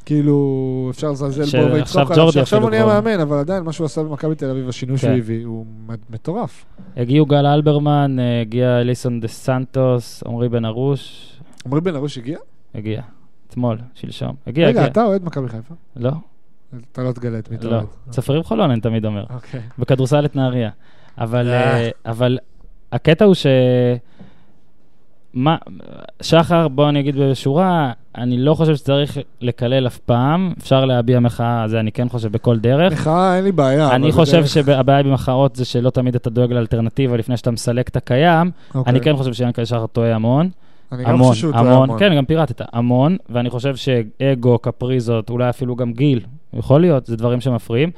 כאילו, אפשר לזלזל ש- בו עכשיו ולצחוק עליו, ג'ורדי שעכשיו אפילו הוא נהיה כבר- מאמן, אבל עדיין מה שהוא עשה במכבי תל אביב, השינוי כן. שהוא הביא, הוא מ- מטורף. הגיעו גל אלברמן, אה, הגיע אליסון דה סנטוס, עמרי בן ארוש, עמרי בן ארוש הגיע? הגיע. אתמול, שלשום. הגיע, הגיע. רגע, אתה אוהד מכבי חיפה? לא, אתה לא תגלה את מי אתה לא. אוהד. צפרים חולון, אני תמיד אומר. אוקיי. בכדורסל את נהריה. אבל, אה. אה, אבל הקטע הוא ש... מה, שחר, בוא אני אגיד בשורה, אני לא חושב שצריך לקלל אף פעם, אפשר להביע מחאה, זה אני כן חושב בכל דרך. מחאה, אין לי בעיה. אני אבל חושב בדרך- שהבעיה במחאות זה שלא תמיד אתה דואג לאלטרנטיבה לפני שאתה מסלק את הקיים. אוקיי. אני כן חושב שיענקל שחר טועה המון. אני גם המון, חושב שהוא טועה המון. כן, גם פירטת. המון, ואני חושב שאגו, קפריזות, אולי אפילו גם גיל, יכול להיות, זה דברים שמפריעים.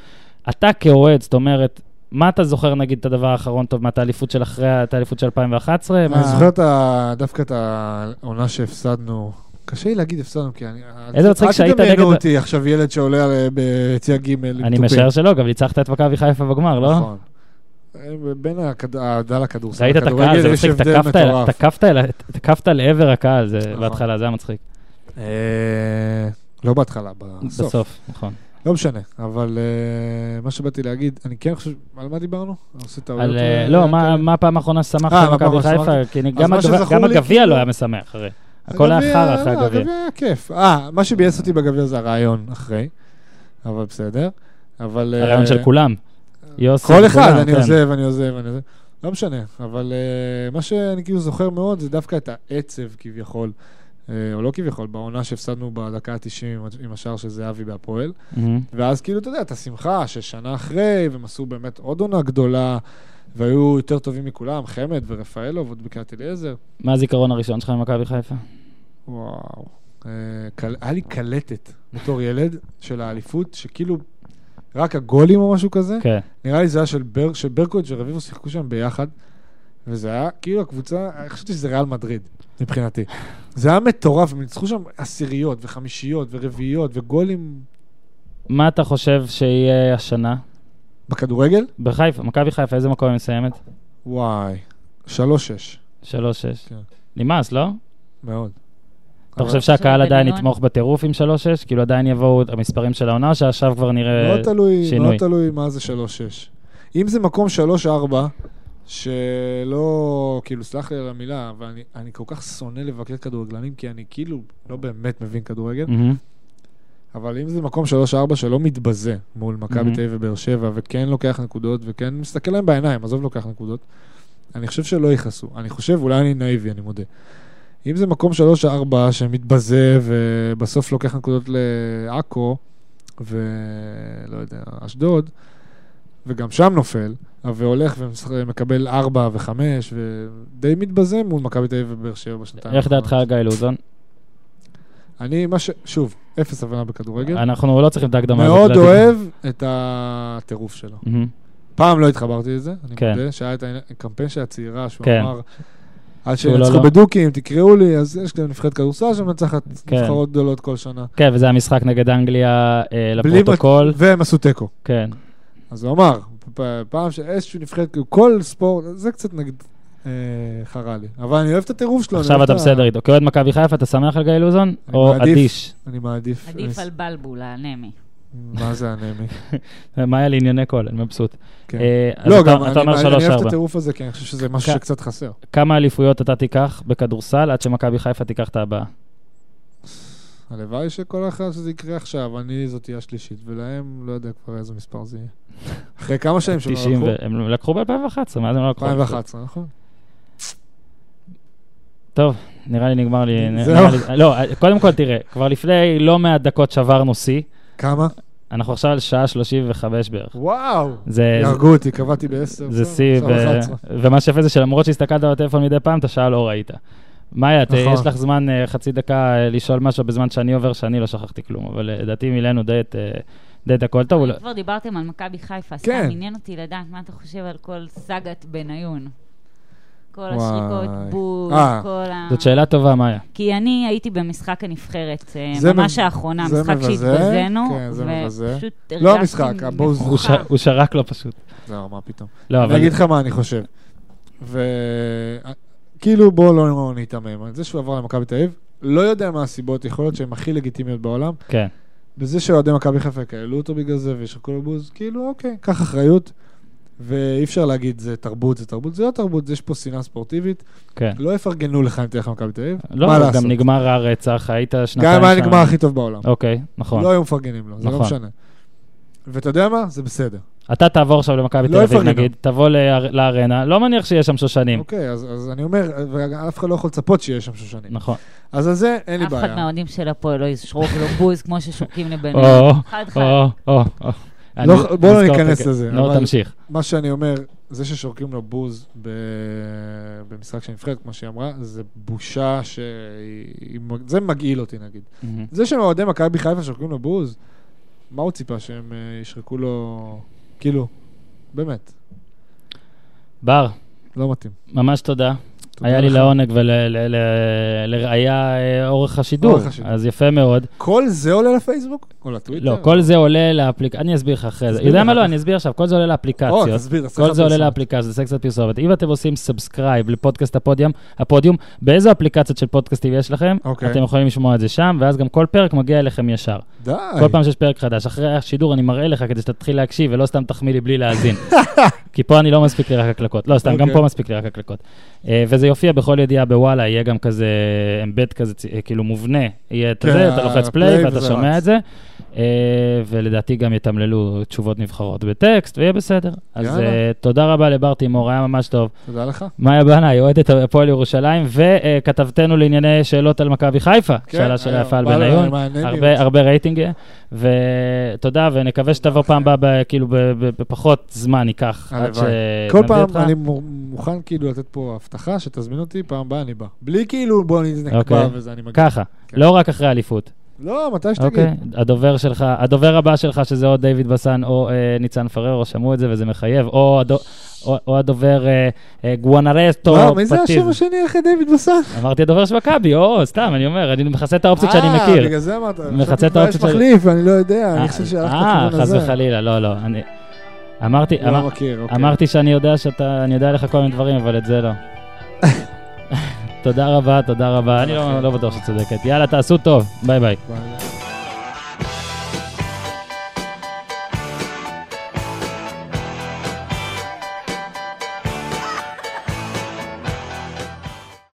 אתה כאוהד, זאת אומרת, מה אתה זוכר, נגיד, את הדבר האחרון טוב, מהת האליפות של אחרי, את האליפות של 2011? מה- אה, אני זוכר את ה- דווקא את העונה שהפסדנו. קשה לי להגיד הפסדנו, כי אני... איזה מצחיק שהיית אל נגד- תדמיינו אותי עכשיו ילד שעולה על- ביציע ג' עם אני תופים. משער שלא, גם ניצחת את מכבי חיפה בגמר, לא? נכון. אה, בין הכד- האהדה לכדורסל, ראית את הקהל, זה יש מצחיק, הבדל תקפת אל- מטורף. תקפת אל- תקפת לעבר הקהל זה נכון. בהתחלה, זה היה מצחיק. אה, לא בהתחלה, בסוף. בסוף, נכון. לא משנה, אבל אה, מה שבאתי להגיד, אני כן חושב, על מה דיברנו? אני עושה טעויות. על, אה, אה, לא, אה, מה כאלה. מה הפעם האחרונה ששמחת אה, מה הפעם במכבי האחרונה חיפה? כי אני- אז גם מה הגביע- שזכור גם לי, הגביע כאילו- לא היה משמח, הרי. הכל היה הגביע- חרא אחרי לא, הגביע. הגביע היה כיף. אה, מה שביאס אותי בגביע זה הרעיון אחרי, אבל בסדר. אבל... אה, הרעיון של כולם. יוסי, כל אחד, כולם, אני כן. עוזב, אני עוזב, אני עוזב. לא משנה, אבל אה, מה שאני כאילו זוכר מאוד זה דווקא את העצב כביכול, אה, או לא כביכול, בעונה שהפסדנו בדקה ה-90 עם ה- עם השער של זהבי בהפועל. מהמם. ואז כאילו, אתה יודע, את השמחה ששנה אחרי, והם עשו באמת עוד עונה גדולה, והיו יותר טובים מכולם, חמד ורפאלוב, עוד בקריית אליעזר. מה הזיכרון הראשון שלך ממכבי חיפה? כן. וואו. אה, קל- היה לי קלטת בתור ילד של האליפות, שכאילו רק הגולים או משהו כזה. כן. נראה לי זה היה של, בר, של ברקוביץ' ורביבו שיחקו שם ביחד, וזה היה כאילו הקבוצה, אני חשבתי שזה ריאל מדריד, מבחינתי. זה היה מטורף, הם ניצחו שם עשיריות וחמישיות ורביעיות וגולים מה אתה חושב שיהיה השנה? בכדורגל? בחיפה, מכבי חיפה, איזה מקום היא מסיימת? וואי, שלוש שש, 3-6. כן. נמאס, לא? מאוד. אתה אבל חושב שהקהל שזה עדיין במיליון? יתמוך בטירוף עם 3-6? כאילו עדיין יבואו המספרים של העונה, או שעכשיו כבר נראה מאוד לא תלוי, שינוי? מאוד תלוי מה זה שלוש שש. אם זה מקום שלוש ארבע, שלא, כאילו, סלח לי על המילה, אבל אני, אני כל כך שונא לבקר כדורגלנים, כי אני כאילו לא באמת מבין כדורגל. מהמם. אבל אם זה מקום 3-4 שלא מתבזה מול מכבי מהמם. תל אביב ובאר שבע, וכן לוקח נקודות, וכן מסתכל להם בעיניים, עזוב לוקח נקודות, אני חושב שלא יכעסו. אני חושב, אולי אני נאיבי, אני מודה. אם זה מקום 3-4 שמתבזה ובסוף לוקח נקודות לעכו, ולא יודע, אשדוד, וגם שם נופל, והולך ומקבל 4 ו-5, ודי מתבזה מול מכבי תל אביב ובאר שבע בשנתיים. איך דעתך על האחרונות. גיא לוזון? אני, מה ש... שוב, אפס הבנה בכדורגל. אנחנו לא צריכים את ההקדמה הזאת. מאוד לדעתי. אוהב את הטירוף שלו. מהמם. פעם לא התחברתי לזה, אני כן. מודה, שהיה את הקמפיין של הצעירה, שהוא כן. אמר, עד שהוא לא, שינצחו לא." בדוקים, תקראו לי, אז יש גם נבחרת כדורסל שמנצחת כן. נבחרות גדולות כל שנה. כן, וזה המשחק נגד אנגליה אה, בלי לפרוטוקול. מת- והם עשו תיקו. כן. אז הוא אמר, "פ- פעם שאיזשהו נבחרת, כאילו, כל ספורט, זה קצת נגיד אה, חרה לי. אבל אני אוהב את הטירוף שלו. לא, אני עכשיו אוהב אתה את ה- בסדר איתו. כאוהד מכבי חיפה, אתה שמח על גיא לוזון? אני או מעדיף. אדיש? אני מעדיף. עדיף על בלבול, האנמי. מה זה אנמי? מה היה לענייני קול? אני מבסוט. כן. אה, אז לא, אתה- גם אתה אני אומר אני אוהב את 3-4. הטירוף הזה, כי אני חושב שזה משהו כן. שקצת חסר. כמה אליפויות אתה תיקח בכדורסל עד שמכבי חיפה תיקח את הבאה? הלוואי שכל אחד שזה יקרה עכשיו, אני זאת תהיה השלישית, ולהם לא יודע כבר איזה מספר זה יהיה. אחרי כמה שנים שהם לא 90 לקחו? ו- הם לקחו ב-2011, מה זה הם לא לקחו? 2011, נכון? טוב, נראה לי נגמר לי... נראה זהו. לי- לא, קודם כל תראה, כבר לפני לא מעט דקות שברנו שיא, כמה? אנחנו עכשיו על שעה 35 בערך. וואו! זה... יהרגו אותי, קבעתי ב-10. אה, זה אה, שיא, ו- ומה שיפה זה שלמרות שהסתכלת בטלפון מדי פעם, את השעה לא ראית. מאיה, את- נכון. יש לך זמן, אה, חצי דקה, אה, לשאול משהו בזמן שאני עובר, שאני לא שכחתי כלום, אבל אה, לדעתי מילאנו די את, אה, די את הכל טוב. אה. אולי- כבר דיברתם על מכבי חיפה, סתם כן. עניין אותי לדעת מה אתה חושב על כל סאגת בניון. כל וואי. השריקות בול, אה. כל ה... זאת שאלה טובה, מאיה. כי אני הייתי במשחק הנבחרת, אה, זה ממש מב- האחרונה, זה משחק מבזה, שהתבזינו, כן, זה מבזה. ופשוט לא המשחק, הבוז. הוא ש- הוא שרק לו פשוט. זהו, מה פתאום. לא, אני אבל אגיד לך מה אני חושב. ו... כאילו, בואו לא ניתמם. זה שהוא עבר למכבי תל אביב, לא יודע מה הסיבות, יכול להיות שהן הכי לגיטימיות בעולם. כן. בזה שאוהדי מכבי חיפה יקללו אותו בגלל זה וישחקו לו בוז, כאילו, אוקיי, קח אחריות. ואי אפשר להגיד, זה תרבות, זה תרבות, זה לא תרבות, יש פה שנאה ספורטיבית. כן. לא יפרגנו לך אם תלך למכבי תל אביב, לא, מה לעשות? גם נגמר הרצח, היית שנתיים גם אם היה שם. נגמר הכי טוב בעולם. אוקיי, נכון. לא היו מפרגנים לו, זה לא נכון. משנה. ואתה יודע מה? זה בסדר. אתה תעבור עכשיו למכבי לא תל אביב, יפרגנו. נגיד, תבוא לאר- לארנה, לא מניח שיש שם שושנים. אוקיי, אז אז אני אומר, ואף אחד לא יכול לצפות שיהיה שם שושנים. נכון. אז על זה אין לי אף אחד בעיה. מהאוהדים של הפועל לא ישרוק לו בוז כמו ששורקים או, לבניון. חד אוקיי. או, חד. או, או. אני- לא, בוא לא נזכור את ניכנס הק- לזה, לא, אבל- תמשיך. מה שאני אומר, זה ששורקים לו בוז ב... במשחק של נבחרת, כמו שהיא אמרה, זה בושה שהיא... היא מג- זה מגעיל אותי, נגיד. מהמם. זה שהם אוהדי מכבי חיפה שורקים לו בוז, מה הוא ציפה שהם אה, ישרקו לו... כאילו, באמת, בר, לא מתאים. ממש תודה. תודה היה לי לך. לעונג ולראיה אה, אורך השידור, אורך השידור. אז יפה מאוד. כל זה עולה לפייסבוק? או לטוויטר? לא, כל זה עולה לאפליקציה, אני אסביר לך אחרי זה. תסביר יודע לך. מה לא, אני אסביר עכשיו, כל זה עולה לאפליקציות. או, תסביר, תעשה לך כל זה עולה פרסומת. לאפליקציה, זה קצת פרסומת. אם אתם עושים סאבסקרייב לפודקאסט הפודיום, הפודיום, באיזה אפליקציות של פודקאסטים יש לכם, אוקיי. אתם יכולים לשמוע את זה שם, ואז גם כל פרק מגיע אליכם ישר. די. כל פעם שיש פרק חדש, אחרי השידור אני מראה לך כדי שתתחיל להקשיב ולא סתם תחמיא לי בלי להאזין. כי פה אני לא מספיק לי רק הקלקות. לא, סתם, גם אוקיי. פה מספיק לי רק הקלקות. אה, וזה יופיע בכל ידיעה בוואלה, יהיה גם כזה אמבט כזה, צ- אה, כאילו מובנה. יהיה את כן, זה, אתה לוחץ הפליי פליי ואתה וזה שומע רץ. את זה. אה, ולדעתי גם יתמללו תשובות נבחרות בטקסט, ויהיה בסדר. אז יאללה. אה, תודה רבה לבר תימור, היה ממש טוב. תודה לך. מאיה בנה, יועדת הפועל ירושלים, וכתבתנו לענייני שאלות על מכבי חיפה, כן, שאלה של היה- יפעל בא לה- בניון, מעניין הרבה- אה, לי. הרבה רייטינג, יהיה. ותודה, ונקווה שתבוא פעם באה, ב- כאילו, ב- ב- בפחות זמן ייקח, עד הלוואי. שנביא כל פעם אותך. אני מו- מוכן כאילו לתת פה הבטחה שתזמין אותי, פעם הבאה אני בא. בלי כאילו בוא נקבע אוקיי. וזה, אני מגיע. ככה, כן. לא רק אחרי אליפות, לא, מתי שתגיד. אוקיי? הדובר שלך, הדובר הבא שלך, שזה או דיוויד בסן או אה, ניצן פררו, שמעו את זה וזה מחייב, או הדו- או- או הדובר אה, אה, גואנרסטו לא, מי זה פטיב. השם השני אחרי דיוויד בסן? אמרתי הדובר של מכבי, או, סתם, אני אומר, אני מכסה את האופציות שאני מכיר. אה, בגלל זה אמרת. מחצה חשבתי את האופציות אולי של- יש מחליף, אני לא יודע, אני חושב שהלכת אה, לכיוון חס הזה. וחלילה, לא, לא. אני... אמרתי, אמר- לא מכיר, אוקיי. אמרתי שאני יודע שאתה, אני יודע לך כל מיני דברים, אבל את זה לא. תודה רבה, תודה רבה. אני לא לא בטוח שצודקת. יאללה, תעשו טוב. ביי ביי. ביי.